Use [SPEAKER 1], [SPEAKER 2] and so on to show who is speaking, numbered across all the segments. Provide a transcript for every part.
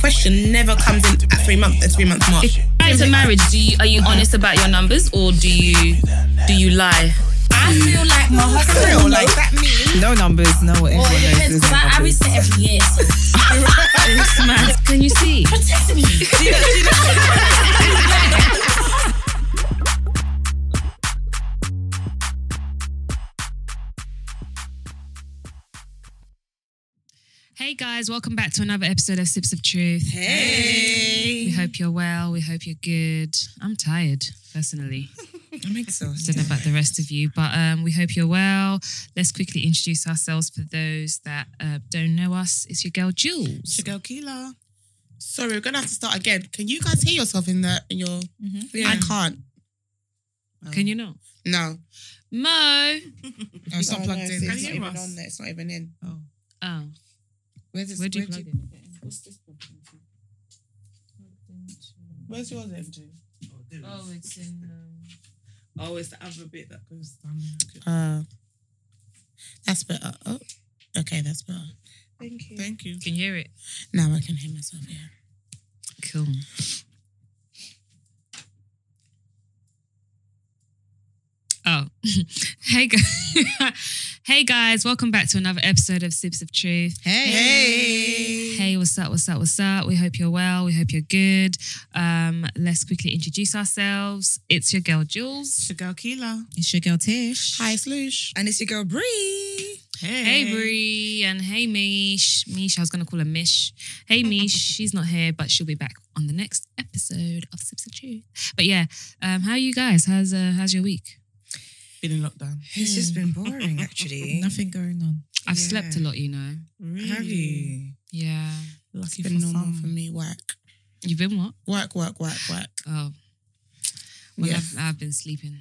[SPEAKER 1] protection never comes in at three months, at three months mark.
[SPEAKER 2] Prior to marriage, do you are you honest about your numbers or do you do you lie?
[SPEAKER 3] I feel like my
[SPEAKER 1] For
[SPEAKER 3] husband
[SPEAKER 1] real,
[SPEAKER 3] will
[SPEAKER 1] like that means
[SPEAKER 4] No numbers, no what
[SPEAKER 3] Or
[SPEAKER 4] everyone
[SPEAKER 3] it
[SPEAKER 4] knows
[SPEAKER 3] depends
[SPEAKER 4] is
[SPEAKER 3] because I, I
[SPEAKER 4] numbers.
[SPEAKER 3] reset every year. So
[SPEAKER 2] It's mad. Can you see?
[SPEAKER 3] protect me.
[SPEAKER 5] Hey guys, welcome back to another episode of Sips of Truth. We
[SPEAKER 1] hey.
[SPEAKER 5] hope you're well. We hope you're good. I'm tired personally.
[SPEAKER 1] I'm
[SPEAKER 5] I don't
[SPEAKER 1] exhausted.
[SPEAKER 5] know about the rest of you, but um, we hope you're well. Let's quickly introduce ourselves for those that uh, don't know us. It's your girl Jules.
[SPEAKER 1] Sugar Kila. Sorry, we're gonna have to start again. Can you guys hear yourself in the in your? I can't.
[SPEAKER 5] Can you not?
[SPEAKER 1] No,
[SPEAKER 5] Mo.
[SPEAKER 1] no it's not plugged in. It's
[SPEAKER 4] it's
[SPEAKER 1] not
[SPEAKER 4] not
[SPEAKER 1] even
[SPEAKER 5] us.
[SPEAKER 1] on there. It's not even in.
[SPEAKER 5] Oh,
[SPEAKER 1] Where's this?
[SPEAKER 5] where do you plug it?
[SPEAKER 4] Where's yours empty?
[SPEAKER 5] Oh, it's in. Um,
[SPEAKER 4] Oh, it's the other bit that goes down there.
[SPEAKER 1] Uh, that's better. Oh, okay, that's better.
[SPEAKER 4] Thank you.
[SPEAKER 1] Thank you.
[SPEAKER 5] you can hear it.
[SPEAKER 1] Now I can hear myself. Yeah.
[SPEAKER 5] Cool. Oh, hey guys! hey guys, welcome back to another episode of Sips of Truth.
[SPEAKER 1] Hey.
[SPEAKER 5] Hey, what's up? What's up? What's up? We hope you're well. We hope you're good. Um, let's quickly introduce ourselves. It's your girl Jules.
[SPEAKER 1] Sugar Kila.
[SPEAKER 4] It's your girl Tish.
[SPEAKER 1] Hi, Sloosh.
[SPEAKER 4] And it's your girl Bree.
[SPEAKER 5] Hey, Bree, and hey Mish. Mish, I was gonna call her Mish. Hey Mish, she's not here, but she'll be back on the next episode of Sips of Truth. But yeah, um, how are you guys? How's uh, how's your week?
[SPEAKER 1] Been in lockdown.
[SPEAKER 3] It's just been boring, actually.
[SPEAKER 4] Nothing going on.
[SPEAKER 5] I've
[SPEAKER 3] Yeah.
[SPEAKER 5] slept a lot, you know.
[SPEAKER 3] Have you?
[SPEAKER 5] Yeah.
[SPEAKER 4] Lucky
[SPEAKER 1] It's been normal for me. Work,
[SPEAKER 5] You've been what?
[SPEAKER 1] work, work, work, work.
[SPEAKER 5] Oh. Well,
[SPEAKER 1] Yeah.
[SPEAKER 5] I've, I've been sleeping.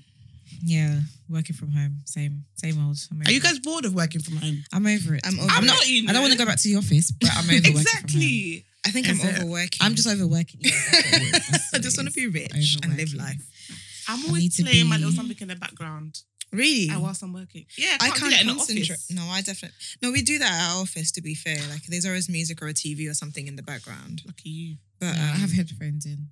[SPEAKER 4] Yeah, working from home. Same, same old. I'm over
[SPEAKER 1] Are you
[SPEAKER 4] it.
[SPEAKER 1] guys bored of working from home?
[SPEAKER 4] I'm over it.
[SPEAKER 3] I'm over
[SPEAKER 4] I'm
[SPEAKER 3] it.
[SPEAKER 4] not.
[SPEAKER 1] you
[SPEAKER 4] I don't want to go back to the office, but I'm over working from home.
[SPEAKER 1] Exactly.
[SPEAKER 3] I think
[SPEAKER 1] Is
[SPEAKER 3] I'm
[SPEAKER 1] it?
[SPEAKER 3] overworking.
[SPEAKER 4] I'm just overworking. Yeah, that's what it is. That's
[SPEAKER 3] I
[SPEAKER 4] what
[SPEAKER 3] just
[SPEAKER 4] it
[SPEAKER 3] want
[SPEAKER 4] is.
[SPEAKER 3] to be rich and live
[SPEAKER 4] Overworking.
[SPEAKER 3] life.
[SPEAKER 1] I'm
[SPEAKER 4] I need
[SPEAKER 1] always
[SPEAKER 4] to
[SPEAKER 1] playing my
[SPEAKER 4] be-
[SPEAKER 1] little something in the background
[SPEAKER 3] Really?
[SPEAKER 1] uh, whilst I'm working. Yeah,
[SPEAKER 3] I
[SPEAKER 1] do that in
[SPEAKER 3] can't
[SPEAKER 1] the
[SPEAKER 3] concentrate.
[SPEAKER 1] office.
[SPEAKER 3] No, I definitely. No, we do that at our office. To be fair, like there's always music or a TV or something in the background.
[SPEAKER 1] Lucky you.
[SPEAKER 3] But
[SPEAKER 4] Yeah, uh, I
[SPEAKER 3] um,
[SPEAKER 4] have headphones in,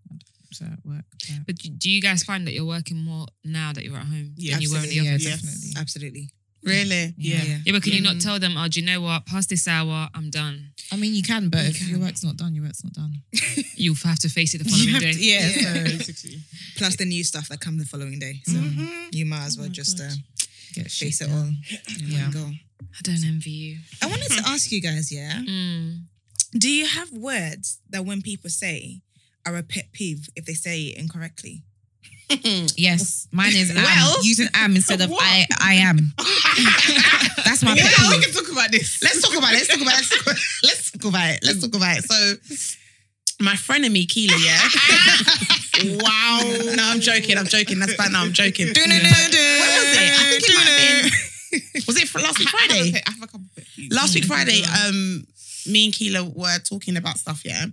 [SPEAKER 4] so at work. but-
[SPEAKER 5] But do- do you guys find that you're working more now that you're at home
[SPEAKER 1] Yeah,
[SPEAKER 5] than you were in the
[SPEAKER 4] absolutely,
[SPEAKER 5] office?
[SPEAKER 4] yeah,
[SPEAKER 1] Yes.
[SPEAKER 4] definitely.
[SPEAKER 3] absolutely.
[SPEAKER 1] Really?
[SPEAKER 4] Yeah.
[SPEAKER 5] Yeah, but can you not
[SPEAKER 1] Mm.
[SPEAKER 5] tell them, oh, do you know what? Past this hour, I'm done.
[SPEAKER 4] I mean, you can, but
[SPEAKER 3] You
[SPEAKER 4] if your
[SPEAKER 3] can.
[SPEAKER 4] work's not done, your work's not done.
[SPEAKER 5] You'll have to face it the following
[SPEAKER 4] You have
[SPEAKER 5] day.
[SPEAKER 4] to- yeah,
[SPEAKER 3] Yeah.
[SPEAKER 4] so
[SPEAKER 1] Basically.
[SPEAKER 3] Plus the new stuff that come the following day. So
[SPEAKER 1] Mhm.
[SPEAKER 3] you might as
[SPEAKER 4] Oh
[SPEAKER 3] well
[SPEAKER 4] my
[SPEAKER 3] just
[SPEAKER 4] God.
[SPEAKER 3] uh,
[SPEAKER 4] get
[SPEAKER 3] face
[SPEAKER 4] shit
[SPEAKER 3] it all.
[SPEAKER 4] done.
[SPEAKER 3] Yeah.
[SPEAKER 1] Oh
[SPEAKER 4] Yeah.
[SPEAKER 3] Go.
[SPEAKER 5] I don't envy you.
[SPEAKER 3] I wanted to ask you guys. Yeah.
[SPEAKER 5] Mm.
[SPEAKER 3] Do you have words that when people say are a pet peeve if they say it incorrectly?
[SPEAKER 4] Yes, mine is am.
[SPEAKER 3] Well-
[SPEAKER 4] using am instead of
[SPEAKER 1] What?
[SPEAKER 4] I. I am. That's my pet
[SPEAKER 5] "Oh,
[SPEAKER 1] Yeah, we
[SPEAKER 4] peeve.
[SPEAKER 1] can talk about this. Let's talk about it. Let's talk about it. Let's talk about it. Let's talk about it. Let's talk about it. So, my frenemy Keely, yeah. wow. No, I'm joking. I'm joking. That's bad. No, I'm joking. When was it? I think it might have been. Was it for last week Friday?
[SPEAKER 4] I have a couple of
[SPEAKER 1] last week Friday, um, me and Keela were talking about stuff, yeah.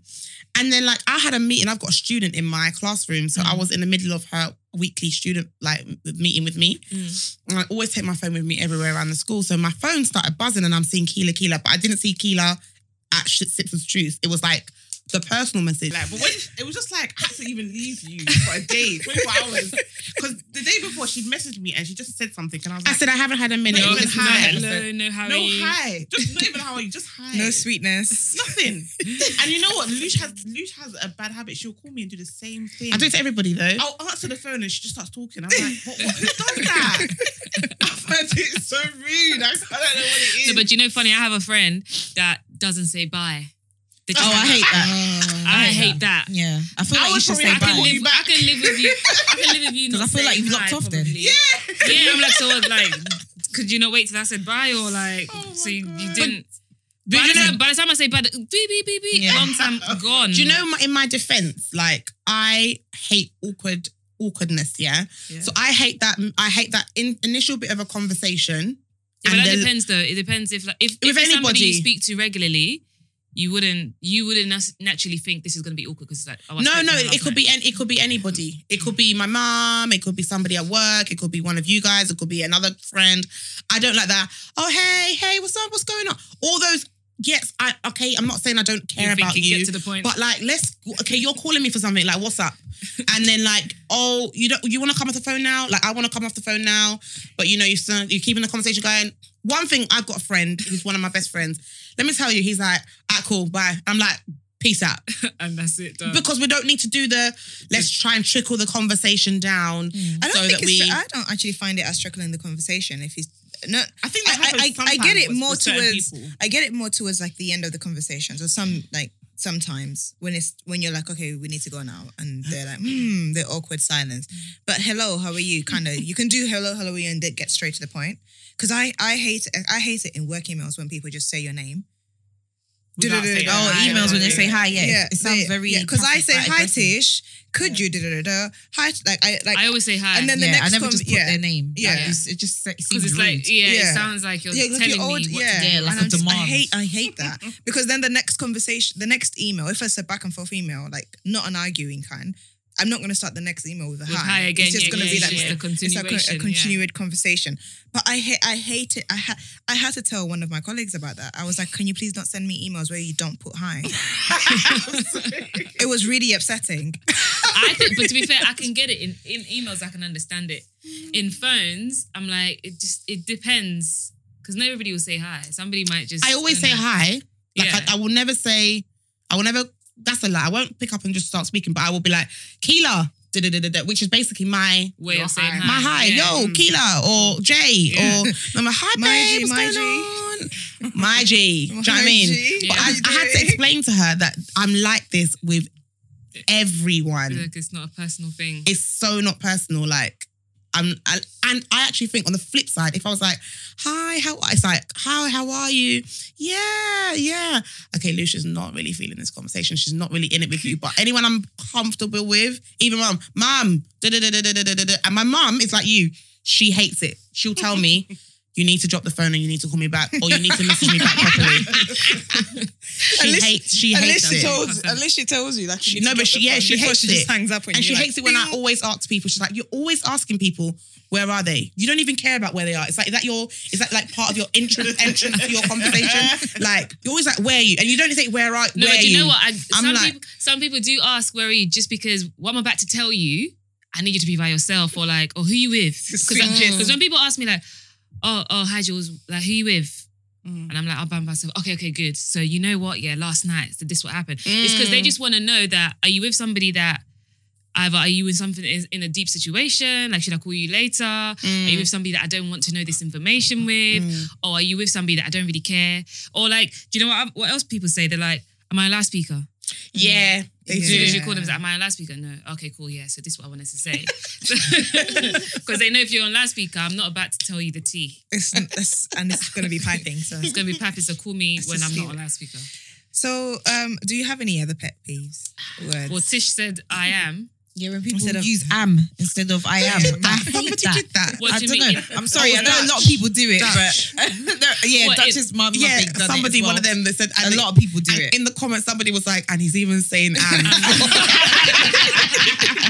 [SPEAKER 1] And then like I had a meeting. I've got a student in my classroom, so I was in the middle of her weekly student like meeting with me.
[SPEAKER 6] Mm.
[SPEAKER 1] And I always take my phone with me everywhere around the school. So my phone started buzzing, and I'm seeing Keela Keela, but I didn't see Keela at Shit Sips of Truth. It was like the personal message.
[SPEAKER 6] Like, but when it was just like I had to even leave you for a day, 24 hours. Because the day before she messaged me and she just said something, and I was
[SPEAKER 1] I
[SPEAKER 6] like,
[SPEAKER 1] said I haven't had a minute.
[SPEAKER 6] No,
[SPEAKER 1] It was
[SPEAKER 6] it's
[SPEAKER 1] hi.
[SPEAKER 6] not.
[SPEAKER 5] Hello, no, how are
[SPEAKER 6] no
[SPEAKER 5] you?
[SPEAKER 6] hi, just not even how are you, just hi,
[SPEAKER 3] No sweetness.
[SPEAKER 6] nothing. and you know what, Lush has Lush has a bad habit. She'll call me and do the same thing.
[SPEAKER 1] I do it to everybody though.
[SPEAKER 4] Oh,
[SPEAKER 6] I'll answer the phone and she just starts talking. I'm like, what, what, who does that? I find it so rude. I, I don't know what it is.
[SPEAKER 5] No, but you know, funny, I have a friend that doesn't say bye. They just-
[SPEAKER 4] Oh, I hate that.
[SPEAKER 5] I hate that. Oh,
[SPEAKER 4] Yeah, I feel
[SPEAKER 6] I
[SPEAKER 4] like you
[SPEAKER 6] would
[SPEAKER 4] should
[SPEAKER 6] probably-
[SPEAKER 4] say
[SPEAKER 5] I can,
[SPEAKER 6] Call
[SPEAKER 4] bye
[SPEAKER 6] you
[SPEAKER 5] live, I can live with you. I can live with you.
[SPEAKER 4] 'Cause
[SPEAKER 5] not
[SPEAKER 4] I feel like
[SPEAKER 5] saying
[SPEAKER 4] you've locked
[SPEAKER 5] hi,
[SPEAKER 4] off then.
[SPEAKER 5] probably. Yeah, I'm like, so what, like, could you not wait till I said bye or like,
[SPEAKER 1] Oh
[SPEAKER 5] so you, you didn't. But, by, the time, by the time I say bye, the- beep, beep, beep, beep,
[SPEAKER 4] Yeah.
[SPEAKER 5] long time gone.
[SPEAKER 1] Do you know my, in my defense, like I hate awkward awkwardness. Yeah?
[SPEAKER 4] Yeah.
[SPEAKER 1] So I hate that. I hate that in, initial bit of a conversation.
[SPEAKER 5] Yeah, but
[SPEAKER 1] and
[SPEAKER 5] that
[SPEAKER 1] then-
[SPEAKER 5] depends though. It depends if like if, if
[SPEAKER 1] With
[SPEAKER 5] it's somebody you
[SPEAKER 1] anybody.
[SPEAKER 5] speak to regularly, you wouldn't you wouldn't nas- naturally think this is gonna be awkward because it's like oh, I spoke
[SPEAKER 1] no,
[SPEAKER 5] to
[SPEAKER 1] no,
[SPEAKER 5] her
[SPEAKER 1] it,
[SPEAKER 5] last
[SPEAKER 1] it could
[SPEAKER 5] night.
[SPEAKER 1] be an, it could be anybody. It could be my mom. It could be somebody at work. It could be one of you guys. It could be another friend. I don't like that. Oh hey, hey, what's up? What's going on? All those yes, I okay. I'm not saying I don't care
[SPEAKER 5] You're
[SPEAKER 1] about
[SPEAKER 5] thinking,
[SPEAKER 1] you,
[SPEAKER 5] Get to the point.
[SPEAKER 1] but like, let's okay. You're calling me for something. Like, what's up? And then like, oh, you don't. You want to come off the phone now? Like, I want to come off the phone now. But you know, you still you're keeping the conversation going. One thing, I've got a friend who's one of my best friends. Let me tell you, he's like, ah, cool, bye. I'm like, peace out,
[SPEAKER 5] and that's it. Done.
[SPEAKER 1] because we don't need to do the. Let's try and trickle the conversation down.
[SPEAKER 3] Mm. I don't
[SPEAKER 1] So
[SPEAKER 3] think
[SPEAKER 1] that
[SPEAKER 3] it's.
[SPEAKER 1] we-
[SPEAKER 3] I don't actually find it as trickling the conversation if he's no.
[SPEAKER 6] I think
[SPEAKER 3] I- I-
[SPEAKER 6] that happens
[SPEAKER 3] I- I get
[SPEAKER 6] sometimes
[SPEAKER 3] it
[SPEAKER 6] with-
[SPEAKER 3] more
[SPEAKER 6] with certain
[SPEAKER 3] towards-
[SPEAKER 6] people.
[SPEAKER 3] I get it more towards like the end of the conversations or some like sometimes when it's when you're like okay we need to go now and they're like hmm the awkward silence but hello how are you kind of you can do hello hello are you and then get straight to the point because I I hate I hate it in work emails when people just say your name
[SPEAKER 6] Without saying
[SPEAKER 4] Oh,
[SPEAKER 6] hi,
[SPEAKER 4] emails when they
[SPEAKER 6] yeah.
[SPEAKER 4] say hi. Yeah, it
[SPEAKER 3] they-
[SPEAKER 4] sounds very
[SPEAKER 3] yeah because I
[SPEAKER 4] passive,
[SPEAKER 3] say
[SPEAKER 4] like,
[SPEAKER 3] hi
[SPEAKER 4] aggressive.
[SPEAKER 3] Tish could you da da da da hi like I like
[SPEAKER 5] I always say hi.
[SPEAKER 3] and then the
[SPEAKER 4] yeah,
[SPEAKER 3] next
[SPEAKER 4] I never
[SPEAKER 3] com-
[SPEAKER 4] just put
[SPEAKER 3] yeah.
[SPEAKER 4] their name.
[SPEAKER 3] Yeah.
[SPEAKER 4] Yeah, it just se-
[SPEAKER 5] because
[SPEAKER 4] seems
[SPEAKER 5] it's
[SPEAKER 4] rude.
[SPEAKER 5] like, yeah,
[SPEAKER 3] Yeah.
[SPEAKER 5] it sounds like you're
[SPEAKER 3] Yeah, like
[SPEAKER 5] telling
[SPEAKER 3] you're old-
[SPEAKER 5] me what
[SPEAKER 3] yeah.
[SPEAKER 5] to do.
[SPEAKER 4] yeah, like
[SPEAKER 3] And
[SPEAKER 4] a
[SPEAKER 3] I'm just- I
[SPEAKER 4] demand.
[SPEAKER 3] hate I hate that because then the next conversation, the next email, if it's a back and forth email, like not an arguing kind, I'm not going to start the next email with a
[SPEAKER 5] With hi
[SPEAKER 3] hi.
[SPEAKER 5] again.
[SPEAKER 3] It's just
[SPEAKER 5] yeah,
[SPEAKER 3] going to
[SPEAKER 5] yeah,
[SPEAKER 3] be
[SPEAKER 5] it's
[SPEAKER 3] like
[SPEAKER 5] just a
[SPEAKER 3] it's like
[SPEAKER 5] continuation.
[SPEAKER 3] a, a
[SPEAKER 5] yeah.
[SPEAKER 3] continued conversation. But I hate I hate it. I had I had to tell one of my colleagues about that. I was like, can you please not send me emails where you don't put hi? it was really upsetting.
[SPEAKER 5] I think, but to be fair, I can get it in, in emails. I can understand it. In phones, I'm like, it just it depends because nobody will say hi. Somebody might just.
[SPEAKER 1] I always
[SPEAKER 5] don't
[SPEAKER 1] say
[SPEAKER 5] know.
[SPEAKER 1] hi. Like
[SPEAKER 5] Mm. Yeah.
[SPEAKER 1] I, I will never say, I will never. That's a lie. I won't pick up and just start speaking, but I will be like, Keela, da, da, da, da, da, which is basically my
[SPEAKER 5] Way
[SPEAKER 6] Your
[SPEAKER 5] of saying
[SPEAKER 6] hi.
[SPEAKER 5] hi.
[SPEAKER 1] my hi,
[SPEAKER 5] Yeah.
[SPEAKER 1] yo, Keela or Jay
[SPEAKER 5] Yeah.
[SPEAKER 1] or I'm like, hi,
[SPEAKER 3] My
[SPEAKER 1] babe,
[SPEAKER 3] G,
[SPEAKER 1] what's
[SPEAKER 3] my
[SPEAKER 1] going on? My G, do you know what I
[SPEAKER 3] Hi,
[SPEAKER 1] mean?
[SPEAKER 3] G.
[SPEAKER 5] But
[SPEAKER 1] I,
[SPEAKER 3] How you
[SPEAKER 1] I had to
[SPEAKER 3] doing?
[SPEAKER 1] explain to her that I'm like this with everyone.
[SPEAKER 5] Like it's not a personal thing.
[SPEAKER 1] It's so not personal. Like I'm, I, and I actually think on the flip side, if I was like, "Hi, how?" are-" It's like, "Hi, how are you?" Yeah, yeah. Okay, Lucia's not really feeling this conversation. She's not really in it with you. But anyone I'm comfortable with, even mom, mom, da da da da da da da da, and my mom is like you. She hates it. She'll tell me. You need to drop the phone and you need to call me back, or you need to message me back properly. she
[SPEAKER 3] Unless-
[SPEAKER 1] hates. She hates
[SPEAKER 3] Unless
[SPEAKER 1] it.
[SPEAKER 3] she tells, unless she tells you, like
[SPEAKER 1] She-
[SPEAKER 3] you need
[SPEAKER 1] no,
[SPEAKER 3] to
[SPEAKER 1] but
[SPEAKER 3] drop
[SPEAKER 1] she-
[SPEAKER 3] the
[SPEAKER 1] yeah,
[SPEAKER 3] phone
[SPEAKER 1] she
[SPEAKER 3] before
[SPEAKER 1] hates
[SPEAKER 3] she
[SPEAKER 1] it.
[SPEAKER 3] just hangs up,
[SPEAKER 1] and she
[SPEAKER 3] hates
[SPEAKER 1] hates it when I always ask people. She's like, "You're always asking people where are they? You don't even care about where they are. It's like is that your is that like part of your entrance entrance to your conversation? Like you're always like, where are you? And you don't say where are
[SPEAKER 5] No,
[SPEAKER 1] where
[SPEAKER 5] but
[SPEAKER 1] are
[SPEAKER 5] you know what? I,
[SPEAKER 1] I'm
[SPEAKER 5] some,
[SPEAKER 1] like-
[SPEAKER 5] people, some people do ask, where are you? Just because what I'm about to tell you, I need you to be by yourself or like, or who you with?
[SPEAKER 3] Switches.
[SPEAKER 5] Because when people ask me like, oh, oh, hi Jules, like who you with?
[SPEAKER 6] Mm.
[SPEAKER 5] And I'm like, I'm by myself. Okay, okay, good. So you know what? Yeah, last night, so this what happened. It's because they just want to know that are you with somebody that either are you in something is in a deep situation? Like, should I call you later? Are you with somebody that I don't want to know this information with? Or are you with somebody that I don't really care? Or like, do you know what? What else people say? They're like, am I a loudspeaker?
[SPEAKER 1] Yeah, they
[SPEAKER 5] As soon
[SPEAKER 1] do.
[SPEAKER 5] as you call them, it's like, am I on loudspeaker? No. Okay, cool. Yeah. So this is what I wanted to say. Because they know if you're on loudspeaker, I'm not about to tell you the tea.
[SPEAKER 3] It's, it's, and it's going to be piping. So
[SPEAKER 5] It's going to be pappy, so call me
[SPEAKER 3] Let's
[SPEAKER 5] when
[SPEAKER 3] just
[SPEAKER 5] I'm
[SPEAKER 3] leave
[SPEAKER 5] not
[SPEAKER 3] it.
[SPEAKER 5] on loudspeaker.
[SPEAKER 3] So, um, do you have any other pet peeves? Words?
[SPEAKER 5] Well, Tish said, I am.
[SPEAKER 4] Yeah, when people
[SPEAKER 3] Instead of-
[SPEAKER 4] use am instead of I am. I hate
[SPEAKER 1] Somebody
[SPEAKER 4] that.
[SPEAKER 1] did that.
[SPEAKER 5] What
[SPEAKER 4] I
[SPEAKER 5] do
[SPEAKER 4] don't
[SPEAKER 5] you
[SPEAKER 4] know.
[SPEAKER 5] mean?
[SPEAKER 4] I'm sorry.
[SPEAKER 1] Oh,
[SPEAKER 4] I know a lot of people do it, but No, yeah,
[SPEAKER 5] What,
[SPEAKER 4] Dutch
[SPEAKER 5] it-
[SPEAKER 4] is my mum. I
[SPEAKER 1] Yeah,
[SPEAKER 4] think, done it
[SPEAKER 1] somebody,
[SPEAKER 4] as well.
[SPEAKER 1] one of them, they said, and
[SPEAKER 4] A
[SPEAKER 1] they-
[SPEAKER 4] lot of people do
[SPEAKER 1] and
[SPEAKER 4] it.
[SPEAKER 1] in the comments, somebody was like, and he's even saying, and.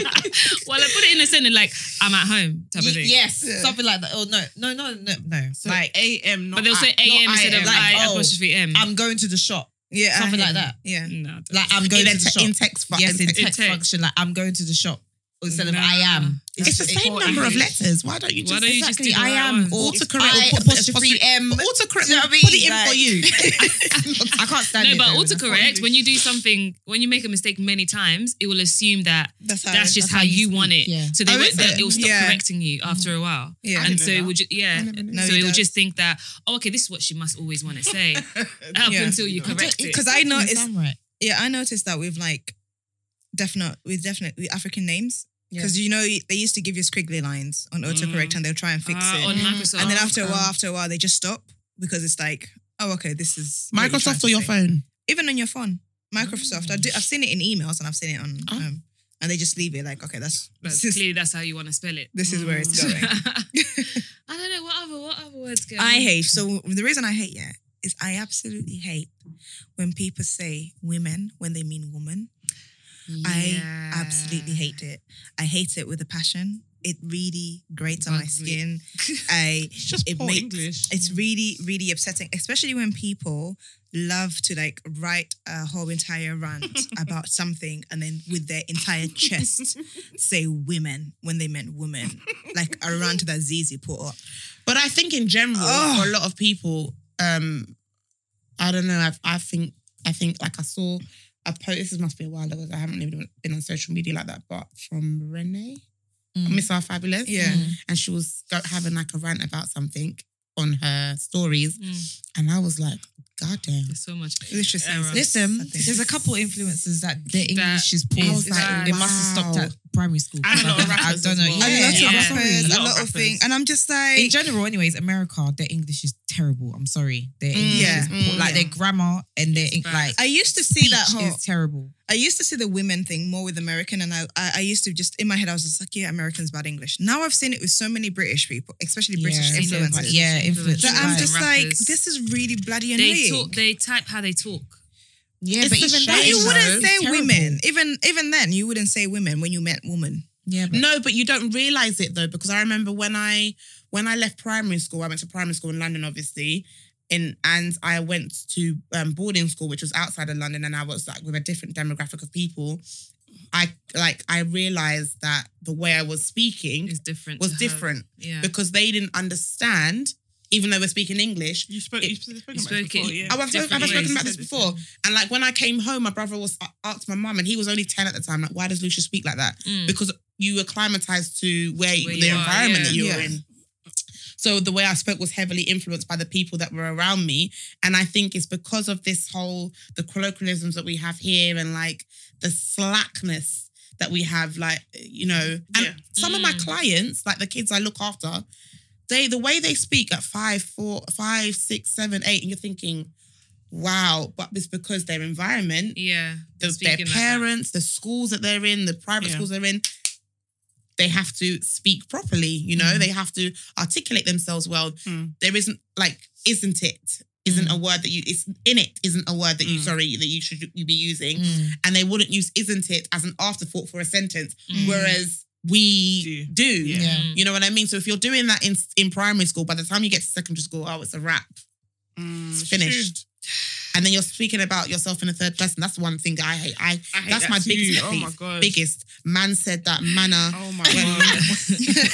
[SPEAKER 5] Well, I put it in a sentence like, I'm at home type of
[SPEAKER 4] Ye-
[SPEAKER 5] thing.
[SPEAKER 4] yes, something like that. Oh no, no, no, no, no.
[SPEAKER 6] like
[SPEAKER 4] like
[SPEAKER 6] AM, not
[SPEAKER 5] But they'll say
[SPEAKER 6] I- not
[SPEAKER 5] AM instead of
[SPEAKER 6] I.
[SPEAKER 4] Like,
[SPEAKER 5] I
[SPEAKER 4] oh,
[SPEAKER 5] apostrophe M.
[SPEAKER 4] I'm going to the shop.
[SPEAKER 3] yeah,
[SPEAKER 4] something
[SPEAKER 3] I-
[SPEAKER 4] like that.
[SPEAKER 3] Yeah,
[SPEAKER 5] no, I don't-
[SPEAKER 4] Like I'm going
[SPEAKER 1] in,
[SPEAKER 4] to
[SPEAKER 1] a
[SPEAKER 4] the
[SPEAKER 1] te-
[SPEAKER 4] shop.
[SPEAKER 1] in text, but
[SPEAKER 4] yes, in
[SPEAKER 5] in
[SPEAKER 4] text,
[SPEAKER 5] text.
[SPEAKER 4] function. Like I'm going to the shop instead of I
[SPEAKER 5] Nah.
[SPEAKER 4] am.
[SPEAKER 1] it's the same
[SPEAKER 5] important.
[SPEAKER 1] number of letters. Why don't you just
[SPEAKER 5] Why don't you just do
[SPEAKER 4] Exactly.
[SPEAKER 5] the right
[SPEAKER 4] I am.
[SPEAKER 5] ones?
[SPEAKER 4] Or
[SPEAKER 1] autocorrect
[SPEAKER 4] I
[SPEAKER 1] or put
[SPEAKER 4] apostrophe M.
[SPEAKER 1] autocorrect?
[SPEAKER 4] Do you know what I mean?
[SPEAKER 1] Put it in for
[SPEAKER 4] Like-
[SPEAKER 1] you.
[SPEAKER 4] I can't stand
[SPEAKER 5] No,
[SPEAKER 4] it.
[SPEAKER 5] but
[SPEAKER 4] though. That's
[SPEAKER 5] autocorrect, when you do something, when you make a mistake many times, it will assume that
[SPEAKER 3] that's how.
[SPEAKER 5] that's just how, you want
[SPEAKER 4] speak,
[SPEAKER 5] it.
[SPEAKER 4] yeah.
[SPEAKER 5] So they
[SPEAKER 1] Oh,
[SPEAKER 5] will,
[SPEAKER 1] is
[SPEAKER 5] they,
[SPEAKER 1] it?
[SPEAKER 5] will stop
[SPEAKER 3] Yeah.
[SPEAKER 5] correcting you after a while.
[SPEAKER 3] Yeah. I
[SPEAKER 5] and
[SPEAKER 6] didn't
[SPEAKER 5] so
[SPEAKER 6] know
[SPEAKER 5] it would ju- yeah.
[SPEAKER 3] No,
[SPEAKER 5] so
[SPEAKER 3] he
[SPEAKER 5] it will
[SPEAKER 3] does.
[SPEAKER 5] just think that oh okay this is what she must always want to say up
[SPEAKER 3] Yeah.
[SPEAKER 5] until you
[SPEAKER 4] I don't-
[SPEAKER 5] correct it.
[SPEAKER 3] Because I
[SPEAKER 4] doesn't
[SPEAKER 3] noticed,
[SPEAKER 4] sound right.
[SPEAKER 3] yeah, I noticed that with like definite with definite with African names because you know they used to give you squiggly lines on autocorrect
[SPEAKER 5] Mm.
[SPEAKER 3] and they'll try and fix
[SPEAKER 5] Ah,
[SPEAKER 3] it,
[SPEAKER 5] on Microsoft.
[SPEAKER 3] and then after a
[SPEAKER 4] Oh.
[SPEAKER 3] while, after a while, they just stop because it's like, oh, okay, this is what you're trying
[SPEAKER 1] Microsoft
[SPEAKER 3] to
[SPEAKER 1] or your
[SPEAKER 3] say.
[SPEAKER 1] phone?
[SPEAKER 3] even on your phone. Microsoft, I do, I've seen it in emails and I've seen it on,
[SPEAKER 1] Oh.
[SPEAKER 3] um, and they just leave it like, okay, that's
[SPEAKER 5] But
[SPEAKER 3] this is,
[SPEAKER 5] clearly that's Mm. how you want to spell it.
[SPEAKER 3] this is where it's
[SPEAKER 5] I
[SPEAKER 3] going.
[SPEAKER 5] don't know what other what other words go.
[SPEAKER 3] I hate. So the reason I hate yeah is I absolutely hate when people say women when they mean woman. I absolutely hate it. I hate it with a passion. it really grates on my
[SPEAKER 5] Bugs me.
[SPEAKER 3] skin. I
[SPEAKER 6] It's just
[SPEAKER 3] it
[SPEAKER 6] poor
[SPEAKER 3] makes-
[SPEAKER 6] English.
[SPEAKER 3] it's really really upsetting especially when people love to like write a whole entire rant about something and then with their entire chest say women when they meant women like a rant that Zizi put up
[SPEAKER 1] But I think in general,
[SPEAKER 3] Ugh.
[SPEAKER 1] for a lot of people, um, I don't know. I've, I think I think like I saw a post. This must be a while ago. 'cause I haven't really been on social media like that. But from Renee,
[SPEAKER 5] Mm.
[SPEAKER 1] Miss Our Fabulous, Mm.
[SPEAKER 3] yeah
[SPEAKER 1] and she was go- having like a rant about something on her stories,
[SPEAKER 5] Mm.
[SPEAKER 1] and I was like, God damn.
[SPEAKER 5] There's so much.
[SPEAKER 3] literacy
[SPEAKER 5] Error.
[SPEAKER 4] Listen,
[SPEAKER 3] I think.
[SPEAKER 4] there's a couple influences that their English is poor.
[SPEAKER 1] I was like,
[SPEAKER 4] They must have stopped
[SPEAKER 1] wow.
[SPEAKER 4] at primary school.
[SPEAKER 6] And a lot of
[SPEAKER 4] I- I
[SPEAKER 6] rappers
[SPEAKER 4] don't
[SPEAKER 6] as
[SPEAKER 4] know.
[SPEAKER 6] well.
[SPEAKER 3] a lot
[SPEAKER 5] Yeah.
[SPEAKER 3] of
[SPEAKER 5] Yeah.
[SPEAKER 3] rappers
[SPEAKER 6] Sorry.
[SPEAKER 3] a lot of things and I'm just
[SPEAKER 4] in
[SPEAKER 3] like
[SPEAKER 4] general, anyways, America, their English is terrible. I'm sorry, their English
[SPEAKER 3] yeah.
[SPEAKER 4] is poor.
[SPEAKER 1] Mm,
[SPEAKER 4] like their grammar and their
[SPEAKER 5] It's
[SPEAKER 4] eng-
[SPEAKER 5] bad.
[SPEAKER 4] like
[SPEAKER 3] I used to see that
[SPEAKER 4] speech
[SPEAKER 3] whole
[SPEAKER 4] is terrible.
[SPEAKER 3] I used to see the women thing more with American, and I, I I used to just in my head I was just like, yeah, Americans bad English. Now I've seen it with so many British people, especially British
[SPEAKER 4] Yeah.
[SPEAKER 3] influencers.
[SPEAKER 4] Yeah, influencers.
[SPEAKER 3] That I'm
[SPEAKER 4] Right.
[SPEAKER 3] just like, this is really bloody annoying.
[SPEAKER 5] They talk. They type how they talk.
[SPEAKER 4] Yeah,
[SPEAKER 1] It's
[SPEAKER 4] but
[SPEAKER 1] the
[SPEAKER 4] even
[SPEAKER 1] shame,
[SPEAKER 4] that
[SPEAKER 3] But you
[SPEAKER 4] is
[SPEAKER 3] wouldn't
[SPEAKER 4] though,
[SPEAKER 3] say
[SPEAKER 4] terrible.
[SPEAKER 3] women, even even then, you wouldn't say women when you meant woman.
[SPEAKER 4] Yeah, but
[SPEAKER 1] No, but you don't realize it though, because I remember when I when I left primary school, I went to primary school in London, obviously, and and I went to um, boarding school, which was outside of London, and I was like with a different demographic of people. I like I realized that the way I was speaking
[SPEAKER 5] Is different.
[SPEAKER 1] was
[SPEAKER 5] to her.
[SPEAKER 1] different
[SPEAKER 5] Yeah.
[SPEAKER 1] because they didn't understand, even though we're speaking English.
[SPEAKER 6] You spoke.
[SPEAKER 1] It-
[SPEAKER 6] you spoke about
[SPEAKER 5] you
[SPEAKER 6] this
[SPEAKER 5] spoke
[SPEAKER 6] before,
[SPEAKER 5] it-
[SPEAKER 6] yeah.
[SPEAKER 1] Oh, I've, I've
[SPEAKER 5] Different
[SPEAKER 1] spoken
[SPEAKER 5] ways.
[SPEAKER 1] about this before, and like when I came home, my brother was uh, asked my mum, and he was only ten at the time. Like, why does Lucia speak like that?
[SPEAKER 5] Mm.
[SPEAKER 1] because you acclimatized to where,
[SPEAKER 5] Where
[SPEAKER 1] the
[SPEAKER 5] you are,
[SPEAKER 1] environment
[SPEAKER 5] yeah.
[SPEAKER 1] that you were
[SPEAKER 3] Yeah.
[SPEAKER 1] in. So the way I spoke was heavily influenced by the people that were around me, and I think it's because of this whole the colloquialisms that we have here and like the slackness that we have, like you know, and
[SPEAKER 6] Yeah.
[SPEAKER 1] some of my
[SPEAKER 5] Mm.
[SPEAKER 1] clients, like the kids I look after, they the way they speak at five, four, five, six, seven, eight, and you're thinking, wow, but it's because their environment
[SPEAKER 5] Yeah.
[SPEAKER 1] the, their
[SPEAKER 5] Speaking like that.
[SPEAKER 1] parents, the schools that they're in, the private
[SPEAKER 6] Yeah.
[SPEAKER 1] schools they're in, they have to speak properly. You know, they have to articulate themselves well.
[SPEAKER 6] Mm.
[SPEAKER 1] There isn't like, isn't it? Isn't a word that you it's in it isn't a word that you
[SPEAKER 6] Mm.
[SPEAKER 1] sorry that you should you be using,
[SPEAKER 4] Mm.
[SPEAKER 1] and they wouldn't use isn't it as an afterthought for a sentence,
[SPEAKER 5] Mm.
[SPEAKER 1] whereas we do.
[SPEAKER 6] Do. Yeah.
[SPEAKER 4] Yeah.
[SPEAKER 5] Mm.
[SPEAKER 1] You know what I mean? So if you're doing that in in primary school, by the time you get to secondary school, oh, it's a wrap.
[SPEAKER 6] Mm,
[SPEAKER 1] It's
[SPEAKER 6] true.
[SPEAKER 1] finished. And then you're speaking about yourself in the third person. That's one thing that I hate. I
[SPEAKER 6] I hate
[SPEAKER 1] That's
[SPEAKER 6] that
[SPEAKER 1] my
[SPEAKER 6] too.
[SPEAKER 1] biggest pet
[SPEAKER 6] Oh my
[SPEAKER 1] peeve.
[SPEAKER 6] god.
[SPEAKER 1] biggest man said that manner.
[SPEAKER 6] Oh my god.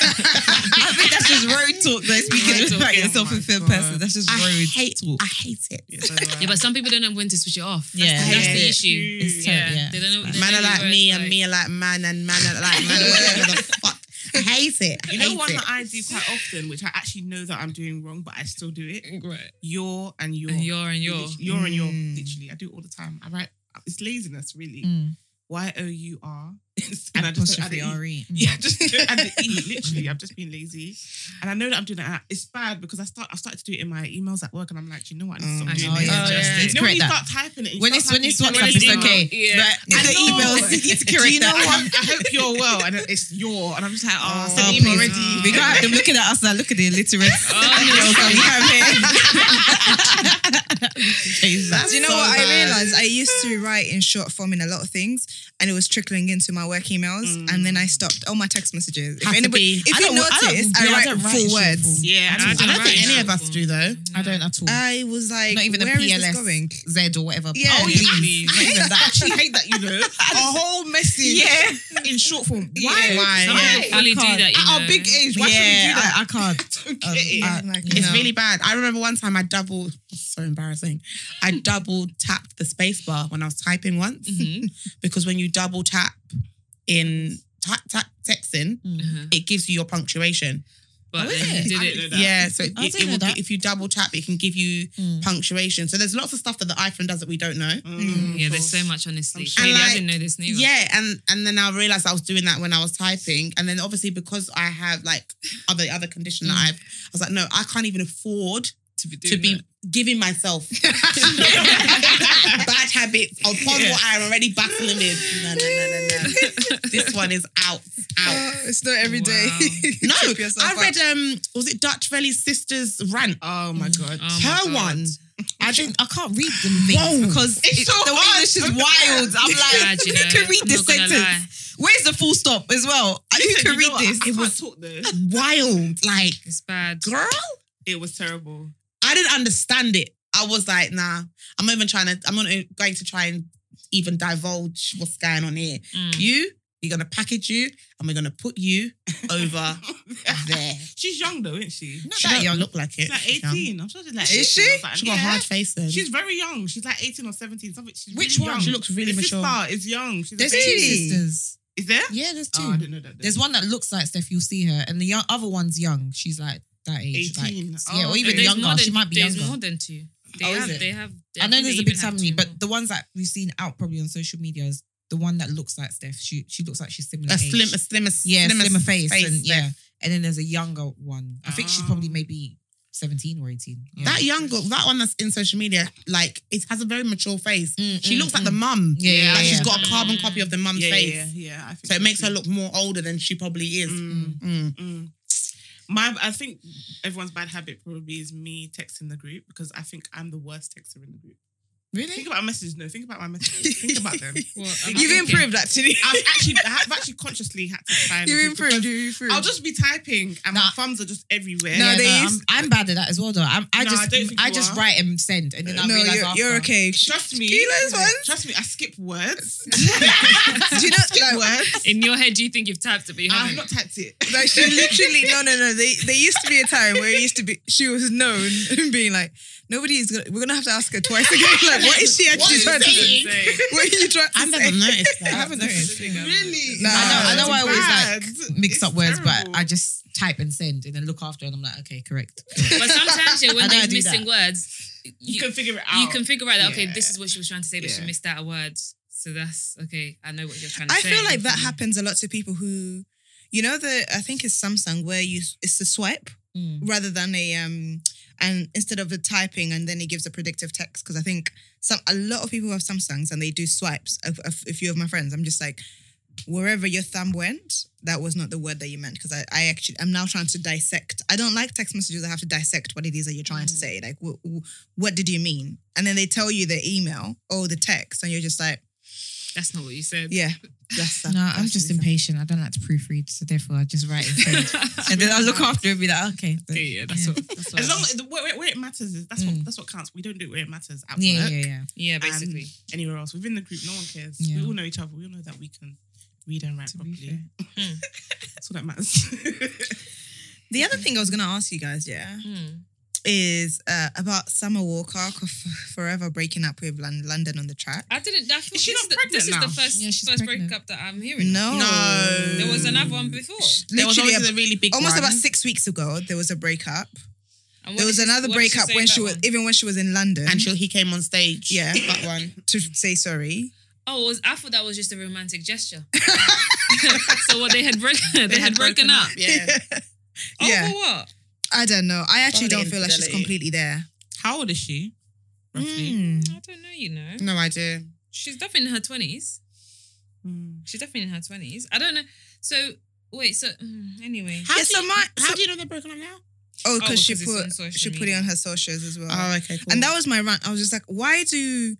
[SPEAKER 4] I think that's just road talk though. Speaking
[SPEAKER 6] Road talk,
[SPEAKER 4] about
[SPEAKER 6] yeah.
[SPEAKER 4] yourself
[SPEAKER 6] Oh
[SPEAKER 4] in
[SPEAKER 6] my
[SPEAKER 4] third
[SPEAKER 6] God.
[SPEAKER 4] person, that's just
[SPEAKER 1] I
[SPEAKER 4] road
[SPEAKER 1] hate.
[SPEAKER 4] talk.
[SPEAKER 1] I hate it.
[SPEAKER 6] Yeah, so do I.
[SPEAKER 5] Yeah, but some people don't know when to switch it off. That's,
[SPEAKER 4] Yeah.
[SPEAKER 5] the, that's the
[SPEAKER 1] Yeah.
[SPEAKER 5] issue.
[SPEAKER 4] It's
[SPEAKER 5] Yeah.
[SPEAKER 4] terrible, yeah.
[SPEAKER 5] They don't know. they
[SPEAKER 1] Man
[SPEAKER 5] don't
[SPEAKER 1] are
[SPEAKER 5] know
[SPEAKER 1] like
[SPEAKER 5] where
[SPEAKER 1] me,
[SPEAKER 5] it's
[SPEAKER 1] and
[SPEAKER 5] like-
[SPEAKER 1] me are like man, and man are like man, or whatever the fuck. I hate it. I
[SPEAKER 6] You know
[SPEAKER 1] hate
[SPEAKER 6] one
[SPEAKER 1] it.
[SPEAKER 6] that I do quite often, which I actually know that I'm doing wrong, but I still do it.
[SPEAKER 5] Right.
[SPEAKER 6] You're and you're.
[SPEAKER 5] And you're and you're.
[SPEAKER 6] Lit- You're and you're.
[SPEAKER 3] Mm.
[SPEAKER 6] Literally, I do it all the time. I write. It's laziness, really.
[SPEAKER 4] Mm.
[SPEAKER 6] Y o u r. And I just don't add
[SPEAKER 4] Apostrophe
[SPEAKER 6] the e.
[SPEAKER 4] R-E. Mm.
[SPEAKER 6] Yeah, just don't add the e. Literally, I'm just being lazy, and I know that I'm doing that. and It's bad because I start. I started to do it in my emails at work, and I'm like, you know what? I need to stop
[SPEAKER 1] Mm.
[SPEAKER 3] Oh,
[SPEAKER 6] doing
[SPEAKER 4] no,
[SPEAKER 6] this.
[SPEAKER 4] yeah,
[SPEAKER 5] Oh,
[SPEAKER 4] just
[SPEAKER 5] yeah.
[SPEAKER 4] need
[SPEAKER 6] You know
[SPEAKER 4] to
[SPEAKER 6] when
[SPEAKER 4] correct
[SPEAKER 6] you start
[SPEAKER 4] that.
[SPEAKER 6] typing it, and you
[SPEAKER 4] When
[SPEAKER 6] start
[SPEAKER 4] it's when
[SPEAKER 6] typing
[SPEAKER 4] it's
[SPEAKER 6] it, you
[SPEAKER 4] WhatsApp,
[SPEAKER 6] know,
[SPEAKER 4] it's
[SPEAKER 6] email.
[SPEAKER 4] okay.
[SPEAKER 5] Yeah.
[SPEAKER 4] But in
[SPEAKER 6] I
[SPEAKER 4] the
[SPEAKER 6] know.
[SPEAKER 4] emails, you need to correct
[SPEAKER 6] Do you know
[SPEAKER 4] that.
[SPEAKER 6] what? I hope you're well, and it's your, and I'm just like, oh, I
[SPEAKER 1] Oh,
[SPEAKER 6] sent the email
[SPEAKER 4] please.
[SPEAKER 6] already.
[SPEAKER 4] We gotta have them looking at us like, look at the illiterate girls that we have here.
[SPEAKER 3] Do you know what I realized? I used to write in short form in a lot of things, and it was trickling into my work emails, and then I stopped all my text messages. If
[SPEAKER 1] Have to
[SPEAKER 3] anybody,
[SPEAKER 1] be.
[SPEAKER 3] if
[SPEAKER 4] Mm. I
[SPEAKER 3] you
[SPEAKER 4] don't- I don't-
[SPEAKER 3] notice,
[SPEAKER 4] yeah,
[SPEAKER 3] I
[SPEAKER 4] I
[SPEAKER 3] write
[SPEAKER 4] don't write in
[SPEAKER 3] full
[SPEAKER 4] short
[SPEAKER 3] words.
[SPEAKER 4] form.
[SPEAKER 6] Yeah,
[SPEAKER 1] I don't, I don't think
[SPEAKER 5] Right.
[SPEAKER 1] any of us do though.
[SPEAKER 5] Mm.
[SPEAKER 4] I don't at all.
[SPEAKER 3] I was like,
[SPEAKER 4] not even a
[SPEAKER 3] where is this
[SPEAKER 4] PLS
[SPEAKER 3] going?
[SPEAKER 4] Z or whatever.
[SPEAKER 3] Yeah.
[SPEAKER 4] Oh,
[SPEAKER 6] yeah.
[SPEAKER 4] please. Not even that.
[SPEAKER 6] actually hate that, you know.
[SPEAKER 4] A whole message. Yeah.
[SPEAKER 6] In short form.
[SPEAKER 4] Yeah.
[SPEAKER 1] Why?
[SPEAKER 5] Some
[SPEAKER 1] Yeah.
[SPEAKER 5] people fully do
[SPEAKER 4] can't.
[SPEAKER 5] that. You know.
[SPEAKER 6] At our big age, why
[SPEAKER 4] yeah,
[SPEAKER 6] should we do that?
[SPEAKER 4] I, I can't. Um,
[SPEAKER 6] it.
[SPEAKER 4] I-
[SPEAKER 3] I'm like,
[SPEAKER 4] you
[SPEAKER 1] It's
[SPEAKER 4] know.
[SPEAKER 1] really bad. I remember one time I double. So embarrassing. I double tapped the space bar when I was typing once
[SPEAKER 4] Mm-hmm.
[SPEAKER 5] Mhm.
[SPEAKER 1] because when you double tap in ta- ta- texting,
[SPEAKER 5] Uh-huh.
[SPEAKER 1] it gives you your punctuation.
[SPEAKER 5] But
[SPEAKER 4] Oh,
[SPEAKER 5] then
[SPEAKER 4] is
[SPEAKER 5] you did
[SPEAKER 4] it?
[SPEAKER 6] I
[SPEAKER 5] it.
[SPEAKER 6] didn't know that.
[SPEAKER 1] Yeah, so it,
[SPEAKER 4] I
[SPEAKER 1] it,
[SPEAKER 4] didn't know
[SPEAKER 1] will,
[SPEAKER 4] that.
[SPEAKER 1] if you double tap, it can give you
[SPEAKER 4] Mm.
[SPEAKER 1] punctuation. So there's lots of stuff that the iPhone does that we don't know.
[SPEAKER 6] Mm.
[SPEAKER 5] Yeah, there's so much honestly.
[SPEAKER 6] I'm
[SPEAKER 5] Really,
[SPEAKER 1] sure.
[SPEAKER 5] I didn't know this new.
[SPEAKER 1] Yeah, and and then I realized I was doing that when I was typing, and then obviously because I have like other other condition that
[SPEAKER 4] Mm.
[SPEAKER 1] I've, I was like, no, I can't even afford
[SPEAKER 5] to be
[SPEAKER 1] to be giving myself bad habits upon what I'm already battling with. No, no, no, no, no. this one is out, out.
[SPEAKER 3] Oh, it's not every day.
[SPEAKER 5] Wow.
[SPEAKER 1] No,
[SPEAKER 3] Trip yourself
[SPEAKER 1] I
[SPEAKER 3] up.
[SPEAKER 1] read um, was it Dutch Valley Sisters rant?
[SPEAKER 6] Oh my god.
[SPEAKER 5] Oh my
[SPEAKER 1] her
[SPEAKER 5] God.
[SPEAKER 1] one.
[SPEAKER 4] I didn't. I can't read them things
[SPEAKER 1] Whoa.
[SPEAKER 4] because
[SPEAKER 6] It's
[SPEAKER 4] it-
[SPEAKER 6] so
[SPEAKER 4] the
[SPEAKER 6] hard.
[SPEAKER 4] English is wild. I'm like,
[SPEAKER 5] Bad, you know.
[SPEAKER 4] who can read
[SPEAKER 5] I'm not
[SPEAKER 4] this
[SPEAKER 5] gonna
[SPEAKER 4] sentence?
[SPEAKER 5] lie.
[SPEAKER 3] Where's the full stop as well? And who can read this?
[SPEAKER 6] It was talk this.
[SPEAKER 1] wild. Like,
[SPEAKER 5] It's bad.
[SPEAKER 1] girl,
[SPEAKER 6] It was terrible.
[SPEAKER 1] I didn't understand it. I was like, nah, I'm not even trying to, I'm not going to try and even divulge what's going on here.
[SPEAKER 5] Mm.
[SPEAKER 1] You, we're going to package you and we're going to put you over there.
[SPEAKER 6] she's young though, isn't she?
[SPEAKER 1] She don't look like it.
[SPEAKER 6] She's like
[SPEAKER 1] She's young.
[SPEAKER 6] 18. I'm sure she's like
[SPEAKER 3] Is
[SPEAKER 6] 18
[SPEAKER 3] she?
[SPEAKER 6] or something.
[SPEAKER 1] She got a
[SPEAKER 6] Yeah.
[SPEAKER 1] hard face then.
[SPEAKER 6] She's very young. She's like 18 or 17. Something. She's
[SPEAKER 1] Which
[SPEAKER 6] really
[SPEAKER 1] one?
[SPEAKER 6] Young.
[SPEAKER 1] She looks really
[SPEAKER 6] the
[SPEAKER 1] mature.
[SPEAKER 6] sister is young. She's
[SPEAKER 4] There's
[SPEAKER 6] a
[SPEAKER 4] two
[SPEAKER 6] baby.
[SPEAKER 3] Really?
[SPEAKER 4] sisters.
[SPEAKER 6] Is there?
[SPEAKER 4] Yeah, there's two.
[SPEAKER 6] Oh, I didn't know that. then.
[SPEAKER 4] there's one that looks like Steph. You'll see her, and the young, other one's young. She's like that age, like,
[SPEAKER 6] 18.
[SPEAKER 4] yeah,
[SPEAKER 6] Oh,
[SPEAKER 4] or even
[SPEAKER 5] There's
[SPEAKER 4] younger.
[SPEAKER 5] more than-
[SPEAKER 4] she might be
[SPEAKER 5] there's
[SPEAKER 4] younger.
[SPEAKER 5] more than two. They
[SPEAKER 4] Oh, is
[SPEAKER 5] have.
[SPEAKER 4] it?
[SPEAKER 5] They have.
[SPEAKER 4] I know
[SPEAKER 5] think
[SPEAKER 4] there's
[SPEAKER 5] they
[SPEAKER 4] a big
[SPEAKER 5] even have
[SPEAKER 4] family,
[SPEAKER 5] two
[SPEAKER 4] but
[SPEAKER 5] more.
[SPEAKER 4] the ones that we've seen out probably on social media is the one that looks like Steph. She she looks like she's similar.
[SPEAKER 1] a
[SPEAKER 4] age.
[SPEAKER 1] slim, a slim, a
[SPEAKER 4] yeah,
[SPEAKER 1] slim,
[SPEAKER 4] slimmer, face,
[SPEAKER 1] face,
[SPEAKER 4] and
[SPEAKER 1] yeah.
[SPEAKER 4] yeah. And then there's a younger one. I think she's probably
[SPEAKER 6] Ah.
[SPEAKER 4] maybe seventeen or eighteen. Yeah.
[SPEAKER 1] That young girl, that one that's in social media, like it has a very mature face.
[SPEAKER 4] Mm,
[SPEAKER 1] She
[SPEAKER 4] mm,
[SPEAKER 1] looks like
[SPEAKER 4] mm.
[SPEAKER 1] the mum.
[SPEAKER 4] Yeah, yeah,
[SPEAKER 1] like she's
[SPEAKER 4] yeah.
[SPEAKER 1] got a carbon
[SPEAKER 5] Mm.
[SPEAKER 1] copy of the mum's
[SPEAKER 6] yeah, yeah,
[SPEAKER 1] face.
[SPEAKER 6] yeah, yeah. I think
[SPEAKER 1] So it
[SPEAKER 6] so
[SPEAKER 1] makes her
[SPEAKER 6] too.
[SPEAKER 1] look more older than she probably is.
[SPEAKER 6] Mm,
[SPEAKER 1] Mm.
[SPEAKER 6] mm. My, I think everyone's bad habit probably is me texting the group because I think I'm the worst texter in the group. Think
[SPEAKER 4] really?
[SPEAKER 6] about messages. No, think about my messages. think about them.
[SPEAKER 5] Well, I'm
[SPEAKER 3] You've
[SPEAKER 5] thinking-
[SPEAKER 3] improved actually.
[SPEAKER 6] I've actually, I've actually consciously had to find.
[SPEAKER 3] You've improved. You've improved.
[SPEAKER 6] I'll just be typing and my
[SPEAKER 4] Nah.
[SPEAKER 6] thumbs are just everywhere.
[SPEAKER 4] No,
[SPEAKER 3] Yeah,
[SPEAKER 4] they
[SPEAKER 3] no,
[SPEAKER 4] no,
[SPEAKER 3] used-
[SPEAKER 4] I'm, I'm bad at that as well, though. I'm, I
[SPEAKER 6] No, I
[SPEAKER 4] just
[SPEAKER 6] don't think
[SPEAKER 4] I,
[SPEAKER 6] you
[SPEAKER 4] just
[SPEAKER 6] are.
[SPEAKER 4] write and send, and then I
[SPEAKER 3] no,
[SPEAKER 4] realize
[SPEAKER 3] you're,
[SPEAKER 4] after.
[SPEAKER 3] you're okay.
[SPEAKER 6] Trust me.
[SPEAKER 3] Kilo's ones.
[SPEAKER 6] Trust me. I skip words.
[SPEAKER 3] Do you know? Like,
[SPEAKER 5] In your head, you think you've typed it, but you
[SPEAKER 6] I've
[SPEAKER 5] haven't.
[SPEAKER 6] not typed it.
[SPEAKER 3] Like she literally no no no. They there used to be a time where it used to be she was known being like nobody is gonna we're gonna have to ask her twice again. Like what is she
[SPEAKER 1] What
[SPEAKER 3] actually
[SPEAKER 1] is
[SPEAKER 3] trying to
[SPEAKER 1] she
[SPEAKER 3] say? What are you trying to
[SPEAKER 1] I've
[SPEAKER 3] say?
[SPEAKER 1] never noticed that.
[SPEAKER 3] I haven't noticed.
[SPEAKER 6] Really?
[SPEAKER 3] Nah,
[SPEAKER 4] I know- I know I always,
[SPEAKER 6] always
[SPEAKER 4] Mix up words, but I just type and send, and then look after, and I'm like, okay, correct.
[SPEAKER 5] But sometimes yeah,
[SPEAKER 4] I
[SPEAKER 5] when
[SPEAKER 4] know I
[SPEAKER 5] there's
[SPEAKER 4] do
[SPEAKER 5] missing
[SPEAKER 4] that.
[SPEAKER 5] words, you,
[SPEAKER 6] you can figure it out.
[SPEAKER 5] you can figure out that okay,
[SPEAKER 6] Yeah.
[SPEAKER 5] this is what she was trying to say, but she
[SPEAKER 6] Yeah.
[SPEAKER 5] missed out a word. So that's okay. I know what you're trying to
[SPEAKER 3] I
[SPEAKER 5] say.
[SPEAKER 3] feel like that
[SPEAKER 5] Mm.
[SPEAKER 3] happens a lot to people who, you know, the I think it's Samsung where you it's a swipe
[SPEAKER 4] Mm.
[SPEAKER 3] rather than a um and instead of the typing and then it gives a predictive text because I think some a lot of people have Samsungs and they do swipes. A, a, a few of my friends, I'm just like. Wherever your thumb went, that was not the word that you meant. Because I, I actually, I'm now trying to dissect. I don't like text messages. I have to dissect what it is that you're trying to
[SPEAKER 4] Mm.
[SPEAKER 3] say. Like, wh- wh- what did you mean? And then they tell you the email or the text, and you're just like,
[SPEAKER 5] That's not what you said.
[SPEAKER 3] yeah, that's that.
[SPEAKER 4] No, I'm
[SPEAKER 3] that's
[SPEAKER 4] just
[SPEAKER 3] really sad.
[SPEAKER 4] impatient. I don't like to proofread, so therefore I just write and send. and then I look after it and be like, okay.
[SPEAKER 5] Okay, yeah, that's
[SPEAKER 4] yeah.
[SPEAKER 5] what. That's what
[SPEAKER 6] As
[SPEAKER 5] I-
[SPEAKER 6] long as the- where, where it matters is that's
[SPEAKER 1] Hmm.
[SPEAKER 6] what
[SPEAKER 4] Mm.
[SPEAKER 6] that's what counts. We don't do it where it matters at
[SPEAKER 4] Yeah,
[SPEAKER 6] work.
[SPEAKER 4] yeah, yeah.
[SPEAKER 3] Um,
[SPEAKER 5] yeah,
[SPEAKER 6] and
[SPEAKER 5] basically.
[SPEAKER 6] anywhere else within the group, no one cares.
[SPEAKER 4] Yeah.
[SPEAKER 6] We all know each other. We all know that we can read and write
[SPEAKER 4] To be
[SPEAKER 6] properly.
[SPEAKER 5] fair. Mm.
[SPEAKER 6] that's all that matters.
[SPEAKER 3] The other thing I was gonna ask you guys, yeah,
[SPEAKER 5] Mm.
[SPEAKER 3] is uh, about Summer Walker f- forever breaking up with Lon- London on the track.
[SPEAKER 5] I didn't. I feel
[SPEAKER 6] Is she
[SPEAKER 5] this
[SPEAKER 6] not
[SPEAKER 5] the-
[SPEAKER 6] pregnant
[SPEAKER 5] This is
[SPEAKER 6] now?
[SPEAKER 5] the first
[SPEAKER 4] Yeah, she's
[SPEAKER 5] first
[SPEAKER 4] pregnant.
[SPEAKER 5] breakup that I'm hearing.
[SPEAKER 3] No,
[SPEAKER 1] No.
[SPEAKER 5] there was another one before.
[SPEAKER 1] There was
[SPEAKER 3] Literally,
[SPEAKER 1] always a really big
[SPEAKER 3] almost
[SPEAKER 1] one.
[SPEAKER 3] about six weeks ago, there was a breakup.
[SPEAKER 5] And what
[SPEAKER 3] there
[SPEAKER 5] did
[SPEAKER 3] was
[SPEAKER 5] she-
[SPEAKER 3] another
[SPEAKER 5] what did
[SPEAKER 3] breakup
[SPEAKER 5] say
[SPEAKER 3] when
[SPEAKER 5] about
[SPEAKER 3] she was,
[SPEAKER 5] one?
[SPEAKER 3] even when she was in London,
[SPEAKER 1] and she, he came on stage.
[SPEAKER 3] Yeah.
[SPEAKER 1] that one.
[SPEAKER 3] to say sorry.
[SPEAKER 5] Oh, it was, I thought that was just a romantic gesture. so what they had broken, they, had broken, up.
[SPEAKER 1] Yeah.
[SPEAKER 5] Over
[SPEAKER 3] Yeah.
[SPEAKER 5] what?
[SPEAKER 3] I don't know. I actually
[SPEAKER 1] Probably
[SPEAKER 3] don't feel like she's
[SPEAKER 1] infidelity.
[SPEAKER 3] completely there. Hmm.
[SPEAKER 6] How old is she?
[SPEAKER 5] Mm, I don't know. You know,
[SPEAKER 1] no idea.
[SPEAKER 5] she's definitely in her twenties.
[SPEAKER 6] Hmm.
[SPEAKER 5] She's definitely in her twenties. I don't know. So wait. So mm, anyway.
[SPEAKER 1] How,
[SPEAKER 3] Yeah,
[SPEAKER 1] do,
[SPEAKER 3] so
[SPEAKER 1] you,
[SPEAKER 3] my-
[SPEAKER 1] how
[SPEAKER 3] so-
[SPEAKER 1] do you know they're broken up now?
[SPEAKER 3] Oh,
[SPEAKER 5] Oh,
[SPEAKER 3] because she
[SPEAKER 5] because it's on
[SPEAKER 3] put
[SPEAKER 5] social
[SPEAKER 3] she put it
[SPEAKER 5] media.
[SPEAKER 3] on her socials as well.
[SPEAKER 1] Oh, okay, cool.
[SPEAKER 3] And that was my rant. I was just like, why do,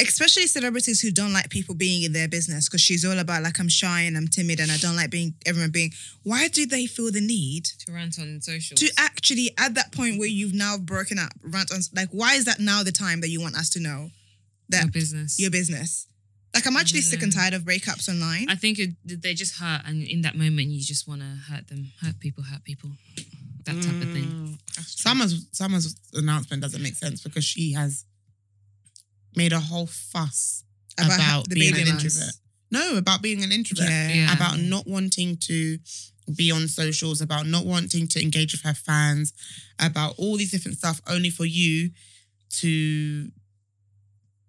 [SPEAKER 3] especially celebrities who don't like people being in their business, because she's all about like I'm shy and I'm timid and I don't like being everyone being. Why do they feel the need
[SPEAKER 5] To rant on social.
[SPEAKER 3] to actually at that point where you've now broken up, rant on like why is that now the time that you want us to know that
[SPEAKER 5] your business.
[SPEAKER 3] your business? Like I'm actually sick and
[SPEAKER 5] Yeah.
[SPEAKER 3] tired of breakups online.
[SPEAKER 5] I think it, they just hurt, and in that moment, you just want to hurt them, hurt people, hurt people, that type of thing.
[SPEAKER 3] Mm,
[SPEAKER 1] Summer's Summer's announcement doesn't make sense because she has made a whole fuss about, being an
[SPEAKER 3] moms.
[SPEAKER 1] introvert. No, about being an introvert.
[SPEAKER 3] Yeah.
[SPEAKER 5] Yeah.
[SPEAKER 1] About not wanting to be on socials, about not wanting to engage with her fans, about all these different stuff, only for you to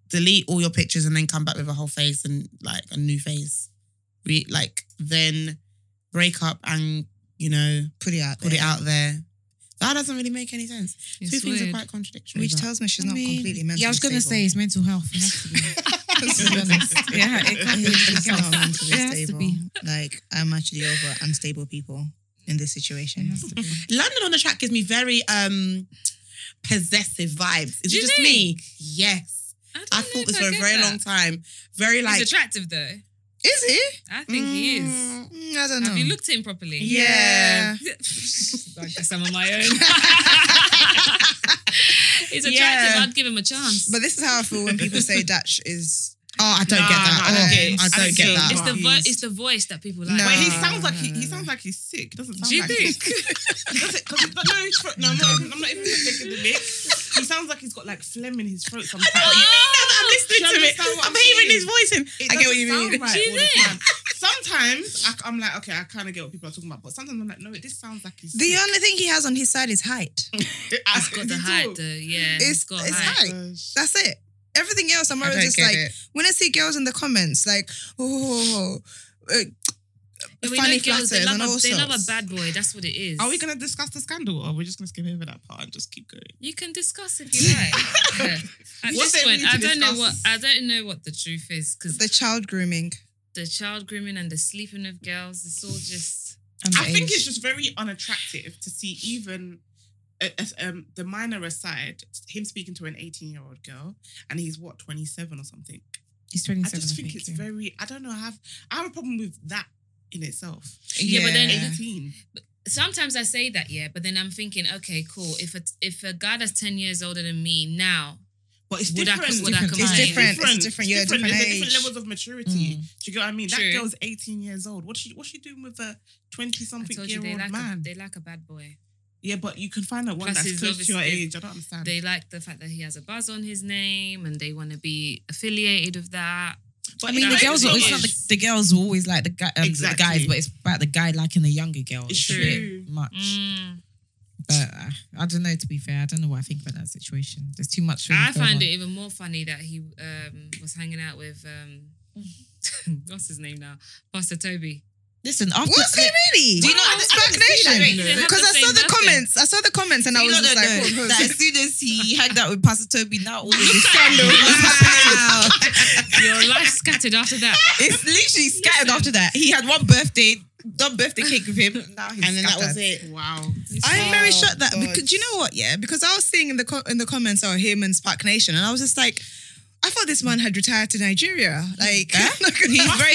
[SPEAKER 1] delete all your pictures and then come back with a whole face and like a new face. Re- like then break up and you know
[SPEAKER 3] Put it out.
[SPEAKER 1] put it
[SPEAKER 3] there.
[SPEAKER 1] out there. That doesn't really make any sense.
[SPEAKER 5] It's
[SPEAKER 1] Two things are
[SPEAKER 5] weird.
[SPEAKER 1] quite contradictory.
[SPEAKER 3] Which
[SPEAKER 1] but-
[SPEAKER 3] tells me she's
[SPEAKER 4] I
[SPEAKER 3] not
[SPEAKER 4] mean,
[SPEAKER 3] completely mentally
[SPEAKER 4] Yeah, I was gonna
[SPEAKER 3] stable.
[SPEAKER 4] say it's mental health. It has to be. to be honest. Yeah, it can't be
[SPEAKER 3] It's
[SPEAKER 4] anything
[SPEAKER 3] not
[SPEAKER 4] else.
[SPEAKER 3] mentally
[SPEAKER 4] It has to
[SPEAKER 3] stable.
[SPEAKER 4] be.
[SPEAKER 3] Like I'm actually over unstable people in this situation.
[SPEAKER 1] London on the track gives me very um possessive vibes. Is
[SPEAKER 5] Do
[SPEAKER 1] it
[SPEAKER 5] you
[SPEAKER 1] just me? Yes.
[SPEAKER 5] I, don't
[SPEAKER 1] I
[SPEAKER 5] know
[SPEAKER 1] thought
[SPEAKER 5] if
[SPEAKER 1] this
[SPEAKER 5] I
[SPEAKER 1] for a
[SPEAKER 5] get
[SPEAKER 1] very
[SPEAKER 5] that.
[SPEAKER 1] long time. Very
[SPEAKER 5] He's
[SPEAKER 1] like
[SPEAKER 5] attractive though.
[SPEAKER 3] Is he?
[SPEAKER 5] I think he is.
[SPEAKER 3] Mm, I don't know.
[SPEAKER 5] Have you looked at him properly?
[SPEAKER 3] Yeah.
[SPEAKER 5] I guess I'm on my own. He's attractive.
[SPEAKER 3] Yeah.
[SPEAKER 5] I'd give him a chance.
[SPEAKER 3] But this is how I feel when people say Dutch is.
[SPEAKER 1] Oh, I don't
[SPEAKER 6] Nah,
[SPEAKER 1] get that.
[SPEAKER 6] nah, I don't
[SPEAKER 1] Oh,
[SPEAKER 6] get it.
[SPEAKER 1] I
[SPEAKER 6] I
[SPEAKER 1] don't
[SPEAKER 6] don't
[SPEAKER 1] get
[SPEAKER 6] get
[SPEAKER 1] that.
[SPEAKER 5] it's the vo-
[SPEAKER 6] Please.
[SPEAKER 5] it's the voice that people like.
[SPEAKER 3] No.
[SPEAKER 6] But he
[SPEAKER 3] Uh,
[SPEAKER 6] sounds like he, he sounds like he's sick. Doesn't sound
[SPEAKER 5] Do you
[SPEAKER 6] like
[SPEAKER 5] think?
[SPEAKER 6] he's Does it- 'cause it- but no, he's fro- no, I'm not, I'm not even taking the mic. He sounds like he's got like phlegm in his throat sometimes.
[SPEAKER 1] I'm listening
[SPEAKER 6] Do you
[SPEAKER 1] to it.
[SPEAKER 6] understand what
[SPEAKER 1] I'm
[SPEAKER 6] I'm
[SPEAKER 1] hearing
[SPEAKER 6] saying?
[SPEAKER 1] his voice in.
[SPEAKER 6] It
[SPEAKER 1] I get what
[SPEAKER 6] doesn't
[SPEAKER 1] you mean.
[SPEAKER 6] sound right
[SPEAKER 5] Do you
[SPEAKER 6] all the
[SPEAKER 5] think?
[SPEAKER 6] time. Sometimes I, I'm like, okay, I kind of get what people are talking about, but sometimes I'm like, no, this sounds like he's
[SPEAKER 3] The only thing he has on his side is height.
[SPEAKER 5] It's got the height, though. Yeah, it's
[SPEAKER 3] It's,
[SPEAKER 5] got
[SPEAKER 3] it's
[SPEAKER 5] height.
[SPEAKER 3] height. That's it. Everything else, I'm
[SPEAKER 1] I
[SPEAKER 3] always
[SPEAKER 1] don't
[SPEAKER 3] just
[SPEAKER 1] get
[SPEAKER 3] like,
[SPEAKER 1] it.
[SPEAKER 3] when I see girls in the comments, like, oh, uh,
[SPEAKER 5] But we know
[SPEAKER 3] funny
[SPEAKER 5] girls,
[SPEAKER 3] flatters
[SPEAKER 5] they love,
[SPEAKER 3] and all
[SPEAKER 5] a, they love a
[SPEAKER 3] sorts.
[SPEAKER 5] bad boy. That's what it is.
[SPEAKER 6] Are we gonna discuss the scandal, or we're just gonna skip over that part and just keep going?
[SPEAKER 5] You can discuss if you like. Yeah. At
[SPEAKER 6] You said
[SPEAKER 5] this
[SPEAKER 6] we
[SPEAKER 5] point,
[SPEAKER 6] need to
[SPEAKER 5] I don't know what
[SPEAKER 6] discuss.
[SPEAKER 5] I don't know what the truth is because
[SPEAKER 3] The child grooming.
[SPEAKER 5] the child grooming and the sleeping of girls, it's all just.
[SPEAKER 6] I think it's just very unattractive to see even uh, uh, um, the minor aside him speaking to an 18 year old girl and he's what 27 or something.
[SPEAKER 4] He's
[SPEAKER 6] I
[SPEAKER 4] 27.
[SPEAKER 6] just think, it's
[SPEAKER 4] yeah.
[SPEAKER 6] very. I don't know. I have I have a problem with that in itself.
[SPEAKER 5] Yeah, but then-
[SPEAKER 3] Yeah.
[SPEAKER 6] 18.
[SPEAKER 5] Sometimes I say that, yeah, but then I'm thinking, okay, cool. If a if a guy that's ten years older than me now,
[SPEAKER 6] But it's
[SPEAKER 5] Would I-
[SPEAKER 6] different.
[SPEAKER 5] would I
[SPEAKER 3] It's
[SPEAKER 5] Mine.
[SPEAKER 3] different. It's different. You're a different
[SPEAKER 6] There's
[SPEAKER 3] age.
[SPEAKER 6] different levels of maturity. Do you get what I mean?
[SPEAKER 5] True.
[SPEAKER 6] That girl's 18 years old. What's she what's she doing with a 20
[SPEAKER 5] I
[SPEAKER 6] something
[SPEAKER 5] told
[SPEAKER 6] year
[SPEAKER 5] you they
[SPEAKER 6] old
[SPEAKER 5] like a,
[SPEAKER 6] man?
[SPEAKER 5] they like a bad boy.
[SPEAKER 6] yeah, but you can find that one
[SPEAKER 5] Plus
[SPEAKER 6] that's
[SPEAKER 5] he's
[SPEAKER 6] close to your
[SPEAKER 5] obviously-
[SPEAKER 6] age. I don't understand.
[SPEAKER 5] They like the fact that he has a buzz on his name, and they want to be affiliated with that.
[SPEAKER 6] but
[SPEAKER 4] I mean, the
[SPEAKER 5] Like,
[SPEAKER 4] girls
[SPEAKER 5] so
[SPEAKER 4] are always
[SPEAKER 5] much.
[SPEAKER 4] not the, the girls will always like the, guy, um,
[SPEAKER 6] Exactly.
[SPEAKER 4] the guys, but it's about the guy liking the younger girl.
[SPEAKER 6] It's
[SPEAKER 4] a bit
[SPEAKER 6] true.
[SPEAKER 4] Much,
[SPEAKER 5] Mm.
[SPEAKER 4] but uh, I don't know. To be fair, I don't know what I think about that situation. There's too much. really
[SPEAKER 5] I
[SPEAKER 4] going
[SPEAKER 5] find
[SPEAKER 4] on.
[SPEAKER 5] it even more funny that he um, was hanging out with um, what's his name now, Pastor Toby.
[SPEAKER 4] Listen, after
[SPEAKER 3] Was he really?
[SPEAKER 4] Do you know- I didn't- I
[SPEAKER 3] Spark
[SPEAKER 4] didn't see that,
[SPEAKER 3] Nation?
[SPEAKER 5] you know.
[SPEAKER 3] Because I
[SPEAKER 5] They
[SPEAKER 3] saw
[SPEAKER 5] have the same
[SPEAKER 3] the
[SPEAKER 5] birthday.
[SPEAKER 3] comments. I saw the comments and I
[SPEAKER 4] You
[SPEAKER 3] was
[SPEAKER 4] know
[SPEAKER 3] just
[SPEAKER 4] that,
[SPEAKER 3] like,
[SPEAKER 4] no,
[SPEAKER 3] oh,
[SPEAKER 4] that as soon as he hanged out with Pastor Toby, now all of this scandal.
[SPEAKER 3] Wow.
[SPEAKER 5] Your life scattered after that.
[SPEAKER 4] It's literally scattered after that. He had one birthday, done birthday cake with him. Now he's
[SPEAKER 1] And then that was
[SPEAKER 4] scattered.
[SPEAKER 1] it.
[SPEAKER 6] wow.
[SPEAKER 3] I'm very
[SPEAKER 4] Oh,
[SPEAKER 3] shocked that
[SPEAKER 1] God.
[SPEAKER 3] because do you know what? Yeah, because I was seeing in the co- in the comments oh him and Spark Nation, and I was just like, I thought this man had retired to Nigeria. Like
[SPEAKER 4] He's very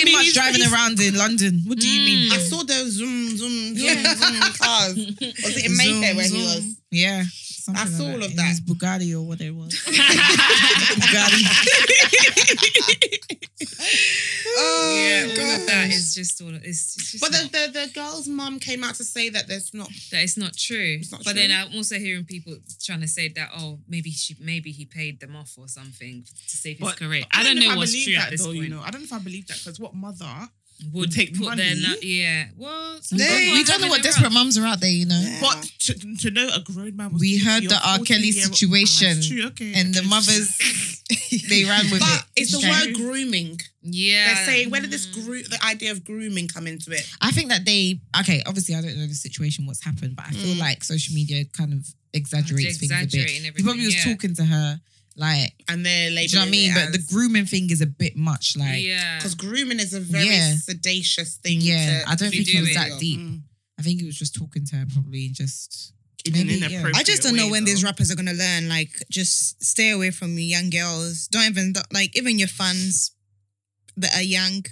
[SPEAKER 1] me,
[SPEAKER 4] much
[SPEAKER 1] he's-
[SPEAKER 4] driving
[SPEAKER 1] he's-
[SPEAKER 4] around in London. Mm. What do you mean?
[SPEAKER 5] Hmm.
[SPEAKER 1] I saw the zoom, zoom, zoom,
[SPEAKER 3] Yeah.
[SPEAKER 1] zoom cars. Was it in
[SPEAKER 4] Zoom,
[SPEAKER 1] Mayfair where
[SPEAKER 4] zoom.
[SPEAKER 1] he was?
[SPEAKER 4] Yeah. something
[SPEAKER 1] I
[SPEAKER 4] like
[SPEAKER 1] saw all of
[SPEAKER 4] In
[SPEAKER 1] that.
[SPEAKER 4] his Bugatti or whatever it was. Bugatti.
[SPEAKER 3] oh
[SPEAKER 5] yeah, all
[SPEAKER 3] god,
[SPEAKER 5] of that is just all. It's, it's just
[SPEAKER 1] But
[SPEAKER 5] not-
[SPEAKER 1] the, the, the girl's mum came out to say that there's not.
[SPEAKER 5] that it's not true.
[SPEAKER 1] not
[SPEAKER 5] but
[SPEAKER 1] true.
[SPEAKER 5] then I'm also hearing people trying to say that oh maybe she maybe he paid them off or something to save his
[SPEAKER 6] But
[SPEAKER 5] career. I don't,
[SPEAKER 6] if
[SPEAKER 5] know what's
[SPEAKER 6] believe
[SPEAKER 5] true
[SPEAKER 6] that
[SPEAKER 5] at this
[SPEAKER 6] though,
[SPEAKER 5] point.
[SPEAKER 6] You know, I don't know if I believe that because what mother?
[SPEAKER 5] Would
[SPEAKER 6] take
[SPEAKER 5] put their
[SPEAKER 6] money.
[SPEAKER 5] nu- yeah. Well, some
[SPEAKER 4] They-
[SPEAKER 5] people
[SPEAKER 4] we
[SPEAKER 5] are
[SPEAKER 4] don't know
[SPEAKER 5] having
[SPEAKER 4] what
[SPEAKER 5] it
[SPEAKER 4] desperate
[SPEAKER 5] rough.
[SPEAKER 4] mums are out there, you know.
[SPEAKER 1] Yeah.
[SPEAKER 6] But to, to know a grown man was.
[SPEAKER 4] We
[SPEAKER 6] 50
[SPEAKER 4] heard
[SPEAKER 6] or
[SPEAKER 4] the R.
[SPEAKER 6] 40
[SPEAKER 4] Kelly
[SPEAKER 6] year old-
[SPEAKER 4] situation
[SPEAKER 6] Ah, it's true, okay.
[SPEAKER 4] And the
[SPEAKER 6] okay.
[SPEAKER 4] mothers, they ran with it.
[SPEAKER 1] But it's the
[SPEAKER 4] Okay.
[SPEAKER 1] word grooming.
[SPEAKER 5] Yeah, Mm.
[SPEAKER 1] They're saying, where did this gro- the idea of grooming come into it?
[SPEAKER 4] I think that they okay. Obviously, I don't know the situation, what's happened, but I feel
[SPEAKER 1] Mm.
[SPEAKER 4] like social media kind of exaggerates things a bit.
[SPEAKER 5] Exaggerating
[SPEAKER 4] He probably was
[SPEAKER 5] everything, yeah. talking.
[SPEAKER 4] talking to her like,
[SPEAKER 1] And they're
[SPEAKER 4] do
[SPEAKER 1] labeling
[SPEAKER 4] you know what I mean? But the grooming thing is a bit much. Like, yeah,
[SPEAKER 5] yeah,
[SPEAKER 1] Because grooming is a very
[SPEAKER 4] Mm. Yeah.
[SPEAKER 1] sedacious thing. to
[SPEAKER 4] I
[SPEAKER 5] to
[SPEAKER 4] don't think
[SPEAKER 5] do
[SPEAKER 4] it was
[SPEAKER 5] it.
[SPEAKER 4] that deep.
[SPEAKER 6] Mm.
[SPEAKER 4] I think it was just talking to her probably and just
[SPEAKER 6] In an
[SPEAKER 4] Maybe, yeah.
[SPEAKER 6] inappropriate
[SPEAKER 3] I just don't know
[SPEAKER 6] way,
[SPEAKER 3] when
[SPEAKER 6] though.
[SPEAKER 3] these rappers are gonna learn. Like, just stay away from young girls. Don't even don't- like even your fans that are young.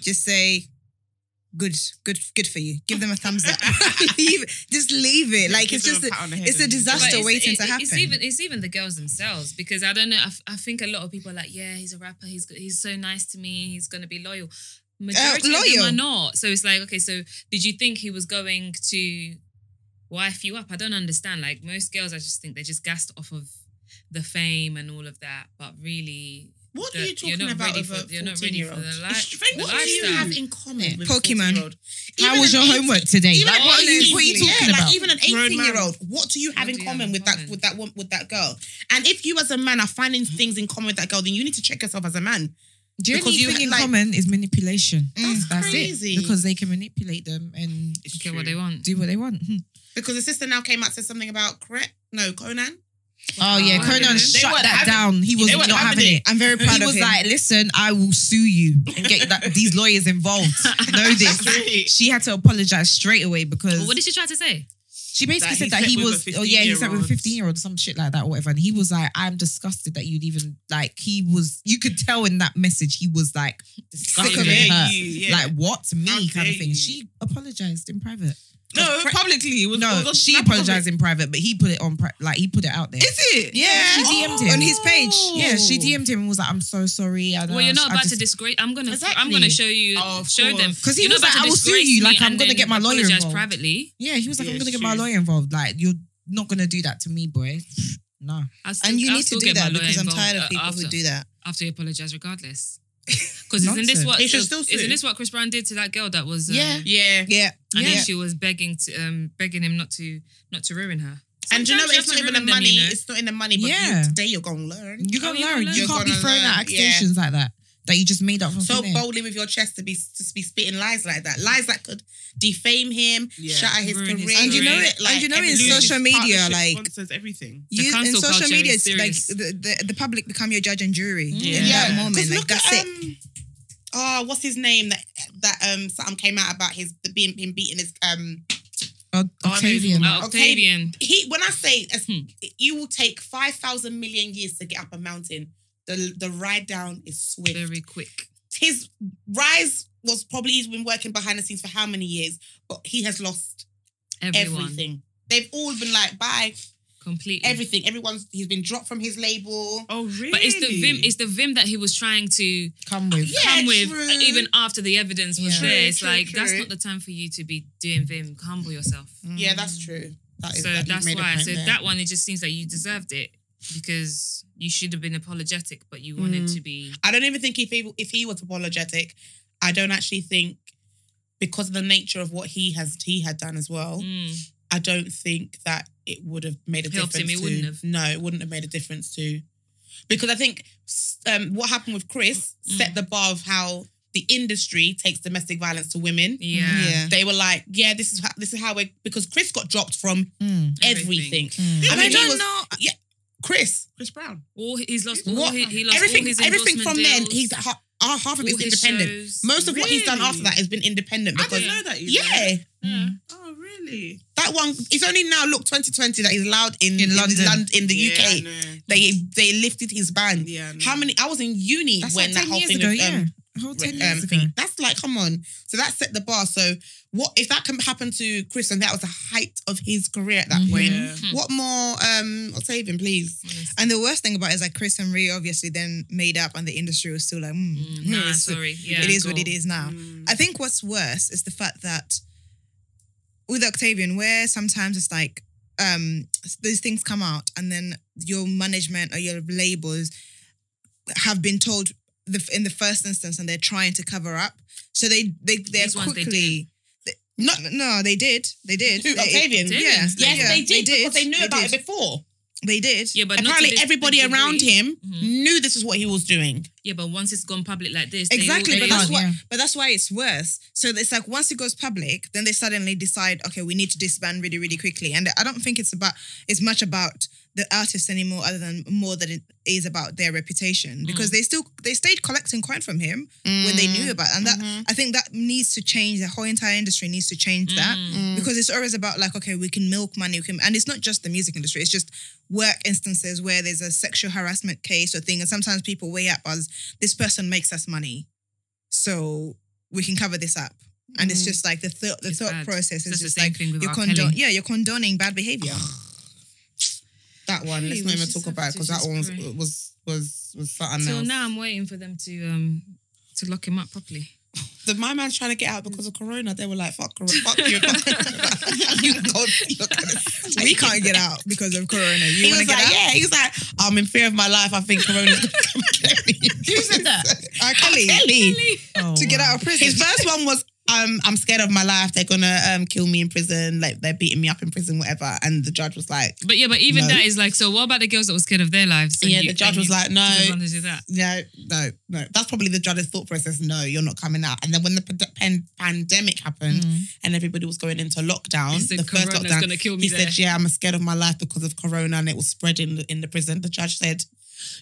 [SPEAKER 3] Just say, good, good, good for you. Give them a thumbs up. leave, just leave it. Like
[SPEAKER 6] Give
[SPEAKER 3] it's
[SPEAKER 6] them
[SPEAKER 3] just
[SPEAKER 6] a
[SPEAKER 3] a,
[SPEAKER 6] pat on the head
[SPEAKER 3] it's a
[SPEAKER 6] and-
[SPEAKER 5] But
[SPEAKER 3] disaster
[SPEAKER 5] it's-
[SPEAKER 3] waiting
[SPEAKER 5] it-
[SPEAKER 3] to happen.
[SPEAKER 5] It's even it's even the girls themselves because I don't know. I, f- I think a lot of people are like, yeah, he's a rapper. He's go- he's so nice to me. He's gonna be loyal. Majority of
[SPEAKER 3] loyal.
[SPEAKER 5] them are not. So it's like, okay, so did you think he was going to wife you up? I don't understand. Like most girls, I just think they're just gassed off of the fame and all of that. But really,
[SPEAKER 1] What are
[SPEAKER 5] that
[SPEAKER 1] you
[SPEAKER 5] you're
[SPEAKER 1] talking
[SPEAKER 5] not
[SPEAKER 1] about
[SPEAKER 5] ready
[SPEAKER 1] with
[SPEAKER 5] for-
[SPEAKER 1] a
[SPEAKER 5] you're not ready for
[SPEAKER 1] 14-year-old?
[SPEAKER 5] the li-
[SPEAKER 1] It's-
[SPEAKER 5] the
[SPEAKER 1] What do you
[SPEAKER 5] lifestyle.
[SPEAKER 1] have in common with
[SPEAKER 3] Pokemon.
[SPEAKER 1] Pokemon?
[SPEAKER 4] how was your homework today?
[SPEAKER 1] Even
[SPEAKER 4] Like,
[SPEAKER 1] an
[SPEAKER 4] what, are you, what are you
[SPEAKER 1] 18
[SPEAKER 4] talking
[SPEAKER 1] yeah,
[SPEAKER 4] about?
[SPEAKER 1] Like even an
[SPEAKER 6] Grown
[SPEAKER 1] eighteen-year-old, what do you have
[SPEAKER 5] What
[SPEAKER 1] in
[SPEAKER 5] do you
[SPEAKER 1] common
[SPEAKER 5] have in
[SPEAKER 1] with that
[SPEAKER 5] common?
[SPEAKER 1] with that one with that girl? And if you as a man are finding
[SPEAKER 4] Mm.
[SPEAKER 1] things in common with that girl, then you need to check yourself as a man.
[SPEAKER 4] Do you Mm, know
[SPEAKER 1] because you
[SPEAKER 4] anything in
[SPEAKER 1] like-
[SPEAKER 4] common is manipulation.
[SPEAKER 1] That's
[SPEAKER 4] it
[SPEAKER 1] crazy.
[SPEAKER 4] because they can manipulate them and
[SPEAKER 6] It's
[SPEAKER 5] get
[SPEAKER 6] true.
[SPEAKER 5] what they want.
[SPEAKER 4] do what they want. Hmm.
[SPEAKER 1] Because the sister now came out said something about correct. No, Conan.
[SPEAKER 4] Oh yeah,
[SPEAKER 5] Wow.
[SPEAKER 4] Conan
[SPEAKER 5] They
[SPEAKER 4] shut
[SPEAKER 6] weren't
[SPEAKER 4] that
[SPEAKER 6] having-
[SPEAKER 4] down. He was
[SPEAKER 6] they
[SPEAKER 4] not
[SPEAKER 6] weren't having
[SPEAKER 4] having it.
[SPEAKER 6] it.
[SPEAKER 3] I'm very proud
[SPEAKER 4] He
[SPEAKER 3] of
[SPEAKER 4] was
[SPEAKER 3] him.
[SPEAKER 4] like, "Listen, I will sue you and get that, these lawyers involved. Know this."
[SPEAKER 6] That's right.
[SPEAKER 4] She had to apologize straight away because
[SPEAKER 5] Well, what did she try to say?
[SPEAKER 4] She basically
[SPEAKER 6] That
[SPEAKER 4] said
[SPEAKER 6] he
[SPEAKER 4] that
[SPEAKER 6] slept
[SPEAKER 4] he
[SPEAKER 6] with a
[SPEAKER 4] was, oh yeah, he slept with a
[SPEAKER 6] 15-year-old.
[SPEAKER 4] 15 year old, some shit like that, or whatever. And he was like, I'm disgusted that you'd even, like, he was, you could tell in that message, he was like, sick of it.
[SPEAKER 6] dare
[SPEAKER 4] hurt.
[SPEAKER 6] you, yeah.
[SPEAKER 4] Like, what?
[SPEAKER 6] How
[SPEAKER 4] Me kind
[SPEAKER 6] dare
[SPEAKER 4] of thing.
[SPEAKER 6] you.
[SPEAKER 4] She apologized in private.
[SPEAKER 6] No,
[SPEAKER 4] Pri- publicly. It was,
[SPEAKER 6] no,
[SPEAKER 4] no,
[SPEAKER 6] it was
[SPEAKER 4] she
[SPEAKER 6] not public.
[SPEAKER 4] apologized in private, but he put it on, pri- like, he put it out there.
[SPEAKER 6] Is it?
[SPEAKER 4] Yeah,
[SPEAKER 1] Oh.
[SPEAKER 4] she DM'd him. Oh.
[SPEAKER 3] on his page.
[SPEAKER 4] Yeah, she DM'd him and was like, I'm so sorry. I don't
[SPEAKER 5] Well, you're not
[SPEAKER 4] I
[SPEAKER 5] about
[SPEAKER 4] just-
[SPEAKER 5] to disgrace. I'm gonna. I'm
[SPEAKER 4] Exactly.
[SPEAKER 5] gonna show you.
[SPEAKER 6] Oh, of
[SPEAKER 5] show them
[SPEAKER 6] course.
[SPEAKER 4] 'Cause he
[SPEAKER 5] You're not
[SPEAKER 4] was
[SPEAKER 5] about to
[SPEAKER 4] like, "I will sue
[SPEAKER 5] disgrace me
[SPEAKER 4] you, like, I'm
[SPEAKER 5] and
[SPEAKER 4] gonna
[SPEAKER 5] then
[SPEAKER 4] get my lawyer
[SPEAKER 5] apologize
[SPEAKER 4] involved."
[SPEAKER 5] privately.
[SPEAKER 4] Yeah, he was like,
[SPEAKER 6] Yeah,
[SPEAKER 4] I'm gonna get my
[SPEAKER 6] true.
[SPEAKER 4] lawyer involved. Like, you're not gonna do that to me, boy. Nah.
[SPEAKER 5] I'll still,
[SPEAKER 3] And you
[SPEAKER 5] I'll
[SPEAKER 3] need to
[SPEAKER 5] still
[SPEAKER 3] do
[SPEAKER 5] get my
[SPEAKER 3] that
[SPEAKER 5] lawyer
[SPEAKER 3] because I'm
[SPEAKER 5] involved,
[SPEAKER 3] tired of
[SPEAKER 5] uh,
[SPEAKER 3] people
[SPEAKER 5] after,
[SPEAKER 3] who do that.
[SPEAKER 5] after you apologize regardless. Because isn't this
[SPEAKER 4] Nonsense.
[SPEAKER 5] what
[SPEAKER 1] He should still sue.
[SPEAKER 5] isn't this what Chris Brown did to that girl that was um,
[SPEAKER 4] Yeah.
[SPEAKER 1] Yeah.
[SPEAKER 3] Yeah.
[SPEAKER 5] and
[SPEAKER 3] yeah.
[SPEAKER 5] then she was begging to um begging him not to not to ruin her.
[SPEAKER 1] And do you know,
[SPEAKER 5] Sometimes
[SPEAKER 1] it's not
[SPEAKER 5] have to
[SPEAKER 1] even the
[SPEAKER 5] ruin them,
[SPEAKER 1] money.
[SPEAKER 5] you know?
[SPEAKER 1] It's not in the money, but
[SPEAKER 4] Yeah.
[SPEAKER 1] you, today you're going to learn.
[SPEAKER 5] Oh,
[SPEAKER 4] You gotta
[SPEAKER 5] you
[SPEAKER 4] learn.
[SPEAKER 5] gotta
[SPEAKER 4] You
[SPEAKER 5] learn.
[SPEAKER 4] can't be
[SPEAKER 1] You're
[SPEAKER 4] throwing
[SPEAKER 1] gonna learn,
[SPEAKER 4] out
[SPEAKER 1] yeah.
[SPEAKER 4] accusations like that that you just made up from
[SPEAKER 1] so
[SPEAKER 4] thin air.
[SPEAKER 1] boldly with your chest to be to be spitting lies like that, lies that could defame him,
[SPEAKER 6] Yeah.
[SPEAKER 1] shatter his
[SPEAKER 5] Ruin his
[SPEAKER 1] career.
[SPEAKER 3] And you know it- and you know in
[SPEAKER 1] everything.
[SPEAKER 3] social media, like-
[SPEAKER 6] says everything.
[SPEAKER 5] The
[SPEAKER 3] You, in
[SPEAKER 5] cancel
[SPEAKER 3] social
[SPEAKER 5] culture
[SPEAKER 3] media,
[SPEAKER 5] is
[SPEAKER 3] it's like
[SPEAKER 5] serious.
[SPEAKER 3] the, the, the public become your judge and jury
[SPEAKER 6] Yeah.
[SPEAKER 3] in
[SPEAKER 1] Yeah.
[SPEAKER 3] that moment.
[SPEAKER 1] 'Cause
[SPEAKER 3] Like,
[SPEAKER 1] look
[SPEAKER 3] that's
[SPEAKER 1] at
[SPEAKER 3] it.
[SPEAKER 1] um, oh, what's his name that that um something came out about his the being him beating his um
[SPEAKER 4] Oct- Octavian.
[SPEAKER 5] Uh, Octavian.
[SPEAKER 1] he when I say as,
[SPEAKER 5] Hmm.
[SPEAKER 1] you will take five thousand million years to get up a mountain, the the ride down is swift.
[SPEAKER 5] Very quick.
[SPEAKER 1] his rise was probably he's been working behind the scenes for how many years, but he has lost
[SPEAKER 5] Everyone.
[SPEAKER 1] everything. They've all been like, bye,
[SPEAKER 5] Completely.
[SPEAKER 1] everything. Everyone's he's been dropped from his label.
[SPEAKER 6] Oh, really?
[SPEAKER 5] But it's the vim. It's the vim that he was trying to
[SPEAKER 4] Come with.
[SPEAKER 1] Yeah,
[SPEAKER 5] come with, uh,
[SPEAKER 1] true.
[SPEAKER 5] even after the evidence was
[SPEAKER 4] Yeah.
[SPEAKER 5] there. It's
[SPEAKER 1] True, true,
[SPEAKER 5] like that's
[SPEAKER 1] true.
[SPEAKER 5] not the time for you to be doing vim. Humble yourself.
[SPEAKER 1] Yeah, that's true. That is,
[SPEAKER 5] so
[SPEAKER 1] that you've
[SPEAKER 5] that's
[SPEAKER 1] made a
[SPEAKER 5] why.
[SPEAKER 1] point
[SPEAKER 5] So
[SPEAKER 1] there.
[SPEAKER 5] that one, it just seems like you deserved it because you should have been apologetic, but you wanted
[SPEAKER 1] Mm.
[SPEAKER 5] to be.
[SPEAKER 1] I don't even think if he if he was apologetic, I don't actually think because of the nature of what he has he had done as well.
[SPEAKER 5] Mm.
[SPEAKER 1] I don't think that it would have made a
[SPEAKER 5] Helped him,
[SPEAKER 1] difference.
[SPEAKER 5] it
[SPEAKER 1] to-
[SPEAKER 5] wouldn't have.
[SPEAKER 1] No, it wouldn't have made a difference to, because I think um, what happened with Chris
[SPEAKER 5] Mm.
[SPEAKER 1] set the bar of how the industry takes domestic violence to women.
[SPEAKER 5] Yeah.
[SPEAKER 3] Yeah.
[SPEAKER 1] They were like, yeah, this is how, this is how we because Chris got dropped from
[SPEAKER 4] Mm,
[SPEAKER 1] everything.
[SPEAKER 5] Everything.
[SPEAKER 4] mm.
[SPEAKER 1] I mean, he
[SPEAKER 3] don't
[SPEAKER 1] was, know. Yeah, Chris,
[SPEAKER 6] Chris Brown.
[SPEAKER 5] All he- he's lost. All
[SPEAKER 1] what?
[SPEAKER 5] he, he lost
[SPEAKER 1] everything,
[SPEAKER 5] all his
[SPEAKER 1] everything from
[SPEAKER 5] endorsement
[SPEAKER 1] then.
[SPEAKER 5] deals,
[SPEAKER 1] He's ha- uh, half of
[SPEAKER 5] all
[SPEAKER 1] it's
[SPEAKER 5] his
[SPEAKER 1] independent.
[SPEAKER 5] shows.
[SPEAKER 1] Most of what he's done
[SPEAKER 6] Really?
[SPEAKER 1] after that has been independent.
[SPEAKER 6] I
[SPEAKER 1] Because,
[SPEAKER 6] didn't know that. You know.
[SPEAKER 1] yeah,
[SPEAKER 5] Yeah.
[SPEAKER 4] mm.
[SPEAKER 6] Oh, really?
[SPEAKER 1] that one. It's only now look 2020 that he's allowed in in,
[SPEAKER 4] London.
[SPEAKER 1] Lon- in the
[SPEAKER 6] yeah,
[SPEAKER 1] UK.
[SPEAKER 6] I know.
[SPEAKER 1] They they lifted his ban.
[SPEAKER 6] Yeah. I know.
[SPEAKER 1] How many? I was in uni
[SPEAKER 4] That's
[SPEAKER 1] when
[SPEAKER 4] like
[SPEAKER 1] that
[SPEAKER 4] 10
[SPEAKER 1] whole
[SPEAKER 4] years
[SPEAKER 1] thing
[SPEAKER 4] ago,
[SPEAKER 1] was, um,
[SPEAKER 4] yeah. A whole 10
[SPEAKER 1] um,
[SPEAKER 4] years ago.
[SPEAKER 1] thing. That's like, come on. So that set the bar. So what if that can happen to Chris? And that was the height of his career at that
[SPEAKER 4] Mhm.
[SPEAKER 1] point.
[SPEAKER 6] Yeah.
[SPEAKER 1] What more? Um, Octavian, please.
[SPEAKER 5] Honestly.
[SPEAKER 3] And the worst thing about it is like Chris and Ree obviously then made up and the industry was still like, mm,
[SPEAKER 5] Mm, nah,
[SPEAKER 3] it's-
[SPEAKER 5] sorry. Yeah,
[SPEAKER 3] it is what
[SPEAKER 5] go.
[SPEAKER 3] it is now.
[SPEAKER 6] Mm.
[SPEAKER 3] I think what's worse is the fact that with Octavian, where sometimes it's like um those things come out and then your management or your labels have been told the, in the first instance and they're trying to cover up. So they they they're
[SPEAKER 5] These ones they
[SPEAKER 3] quickly. no, no, they did. They did.
[SPEAKER 1] Who,
[SPEAKER 3] They-
[SPEAKER 1] Octavian?
[SPEAKER 5] did.
[SPEAKER 3] Yeah,
[SPEAKER 5] Yes,
[SPEAKER 1] Yes,
[SPEAKER 3] yeah,
[SPEAKER 1] they, did because they knew
[SPEAKER 3] They
[SPEAKER 1] about
[SPEAKER 3] did.
[SPEAKER 1] it before.
[SPEAKER 3] They did.
[SPEAKER 5] Yeah, but not to
[SPEAKER 1] Apparently,
[SPEAKER 5] this
[SPEAKER 1] everybody
[SPEAKER 5] degree.
[SPEAKER 1] around him
[SPEAKER 5] Mhm.
[SPEAKER 1] knew this is what he was doing.
[SPEAKER 5] Yeah, but once it's gone public like this, they
[SPEAKER 3] Exactly,
[SPEAKER 5] all-
[SPEAKER 3] but
[SPEAKER 5] they
[SPEAKER 3] that's
[SPEAKER 5] all-
[SPEAKER 4] can't,
[SPEAKER 3] why.
[SPEAKER 4] yeah.
[SPEAKER 3] But that's why it's worse. So it's like once it goes public, then they suddenly decide, okay, we need to disband really, really quickly. And I don't think it's about it's much about the artist anymore, other than more than it is about their reputation because they still they stayed collecting coin from him when they
[SPEAKER 1] Mm.
[SPEAKER 3] knew about, and that I think that needs to change. The whole entire industry needs to change that
[SPEAKER 5] Mm.
[SPEAKER 1] Mm.
[SPEAKER 3] because it's always about like, okay, we can milk money, we can, and it's not just the music industry. It's just work instances where there's a sexual harassment case or thing, and sometimes people weigh up as this person makes us money, so we can cover this up. And it's just like the thought, the
[SPEAKER 5] It's
[SPEAKER 3] thought
[SPEAKER 5] Mm. bad.
[SPEAKER 3] process
[SPEAKER 5] That's
[SPEAKER 3] is
[SPEAKER 5] the
[SPEAKER 3] just
[SPEAKER 5] same
[SPEAKER 3] like
[SPEAKER 5] thing with
[SPEAKER 3] you're
[SPEAKER 5] R.
[SPEAKER 3] condon-
[SPEAKER 5] Kelly.
[SPEAKER 3] yeah, you're condoning bad behavior.
[SPEAKER 1] That one.
[SPEAKER 5] Hey,
[SPEAKER 1] let's not
[SPEAKER 5] we
[SPEAKER 1] even
[SPEAKER 5] should
[SPEAKER 1] talk about it because that one was,
[SPEAKER 5] substitute his
[SPEAKER 1] was was was something
[SPEAKER 5] So
[SPEAKER 1] else.
[SPEAKER 5] now I'm waiting for them to um to lock him up properly.
[SPEAKER 1] the my man's trying to get out because of corona. They were like, fuck, corona, fuck you, fuck you. can't- you're gonna stay.
[SPEAKER 3] we can't get out because of corona. You
[SPEAKER 1] He
[SPEAKER 3] want to
[SPEAKER 1] was
[SPEAKER 3] get
[SPEAKER 1] like,
[SPEAKER 3] out?
[SPEAKER 1] yeah. He was like, I'm in fear of my life. I think corona's gonna come get me. Who said that?
[SPEAKER 3] R. Kelly,
[SPEAKER 1] Kelly.
[SPEAKER 4] Oh,
[SPEAKER 3] to get
[SPEAKER 4] wow.
[SPEAKER 3] out of prison.
[SPEAKER 1] His first one was, um, I'm scared of my life. They're gonna um kill me in prison. Like they're beating me up in prison, whatever. And the judge was like,
[SPEAKER 5] But yeah, but even
[SPEAKER 1] No.
[SPEAKER 5] that is like, so what about the girls that were scared of their lives?
[SPEAKER 1] yeah. The judge was like, no.
[SPEAKER 5] to do that.
[SPEAKER 1] No, no, no. That's probably the judge's thought process. No, you're not coming out. And then when the pand- pan- pandemic happened
[SPEAKER 4] Mm.
[SPEAKER 1] and everybody was going into lockdown,
[SPEAKER 5] He said,
[SPEAKER 1] the first
[SPEAKER 5] "Corona's
[SPEAKER 1] lockdown,
[SPEAKER 5] gonna kill me
[SPEAKER 1] he
[SPEAKER 5] there."
[SPEAKER 1] said, "Yeah, I'm scared of my life because of corona and it was spread in the, in the prison." The judge said,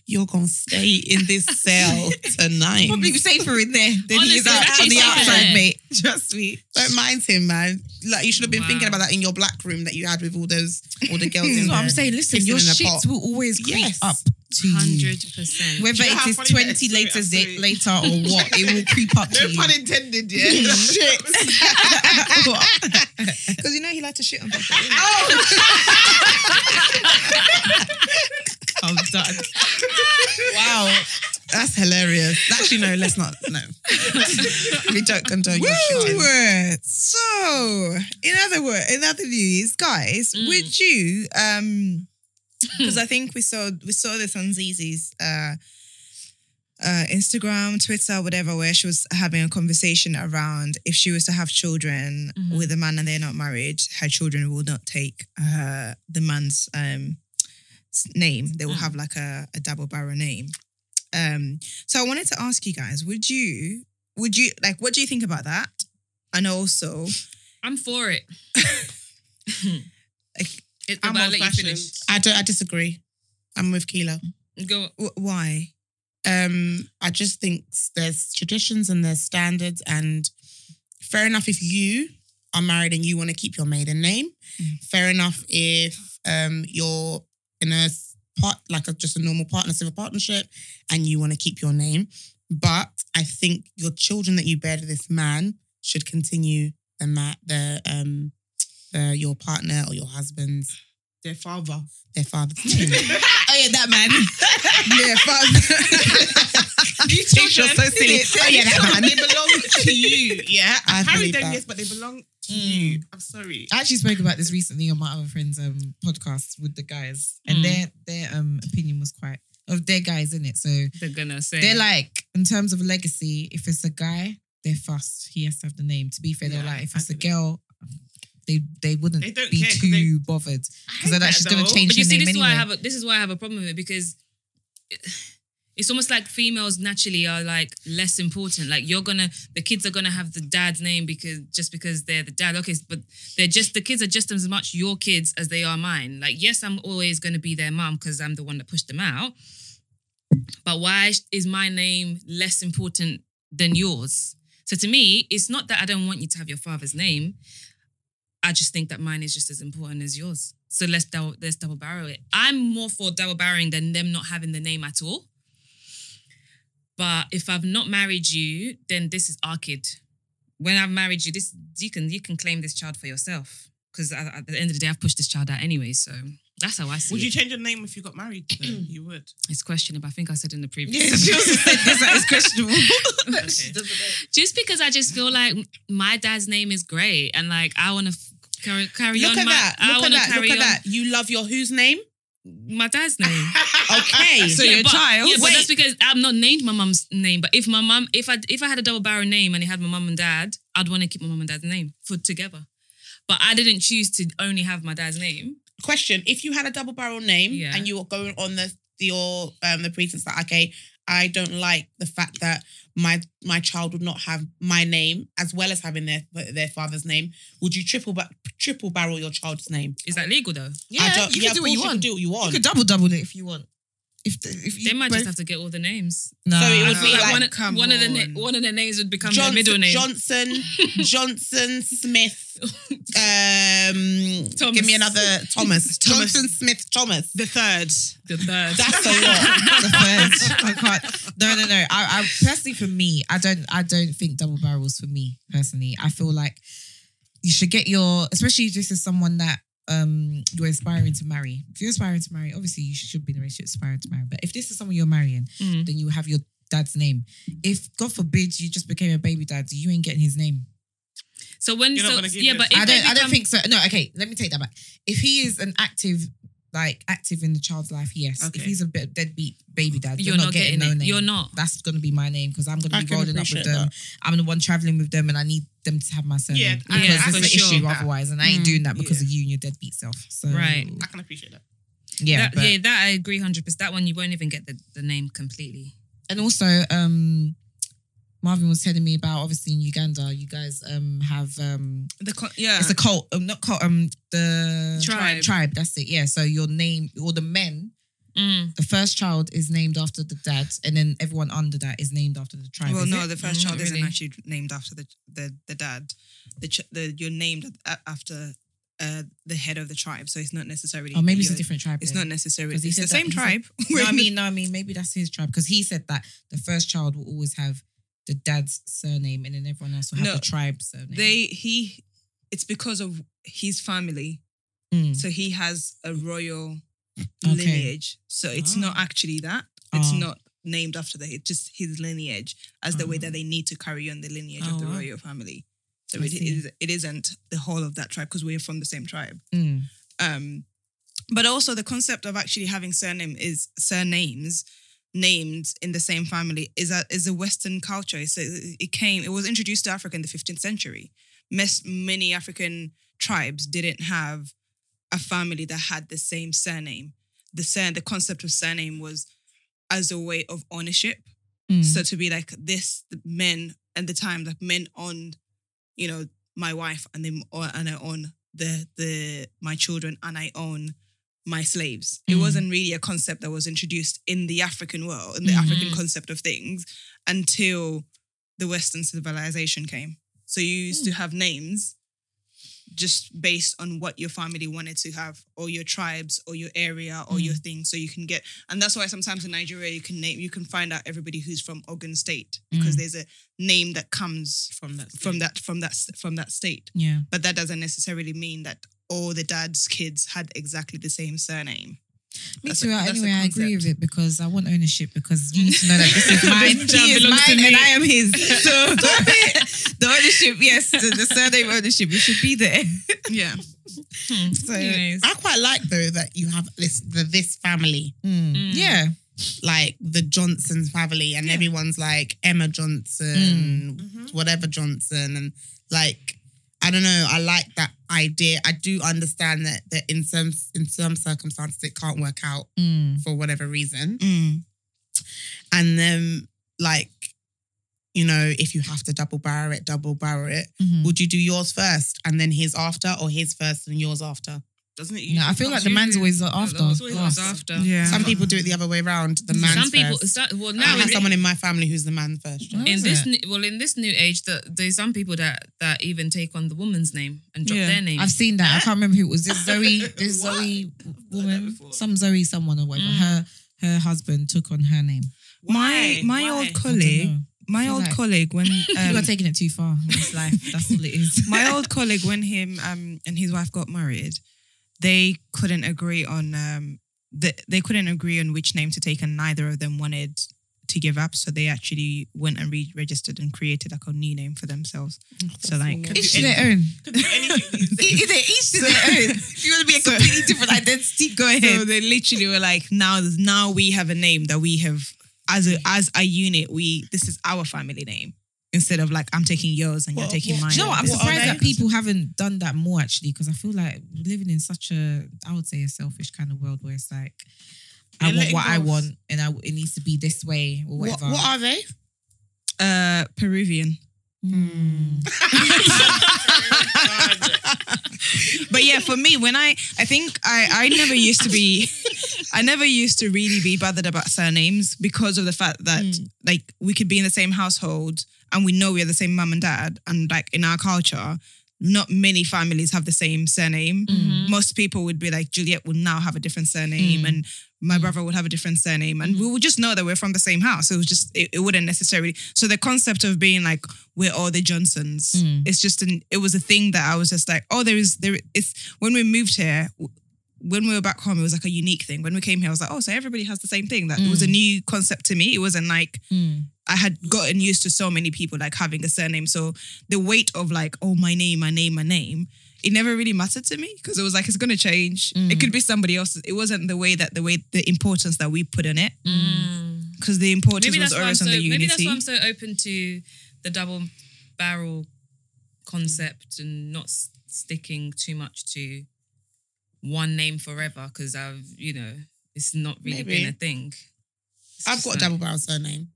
[SPEAKER 1] you're gonna stay in this cell tonight.
[SPEAKER 4] Probably safer in there than he is
[SPEAKER 5] Honestly,
[SPEAKER 4] out,
[SPEAKER 5] actually
[SPEAKER 4] on the
[SPEAKER 5] safer.
[SPEAKER 4] outside, mate. Trust me.
[SPEAKER 1] Don't mind him, man. Like you should have been
[SPEAKER 5] Wow.
[SPEAKER 1] thinking about that in your black room that you had with all those all the girls in
[SPEAKER 4] That's
[SPEAKER 1] there.
[SPEAKER 4] what I'm saying. Listen,
[SPEAKER 1] Kissing
[SPEAKER 4] your
[SPEAKER 1] in the pot.
[SPEAKER 4] shits will always creep
[SPEAKER 1] Yes.
[SPEAKER 4] up to you.
[SPEAKER 5] Hundred percent.
[SPEAKER 4] Whether
[SPEAKER 6] Do you know
[SPEAKER 4] it
[SPEAKER 6] how
[SPEAKER 4] is
[SPEAKER 6] funny that
[SPEAKER 4] 20
[SPEAKER 6] is?
[SPEAKER 4] later,
[SPEAKER 6] Sorry, I'm
[SPEAKER 4] later or what, it will creep up to
[SPEAKER 6] No
[SPEAKER 4] you.
[SPEAKER 6] pun intended, yeah. Shit.
[SPEAKER 3] Because you know he liked to shit on people.
[SPEAKER 4] I'm done.
[SPEAKER 1] Wow. That's hilarious. Actually, no, let's not. No. we don't condone your shit.
[SPEAKER 3] Woo! So, in other words, in other news, guys,
[SPEAKER 5] Mm.
[SPEAKER 3] would you? Um, because I think we saw we saw this on Zizi's uh, uh, Instagram, Twitter, whatever, where she was having a conversation around if she was to have children
[SPEAKER 5] Mhm.
[SPEAKER 3] with a man and they're not married, her children will not take uh, the man's um, s- name. They will
[SPEAKER 5] Mm.
[SPEAKER 3] have like a, a double barrel name. Um, so I wanted to ask you guys: Would you? Would you like? What do you think about that? And also,
[SPEAKER 5] I'm for it.
[SPEAKER 3] Like,
[SPEAKER 5] It's
[SPEAKER 6] I'm
[SPEAKER 5] about
[SPEAKER 6] old
[SPEAKER 5] let you
[SPEAKER 6] fashioned.
[SPEAKER 5] finish.
[SPEAKER 1] I don't. I disagree. I'm with Kilo.
[SPEAKER 5] Go.
[SPEAKER 3] wh- why?
[SPEAKER 1] Um, I just think there's traditions and there's standards, and fair enough if you are married and you want to keep your maiden name.
[SPEAKER 5] Mm.
[SPEAKER 1] Fair enough if um you're in a s- part like a, just a normal partner civil partnership and you want to keep your name. But I think your children that you bear to this man should continue the ma- the um the, your partner or your husband's
[SPEAKER 6] Their father.
[SPEAKER 1] their father's name.
[SPEAKER 4] Oh, yeah, that man.
[SPEAKER 1] yeah, father. you
[SPEAKER 6] Take your
[SPEAKER 1] so silly. Oh yeah, that man.
[SPEAKER 6] they belong to you. Yeah.
[SPEAKER 1] I
[SPEAKER 6] I married
[SPEAKER 1] believe
[SPEAKER 6] them,
[SPEAKER 1] that.
[SPEAKER 6] yes, but they belong to
[SPEAKER 4] Mm.
[SPEAKER 6] you. I'm sorry.
[SPEAKER 4] I actually spoke about this recently on my other friend's um, podcast with the guys, and
[SPEAKER 5] Mm.
[SPEAKER 4] their their um opinion was quite of their guys in it. So
[SPEAKER 5] They're gonna say.
[SPEAKER 4] they're like, in terms of legacy, if it's a guy, they're fussed. He has to have the name. To be fair, they're
[SPEAKER 6] Yeah,
[SPEAKER 4] like, if
[SPEAKER 6] I
[SPEAKER 4] it's a
[SPEAKER 6] get it.
[SPEAKER 4] girl, they they wouldn't
[SPEAKER 6] They don't
[SPEAKER 4] be
[SPEAKER 6] care 'cause
[SPEAKER 4] too
[SPEAKER 6] they-
[SPEAKER 4] bothered
[SPEAKER 6] I
[SPEAKER 4] because
[SPEAKER 6] hate
[SPEAKER 4] they're like,
[SPEAKER 6] that,
[SPEAKER 4] she's gonna
[SPEAKER 6] though.
[SPEAKER 4] change
[SPEAKER 5] But you
[SPEAKER 4] her
[SPEAKER 5] see,
[SPEAKER 4] name
[SPEAKER 5] this is
[SPEAKER 4] anyway.
[SPEAKER 5] why I have a, this is why I have a problem with it because it- it's almost like females naturally are like less important. Like you're gonna, the kids are gonna have the dad's name because just because they're the dad. Okay, but they're just the kids are just as much your kids as they are mine. Like yes, I'm always gonna be their mom because I'm the one that pushed them out. But why is my name less important than yours? So to me, it's not that I don't want you to have your father's name. I just think that mine is just as important as yours. So let's double, let's double barrel it. I'm more for double barreling than them not having the name at all. But if I've not married you, then this is our kid. When I've married you, this you can you can claim this child for yourself because at, at the end of the day, I've pushed this child out anyway. So that's how I see
[SPEAKER 6] Would you
[SPEAKER 5] it.
[SPEAKER 6] change your name if you got married? though? you would.
[SPEAKER 5] it's questionable. I think I said in the previous.
[SPEAKER 4] Yeah, she also said this that is questionable.
[SPEAKER 6] Okay.
[SPEAKER 5] just because I just feel like my dad's name is great and like I want to carry, carry
[SPEAKER 1] Look
[SPEAKER 5] on.
[SPEAKER 1] at
[SPEAKER 5] my,
[SPEAKER 1] that.
[SPEAKER 5] I
[SPEAKER 1] Look at
[SPEAKER 5] wanna
[SPEAKER 1] that.
[SPEAKER 5] carry
[SPEAKER 1] Look at
[SPEAKER 5] on
[SPEAKER 1] that. You love your whose name?
[SPEAKER 5] my dad's name.
[SPEAKER 1] Okay.
[SPEAKER 4] So your
[SPEAKER 5] but,
[SPEAKER 4] child-
[SPEAKER 5] Yeah, but
[SPEAKER 4] Wait.
[SPEAKER 5] that's because I'm not named my mum's name. But if my mum, if I if I had a double barrel name and it had my mum and dad, I'd want to keep my mum and dad's name for together. But I didn't choose to only have my dad's name.
[SPEAKER 1] question: If you had a double barrel name
[SPEAKER 5] Yeah.
[SPEAKER 1] and you were going on the your um the pretense that okay, I don't like the fact that my my child would not have my name as well as having their their father's name, would you triple ba- triple barrel your child's name?
[SPEAKER 5] Is that legal though?
[SPEAKER 4] yeah, you can
[SPEAKER 1] of
[SPEAKER 4] do what
[SPEAKER 1] course
[SPEAKER 4] you
[SPEAKER 1] can
[SPEAKER 4] want.
[SPEAKER 1] do what you
[SPEAKER 4] You
[SPEAKER 1] want.
[SPEAKER 4] could double double it if you want. If the, if you
[SPEAKER 5] They might just
[SPEAKER 4] both-
[SPEAKER 5] have to get all the names.
[SPEAKER 4] Nah.
[SPEAKER 1] So it would
[SPEAKER 5] I
[SPEAKER 1] be
[SPEAKER 5] feel like,
[SPEAKER 1] like,
[SPEAKER 5] one, of-
[SPEAKER 3] come
[SPEAKER 5] one of the na-
[SPEAKER 3] on.
[SPEAKER 5] one of the names would become
[SPEAKER 1] Johnson,
[SPEAKER 5] their middle name.
[SPEAKER 1] Johnson, Johnson Smith. Um,
[SPEAKER 5] Thomas.
[SPEAKER 1] give me another Thomas. Johnson Smith Thomas. The third.
[SPEAKER 5] The third.
[SPEAKER 1] That's a lot.
[SPEAKER 4] the first. I can't. No, no, no. I, I personally, for me, I don't. I don't think double barrels for me personally. I feel like you should get your, especially if this is someone that um you're aspiring to marry. If you're aspiring to marry, obviously you should be in a relationship aspiring to marry. But if this is someone you're marrying,
[SPEAKER 5] Mm.
[SPEAKER 4] then you have your dad's name. If God forbid you just became a baby dad, you ain't getting his name.
[SPEAKER 5] So when
[SPEAKER 6] You're not
[SPEAKER 5] so,
[SPEAKER 6] gonna give
[SPEAKER 5] yeah,
[SPEAKER 6] it.
[SPEAKER 5] but if
[SPEAKER 4] I
[SPEAKER 5] they
[SPEAKER 4] don't. I
[SPEAKER 5] become-
[SPEAKER 4] don't think so. No. Okay. Let me take that back. If he is an active. Like active in the child's life, yes. If
[SPEAKER 6] Okay.
[SPEAKER 4] he's a bit deadbeat baby dad,
[SPEAKER 5] you're not getting,
[SPEAKER 4] no
[SPEAKER 5] it.
[SPEAKER 4] name
[SPEAKER 5] You're not.
[SPEAKER 4] that's gonna be my name because I'm gonna
[SPEAKER 1] I
[SPEAKER 4] be
[SPEAKER 1] can
[SPEAKER 4] rolling up with
[SPEAKER 1] appreciate
[SPEAKER 4] them. I'm the one traveling with them, and I need them to have my surname
[SPEAKER 6] Yeah,
[SPEAKER 4] because
[SPEAKER 6] I-
[SPEAKER 5] yeah,
[SPEAKER 4] that's
[SPEAKER 5] for
[SPEAKER 4] the
[SPEAKER 5] sure.
[SPEAKER 4] issue otherwise. And I ain't
[SPEAKER 5] Mm,
[SPEAKER 4] doing that because
[SPEAKER 6] yeah.
[SPEAKER 4] of you and your deadbeat self. So
[SPEAKER 5] Right.
[SPEAKER 6] I can appreciate that.
[SPEAKER 4] yeah,
[SPEAKER 5] that,
[SPEAKER 4] but-
[SPEAKER 5] yeah, that I agree hundred percent. That one you won't even get the, the name completely.
[SPEAKER 4] and also um. Marvin was telling me about obviously in Uganda, you guys um have um
[SPEAKER 6] The con- yeah.
[SPEAKER 4] it's a cult um not cult um the
[SPEAKER 5] Tribe.
[SPEAKER 4] tribe that's it yeah so your name or the men
[SPEAKER 5] Mm.
[SPEAKER 4] The first child is named after the dad, and then everyone under that is named after the tribe.
[SPEAKER 3] Well,
[SPEAKER 4] is
[SPEAKER 3] no,
[SPEAKER 4] it?
[SPEAKER 3] the first
[SPEAKER 5] Mm,
[SPEAKER 3] child isn't
[SPEAKER 5] really?
[SPEAKER 3] actually named after the the, the dad. The, ch- the you're named a- after uh, the head of the tribe, so it's not necessarily.
[SPEAKER 4] Or Oh, maybe it's a
[SPEAKER 3] your-
[SPEAKER 4] different tribe.
[SPEAKER 3] It's
[SPEAKER 4] then.
[SPEAKER 3] not necessarily.
[SPEAKER 4] 'Cause he
[SPEAKER 3] It's the
[SPEAKER 4] said that-
[SPEAKER 3] same
[SPEAKER 4] he said-
[SPEAKER 3] tribe.
[SPEAKER 4] No, I mean, no, I mean, maybe that's his tribe because he said that the first child will always have the dad's surname, and then everyone else will have
[SPEAKER 3] No.
[SPEAKER 4] the tribe's surname.
[SPEAKER 3] they he. It's because of his family,
[SPEAKER 4] Mm.
[SPEAKER 3] so he has a royal
[SPEAKER 4] Okay.
[SPEAKER 3] lineage. So it's
[SPEAKER 4] Ah.
[SPEAKER 3] not actually that. It's
[SPEAKER 4] Ah.
[SPEAKER 3] not named after the. It's just his lineage as the way that they need to carry on the lineage
[SPEAKER 4] Ah. Oh,
[SPEAKER 3] of the
[SPEAKER 4] wow.
[SPEAKER 3] royal family. So
[SPEAKER 4] I
[SPEAKER 3] it
[SPEAKER 4] see.
[SPEAKER 3] is. It isn't the whole of that tribe because we're from the same tribe.
[SPEAKER 4] Mm.
[SPEAKER 3] um but also the concept of actually having surname is surnames named in the same family is a is a western culture so it came it was introduced to africa in the 15th century Mes- many african tribes didn't have a family that had the same surname the sur- the concept of surname was as a way of ownership
[SPEAKER 4] Mm.
[SPEAKER 3] so to be like this the men at the time like men owned you know my wife and then or, and I own the the my children and I own my slaves. It
[SPEAKER 4] Mm.
[SPEAKER 3] wasn't really a concept that was introduced in the African world, in the
[SPEAKER 4] Mm-hmm.
[SPEAKER 3] African concept of things, until the Western civilization came. So you used
[SPEAKER 4] Mm.
[SPEAKER 3] to have names just based on what your family wanted to have, or your tribes, or your area, or
[SPEAKER 4] Mm.
[SPEAKER 3] your thing. So you can get, and that's why sometimes in Nigeria you can name, you can find out everybody who's from Ogun State because
[SPEAKER 4] Mm.
[SPEAKER 3] there's a name that comes
[SPEAKER 6] from that
[SPEAKER 3] from that from that from that state.
[SPEAKER 4] yeah.
[SPEAKER 3] But that doesn't necessarily mean that all the dad's kids had exactly the same surname.
[SPEAKER 4] Me
[SPEAKER 3] That's a-
[SPEAKER 4] too.
[SPEAKER 3] that's a
[SPEAKER 4] anyway, I agree
[SPEAKER 3] concept.
[SPEAKER 4] with it because I want ownership because you need to know that this is mine.
[SPEAKER 6] This jam
[SPEAKER 4] he is
[SPEAKER 6] belongs to
[SPEAKER 4] mine and
[SPEAKER 6] me.
[SPEAKER 4] I am his. So stop it. The ownership, yes, the, the surname ownership, it should be there.
[SPEAKER 3] Yeah.
[SPEAKER 5] Hmm.
[SPEAKER 4] So,
[SPEAKER 1] I quite like though that you have this the this family,
[SPEAKER 4] mm,
[SPEAKER 5] Mm.
[SPEAKER 4] yeah.
[SPEAKER 1] like the Johnson family, and everyone's like Emma Johnson,
[SPEAKER 6] Mm-hmm.
[SPEAKER 5] Mm.
[SPEAKER 1] whatever Johnson, and like I don't know. I like that idea. I do understand that that in some in some circumstances it can't work out
[SPEAKER 4] Mm.
[SPEAKER 1] for whatever reason, and then like you know if you have to double barrel it, double barrel it.
[SPEAKER 5] Mm.
[SPEAKER 4] Mhm.
[SPEAKER 1] Would you do yours first and then his after, or his first and yours after?
[SPEAKER 6] doesn't it?
[SPEAKER 4] No, I feel like the man's always after.
[SPEAKER 5] That's what it was
[SPEAKER 4] last.
[SPEAKER 5] after.
[SPEAKER 6] Yeah.
[SPEAKER 1] Some people do it the other way around. The man.
[SPEAKER 5] Uh-huh. Some people. so- well,
[SPEAKER 1] I
[SPEAKER 5] now
[SPEAKER 1] have
[SPEAKER 5] in,
[SPEAKER 1] someone in my family who's the man first.
[SPEAKER 4] Oh,
[SPEAKER 5] in
[SPEAKER 4] is
[SPEAKER 5] this
[SPEAKER 4] it?
[SPEAKER 5] new, well in this new age, that there's some people that that even take on the woman's name and drop
[SPEAKER 3] Yeah.
[SPEAKER 5] their name.
[SPEAKER 4] I've seen that. I can't remember who it was. This Zoe, this
[SPEAKER 6] What?
[SPEAKER 4] Zoe
[SPEAKER 6] that
[SPEAKER 4] woman,
[SPEAKER 6] before.
[SPEAKER 4] some Zoe, someone or whatever.
[SPEAKER 5] Mm.
[SPEAKER 4] Her her husband took on her name.
[SPEAKER 3] My my old colleague, my
[SPEAKER 4] Feel
[SPEAKER 3] old
[SPEAKER 4] like-
[SPEAKER 3] colleague when
[SPEAKER 4] you
[SPEAKER 3] um,
[SPEAKER 4] are taking it too far. It's life. That's all it is.
[SPEAKER 3] my old colleague when him um, and his wife got married, they couldn't agree on um, the, they couldn't agree on which name to take, and neither of them wanted to give up. So they actually went and re-registered and created like a new name for themselves. So like
[SPEAKER 4] Each to their own.
[SPEAKER 3] Each- they each to their own. If you want to be a completely different identity, go ahead. So they literally were like, now, now we have a name that we have as a as a unit. We this is our family name instead of like I'm taking yours and
[SPEAKER 1] What-
[SPEAKER 3] you're taking
[SPEAKER 1] what-
[SPEAKER 3] mine.
[SPEAKER 4] Do you know what? I'm
[SPEAKER 3] This is-
[SPEAKER 4] surprised that people haven't done that more actually, because I feel like we're living in such a, I would say, a selfish kind of world where it's like, I
[SPEAKER 6] They're
[SPEAKER 4] want
[SPEAKER 6] letting
[SPEAKER 4] what I
[SPEAKER 6] go of-
[SPEAKER 4] want, and I, it needs to be this way or
[SPEAKER 1] What,
[SPEAKER 4] whatever.
[SPEAKER 1] what are they?
[SPEAKER 3] Uh, Peruvian.
[SPEAKER 4] Mm.
[SPEAKER 3] But yeah, for me, when I I think I I never used to be, I never used to really be bothered about surnames because of the fact that like we could be in the same household and we know we're the same mum and dad, and like in our culture, not many families have the same surname.
[SPEAKER 4] Hmm.
[SPEAKER 3] Most people would be like Juliet would now have a different surname,
[SPEAKER 4] Mm.
[SPEAKER 3] and my brother would have a different surname, and we would just know that we're from the same house. It was just it, it wouldn't necessarily. So the concept of being like we're all the Johnsons.
[SPEAKER 4] Mm.
[SPEAKER 3] It's just an it was a thing that I was just like, oh, there is there. It's when we moved here. w- When we were back home, it was like a unique thing. When we came here, I was like, oh, so everybody has the same thing. That it was a
[SPEAKER 5] Mm.
[SPEAKER 3] new concept to me. It wasn't like
[SPEAKER 4] Mm.
[SPEAKER 3] I had gotten used to so many people like having a surname. So the weight of like, oh, my name, my name, my name, it never really mattered to me because it was like, it's going to change. It
[SPEAKER 5] Mm.
[SPEAKER 3] could be somebody else. It wasn't the way that the way, the importance that we put on it because the importance
[SPEAKER 5] Mm. Maybe
[SPEAKER 3] was
[SPEAKER 5] that's why I'm so.
[SPEAKER 3] always on the
[SPEAKER 5] Maybe that's
[SPEAKER 3] unity.
[SPEAKER 5] why I'm so open to the double barrel concept and not s- sticking too much to one name forever because I've you know it's not really
[SPEAKER 1] Maybe.
[SPEAKER 5] been a thing. It's
[SPEAKER 1] I've
[SPEAKER 5] just
[SPEAKER 1] got a
[SPEAKER 5] like-
[SPEAKER 1] double barrel surname.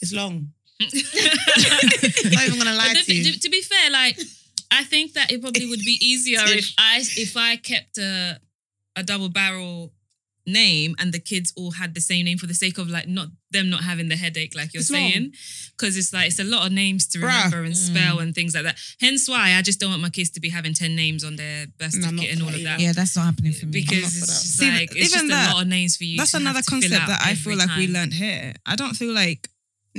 [SPEAKER 1] It's long. I'm not even gonna lie
[SPEAKER 5] But
[SPEAKER 1] to
[SPEAKER 5] the-
[SPEAKER 1] you.
[SPEAKER 5] to be fair, like I think that it probably would be easier if I if I kept a a double barrel name and the kids all had the same name for the sake of like not them not having the headache like you're
[SPEAKER 1] It's long.
[SPEAKER 5] saying because it's like it's a lot of names to
[SPEAKER 1] Bruh.
[SPEAKER 5] remember and spell and things like that hence why I just don't want my kids to be having 10 names on their birth
[SPEAKER 1] No, I'm
[SPEAKER 5] certificate
[SPEAKER 1] not
[SPEAKER 5] and
[SPEAKER 1] for
[SPEAKER 5] all
[SPEAKER 1] that
[SPEAKER 5] of
[SPEAKER 1] either.
[SPEAKER 5] that
[SPEAKER 4] Yeah, that's not happening for me.
[SPEAKER 5] because
[SPEAKER 1] for
[SPEAKER 5] it's
[SPEAKER 1] that.
[SPEAKER 5] just
[SPEAKER 3] See,
[SPEAKER 5] like it's
[SPEAKER 3] even
[SPEAKER 5] just
[SPEAKER 3] that-
[SPEAKER 5] a lot of names for you
[SPEAKER 3] That's
[SPEAKER 5] to have
[SPEAKER 3] another
[SPEAKER 5] to fill
[SPEAKER 3] concept
[SPEAKER 5] out
[SPEAKER 3] that I
[SPEAKER 5] every
[SPEAKER 3] feel like we
[SPEAKER 5] time.
[SPEAKER 3] learned here. I don't feel like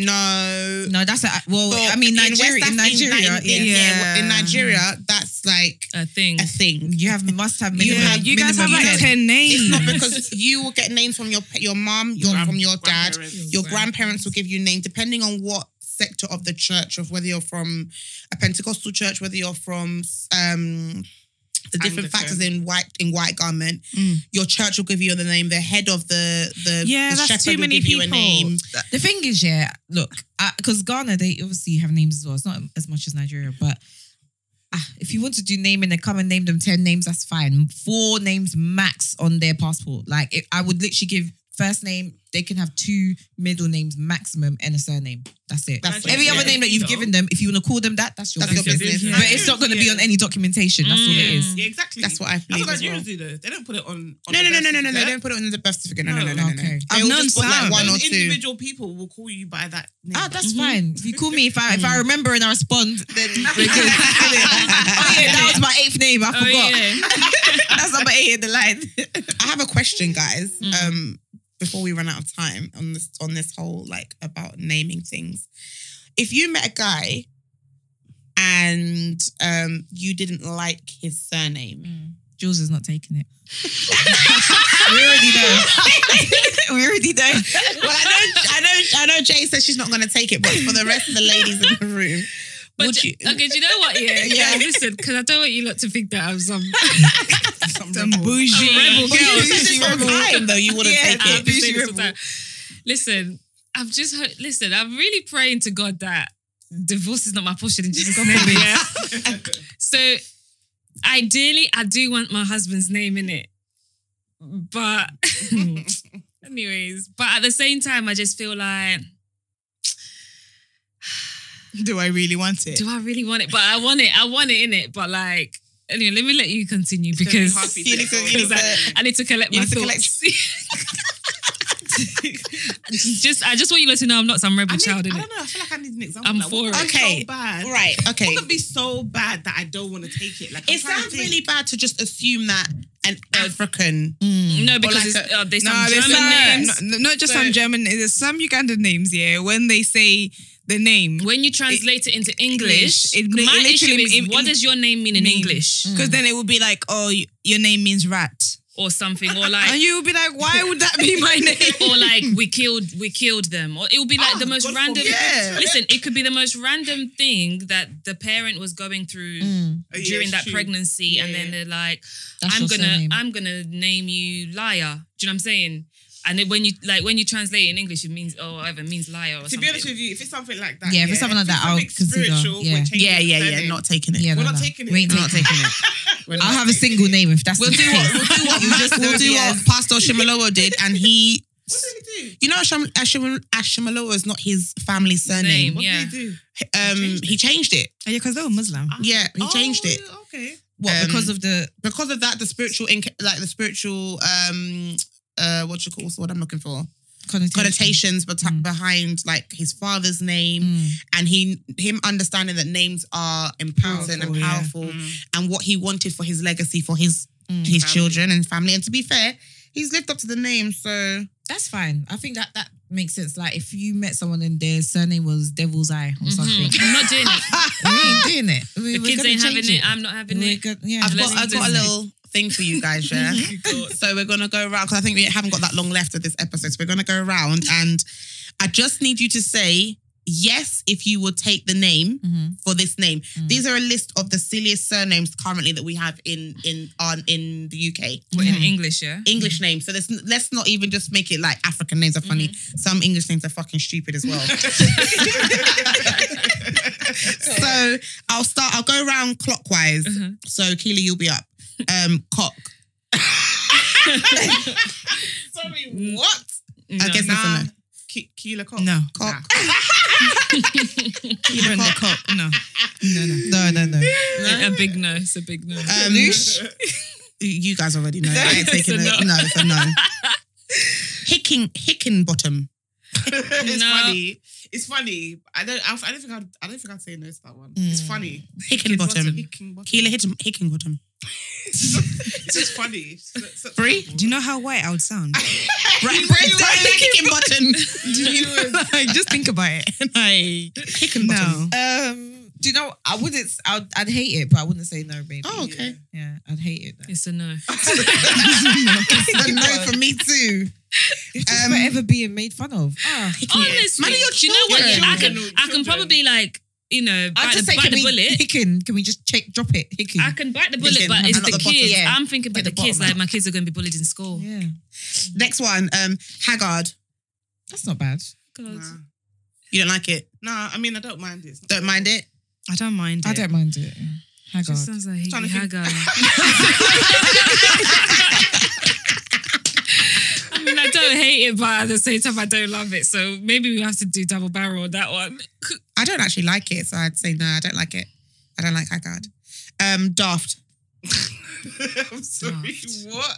[SPEAKER 1] No.
[SPEAKER 4] no, that's a, well.
[SPEAKER 1] But
[SPEAKER 4] I mean,
[SPEAKER 1] in
[SPEAKER 4] Nigeria,
[SPEAKER 1] West
[SPEAKER 4] in
[SPEAKER 1] Af-
[SPEAKER 4] Nigeria,
[SPEAKER 1] in, in,
[SPEAKER 4] yeah.
[SPEAKER 1] yeah, in Nigeria, that's like
[SPEAKER 5] a thing
[SPEAKER 1] a thing.
[SPEAKER 4] you have must have minimum.
[SPEAKER 1] have-
[SPEAKER 4] you guys
[SPEAKER 1] have,
[SPEAKER 4] minimum
[SPEAKER 1] like,
[SPEAKER 4] 10
[SPEAKER 1] It's not because you will get names from your pa- your mom, your
[SPEAKER 6] Grand-
[SPEAKER 1] from your dad,
[SPEAKER 6] grandparents.
[SPEAKER 1] your grandparents will give you name depending on what sector of the church of whether you're from a Pentecostal church, whether you're from um the different
[SPEAKER 6] Anglican.
[SPEAKER 1] factors in white in white garment, your church will give you the name. The head of the the,
[SPEAKER 3] Yeah,
[SPEAKER 1] the
[SPEAKER 3] that's
[SPEAKER 1] shepherd
[SPEAKER 3] too
[SPEAKER 1] will
[SPEAKER 3] many
[SPEAKER 1] give you a
[SPEAKER 3] people.
[SPEAKER 1] name.
[SPEAKER 4] The thing is, yeah, look, because Ghana, they obviously have names as well. It's not as much as Nigeria, but ah, if you want to do naming and come and name them 10 names, that's fine. Four names max on their passport. Like, it, I would literally give first name, they can have two middle names maximum and a surname. That's it.
[SPEAKER 1] That's it,
[SPEAKER 4] Every other
[SPEAKER 1] yeah.
[SPEAKER 4] name that you've given them, if you want to call them that, that's your
[SPEAKER 1] That's your
[SPEAKER 4] business.
[SPEAKER 1] business. Mm.
[SPEAKER 4] But it's not going to be on any documentation.
[SPEAKER 3] Mm.
[SPEAKER 4] That's all it is.
[SPEAKER 6] Yeah, exactly.
[SPEAKER 1] That's what I
[SPEAKER 6] That's
[SPEAKER 1] believe
[SPEAKER 6] what
[SPEAKER 1] as
[SPEAKER 6] Nigerians do
[SPEAKER 1] well.
[SPEAKER 6] though. They don't put it on. on
[SPEAKER 1] No,
[SPEAKER 6] the birth
[SPEAKER 1] no, no, no, no, no, no.
[SPEAKER 6] certificate.
[SPEAKER 1] Don't put it on the birth certificate. No, no, no,
[SPEAKER 6] No.
[SPEAKER 1] no, no. no.
[SPEAKER 4] Okay.
[SPEAKER 1] They
[SPEAKER 3] I've
[SPEAKER 1] will
[SPEAKER 3] known
[SPEAKER 1] just put like
[SPEAKER 3] some.
[SPEAKER 1] one or
[SPEAKER 6] Those
[SPEAKER 1] two.
[SPEAKER 6] individual people will call you by that name.
[SPEAKER 4] Ah, that's
[SPEAKER 1] Mm-hmm.
[SPEAKER 4] fine. If you call me, if I if
[SPEAKER 1] Mm.
[SPEAKER 4] I remember and I respond, then we're good. oh yeah, that was my eighth name.
[SPEAKER 5] Oh,
[SPEAKER 4] I forgot.
[SPEAKER 5] yeah.
[SPEAKER 4] That's number eight in the line. Mm.
[SPEAKER 1] I have a question, guys. Um, before we run out of time on this on this whole like about naming things, if you met a guy and um you didn't like his surname,
[SPEAKER 4] Jules is not taking it. we already know. we already know.
[SPEAKER 1] well, I know, I know, I know. Jay says she's not going to take it, but for the rest of the ladies in the room,
[SPEAKER 5] But
[SPEAKER 1] would
[SPEAKER 5] d-
[SPEAKER 1] you?
[SPEAKER 5] okay, do you know what? Yeah, yeah. Listen, because I don't want you lot to think that I'm some
[SPEAKER 3] some bougie.
[SPEAKER 5] a rebel
[SPEAKER 1] You
[SPEAKER 5] girl.
[SPEAKER 1] said this all time though. You wouldn't
[SPEAKER 4] Yeah,
[SPEAKER 1] take
[SPEAKER 5] I've been
[SPEAKER 1] it.
[SPEAKER 5] saying this all time. Listen, I've just heard, listen. I'm really praying to God that divorce is not my portion in Jesus' name. Yeah. so, ideally, I do want my husband's name in it, but anyways, but at the same time, I just feel like,
[SPEAKER 3] Do I really want it?
[SPEAKER 5] do I really want it? But I want it. I want it in it. But like, anyway, let me let you continue
[SPEAKER 6] It's gonna be
[SPEAKER 5] because.
[SPEAKER 6] hard for you
[SPEAKER 1] You
[SPEAKER 6] to
[SPEAKER 1] need to-
[SPEAKER 6] get
[SPEAKER 1] you need
[SPEAKER 5] because
[SPEAKER 6] over.
[SPEAKER 5] I, I need to collect
[SPEAKER 1] You
[SPEAKER 5] my
[SPEAKER 1] need to collect-
[SPEAKER 5] thoughts. just, I just want you lot to know I'm not some rebel
[SPEAKER 6] I, need-
[SPEAKER 5] child in
[SPEAKER 6] I
[SPEAKER 5] it.
[SPEAKER 6] don't know. I feel like I need an example.
[SPEAKER 5] I'm
[SPEAKER 6] like,
[SPEAKER 5] for
[SPEAKER 6] what
[SPEAKER 5] it.
[SPEAKER 6] could be
[SPEAKER 1] Okay.
[SPEAKER 6] So bad.
[SPEAKER 1] Right. Okay.
[SPEAKER 6] What could be so bad that I don't want to take it? Like I'm
[SPEAKER 1] It
[SPEAKER 6] trying to
[SPEAKER 1] sounds
[SPEAKER 6] think.
[SPEAKER 1] really bad to just assume that an African.
[SPEAKER 5] No, because
[SPEAKER 1] like
[SPEAKER 5] it's,
[SPEAKER 1] a-
[SPEAKER 5] oh, there's
[SPEAKER 3] No,
[SPEAKER 5] some
[SPEAKER 3] there's
[SPEAKER 5] German
[SPEAKER 3] some,
[SPEAKER 5] names.
[SPEAKER 3] no, no, not just
[SPEAKER 5] So-
[SPEAKER 3] some German. There's some Ugandan names. Yeah, when they say the name,
[SPEAKER 1] Mm.
[SPEAKER 5] When you translate it, into English,
[SPEAKER 3] English, it- it
[SPEAKER 5] my issue
[SPEAKER 3] literally-
[SPEAKER 5] is
[SPEAKER 3] it- Mm.
[SPEAKER 5] what
[SPEAKER 3] it-
[SPEAKER 5] does your name mean in
[SPEAKER 3] mean.
[SPEAKER 5] English
[SPEAKER 3] because then it would be like, oh, y- your name means rat,
[SPEAKER 5] or something, or
[SPEAKER 3] and
[SPEAKER 5] like,
[SPEAKER 3] you would be like, why would that be my name?
[SPEAKER 5] or like we killed, we killed them, or it would be like
[SPEAKER 1] Ah,
[SPEAKER 5] the most
[SPEAKER 6] God
[SPEAKER 5] random.
[SPEAKER 6] forbid.
[SPEAKER 3] Yeah.
[SPEAKER 5] Listen, it could be the most random thing that the parent was going through
[SPEAKER 4] Mm.
[SPEAKER 6] Oh,
[SPEAKER 1] Mm.
[SPEAKER 6] yeah,
[SPEAKER 5] during
[SPEAKER 6] it's
[SPEAKER 5] that
[SPEAKER 6] true.
[SPEAKER 5] pregnancy, and then
[SPEAKER 6] Yeah.
[SPEAKER 5] they're like,
[SPEAKER 4] That's
[SPEAKER 5] I'm
[SPEAKER 4] your
[SPEAKER 5] gonna
[SPEAKER 4] surname.
[SPEAKER 5] I'm gonna name you liar. Do you know what I'm saying? And then when you like when you translate it in English, it means oh whatever it means liar or
[SPEAKER 6] To
[SPEAKER 5] something.
[SPEAKER 6] be honest with you, if it's something like that,
[SPEAKER 4] Yeah, if it's something like that, I'll
[SPEAKER 6] something
[SPEAKER 4] consider,
[SPEAKER 6] spiritual,
[SPEAKER 4] yeah.
[SPEAKER 6] we're changing
[SPEAKER 1] Yeah, yeah,
[SPEAKER 6] the
[SPEAKER 1] yeah.
[SPEAKER 6] setting.
[SPEAKER 1] Not taking it.
[SPEAKER 4] Yeah,
[SPEAKER 6] We're
[SPEAKER 4] no,
[SPEAKER 6] not
[SPEAKER 4] no.
[SPEAKER 6] taking it.
[SPEAKER 4] We ain't
[SPEAKER 6] We're
[SPEAKER 4] taking
[SPEAKER 6] not
[SPEAKER 4] it. I'll have a single name if that's
[SPEAKER 1] We'll
[SPEAKER 4] the
[SPEAKER 1] do what
[SPEAKER 4] case.
[SPEAKER 1] we'll do what we just we'll do what Pastor Shimaloa did, and he.
[SPEAKER 6] What did he do?
[SPEAKER 1] You know, Ashim, Ashim, Ashimaloa is not his family surname.
[SPEAKER 5] Name.
[SPEAKER 6] What
[SPEAKER 5] Yeah.
[SPEAKER 6] did he do?
[SPEAKER 1] Um,
[SPEAKER 6] Changed it.
[SPEAKER 1] he changed it.
[SPEAKER 3] Yeah, because they were Muslim.
[SPEAKER 1] Yeah, he changed it
[SPEAKER 6] Oh, Okay.
[SPEAKER 4] What,
[SPEAKER 1] Um,
[SPEAKER 4] because of the
[SPEAKER 1] because of that. The spiritual, inc- like the spiritual, um, uh, what you call what's the word I'm looking for
[SPEAKER 4] connotation.
[SPEAKER 1] connotations bet-
[SPEAKER 4] Mm.
[SPEAKER 1] behind like his father's name
[SPEAKER 4] Mm.
[SPEAKER 1] and he him understanding that names are important
[SPEAKER 3] Powerful,
[SPEAKER 1] and
[SPEAKER 3] yeah. Mm.
[SPEAKER 1] powerful and what he wanted for his legacy for his
[SPEAKER 4] Mm.
[SPEAKER 1] his
[SPEAKER 6] Family.
[SPEAKER 1] children and family. And to be fair, he's lived up to the name, so.
[SPEAKER 4] That's fine. I think that that makes sense. Like if you met someone and their surname was Devil's Eye or something,
[SPEAKER 5] Mhm. I'm not doing it.
[SPEAKER 4] we ain't doing it. We,
[SPEAKER 5] The
[SPEAKER 4] we're
[SPEAKER 5] kids
[SPEAKER 4] gonna
[SPEAKER 5] ain't having
[SPEAKER 4] change
[SPEAKER 5] it. I'm not having
[SPEAKER 4] We're
[SPEAKER 5] it.
[SPEAKER 4] go- yeah.
[SPEAKER 1] I've
[SPEAKER 5] Unless
[SPEAKER 1] got,
[SPEAKER 5] he
[SPEAKER 1] I've got a
[SPEAKER 5] doesn't.
[SPEAKER 1] little thing for you guys, yeah. so we're gonna go around because I think we haven't got that long left of this episode. So we're gonna go around, and I just need you to say yes if you would take the name
[SPEAKER 4] Mhm.
[SPEAKER 1] for this name. These are a list of the silliest surnames currently that we have in in on in the UK.
[SPEAKER 5] What, in English, yeah.
[SPEAKER 1] English names. So let's, let's not even just make it like African names are funny. Some English names are fucking stupid as well. so I'll start, I'll go around clockwise. So Keely, you'll be up. Um, cock.
[SPEAKER 6] Sorry.
[SPEAKER 1] What?
[SPEAKER 5] No.
[SPEAKER 1] I guess that's a no.
[SPEAKER 6] Ke- Keela Cox.
[SPEAKER 3] No.
[SPEAKER 1] Cock.
[SPEAKER 3] Keela
[SPEAKER 1] Cock.
[SPEAKER 3] Cock. No.
[SPEAKER 4] no, no, no.
[SPEAKER 5] A big no. It's a big no.
[SPEAKER 6] Ah.
[SPEAKER 1] Um, you guys already know. I ain't taking
[SPEAKER 5] It's a
[SPEAKER 1] it. No, it's a no. Hicking Hickenbottom.
[SPEAKER 6] it's
[SPEAKER 5] No.
[SPEAKER 6] funny. It's funny. I don't. I, I don't think I'd. I don't think I'd say no to that one. It's
[SPEAKER 1] Mm.
[SPEAKER 6] funny.
[SPEAKER 1] Hickenbottom.
[SPEAKER 6] Hickenbottom.
[SPEAKER 1] Keela Hicken- Hickenbottom.
[SPEAKER 6] It's just funny. It's so-
[SPEAKER 1] Free?
[SPEAKER 3] Do you know how white I would sound?
[SPEAKER 1] Right, Hickenbottom.
[SPEAKER 3] Just think about it.
[SPEAKER 1] Like, Hickenbottom.
[SPEAKER 3] No.
[SPEAKER 4] Um, do you know? I wouldn't. I'd, I'd hate it, but I wouldn't say no, baby.
[SPEAKER 1] Oh, okay.
[SPEAKER 4] Yeah, I'd hate it. Then.
[SPEAKER 5] It's a no.
[SPEAKER 4] It's
[SPEAKER 1] a no
[SPEAKER 4] for me too. It's just
[SPEAKER 5] Um,
[SPEAKER 4] forever being made fun of. Ah.
[SPEAKER 5] Honestly,
[SPEAKER 1] Man, your
[SPEAKER 5] do you know what?
[SPEAKER 1] children.
[SPEAKER 5] Yeah, I can,
[SPEAKER 6] Children.
[SPEAKER 5] I can probably like, you know,
[SPEAKER 4] I
[SPEAKER 5] bite, the,
[SPEAKER 4] just say,
[SPEAKER 5] bite
[SPEAKER 4] can
[SPEAKER 5] the
[SPEAKER 4] we
[SPEAKER 5] bullet.
[SPEAKER 4] Hicken? Can we just check, drop it? Hicken.
[SPEAKER 5] I can bite the bullet,
[SPEAKER 1] Thinking,
[SPEAKER 5] but it's
[SPEAKER 1] and
[SPEAKER 5] the
[SPEAKER 1] not the bottom,
[SPEAKER 5] kids.
[SPEAKER 4] yeah.
[SPEAKER 5] I'm thinking about
[SPEAKER 4] Like
[SPEAKER 5] the,
[SPEAKER 4] the
[SPEAKER 5] kids.
[SPEAKER 4] bottom
[SPEAKER 5] Like my kids are going to be bullied in school.
[SPEAKER 4] yeah,
[SPEAKER 1] Next one, um, Haggard.
[SPEAKER 4] that's not bad.
[SPEAKER 5] God.
[SPEAKER 6] Nah.
[SPEAKER 1] You don't like it?
[SPEAKER 6] Nah, I mean I don't mind it.
[SPEAKER 1] Don't mind it?
[SPEAKER 3] I don't mind.
[SPEAKER 4] I don't mind it.
[SPEAKER 5] She
[SPEAKER 4] Haggard.
[SPEAKER 5] sounds like
[SPEAKER 6] Trying
[SPEAKER 5] Higgy
[SPEAKER 6] to think.
[SPEAKER 5] Haggard. I mean, I don't hate it, but at the same time, I don't love it. So maybe we have to do double barrel on that one.
[SPEAKER 1] I don't actually like it, so I'd say no, I don't like it. I don't like Haggard. Um, Daft.
[SPEAKER 6] I'm sorry.
[SPEAKER 5] Daft.
[SPEAKER 6] What?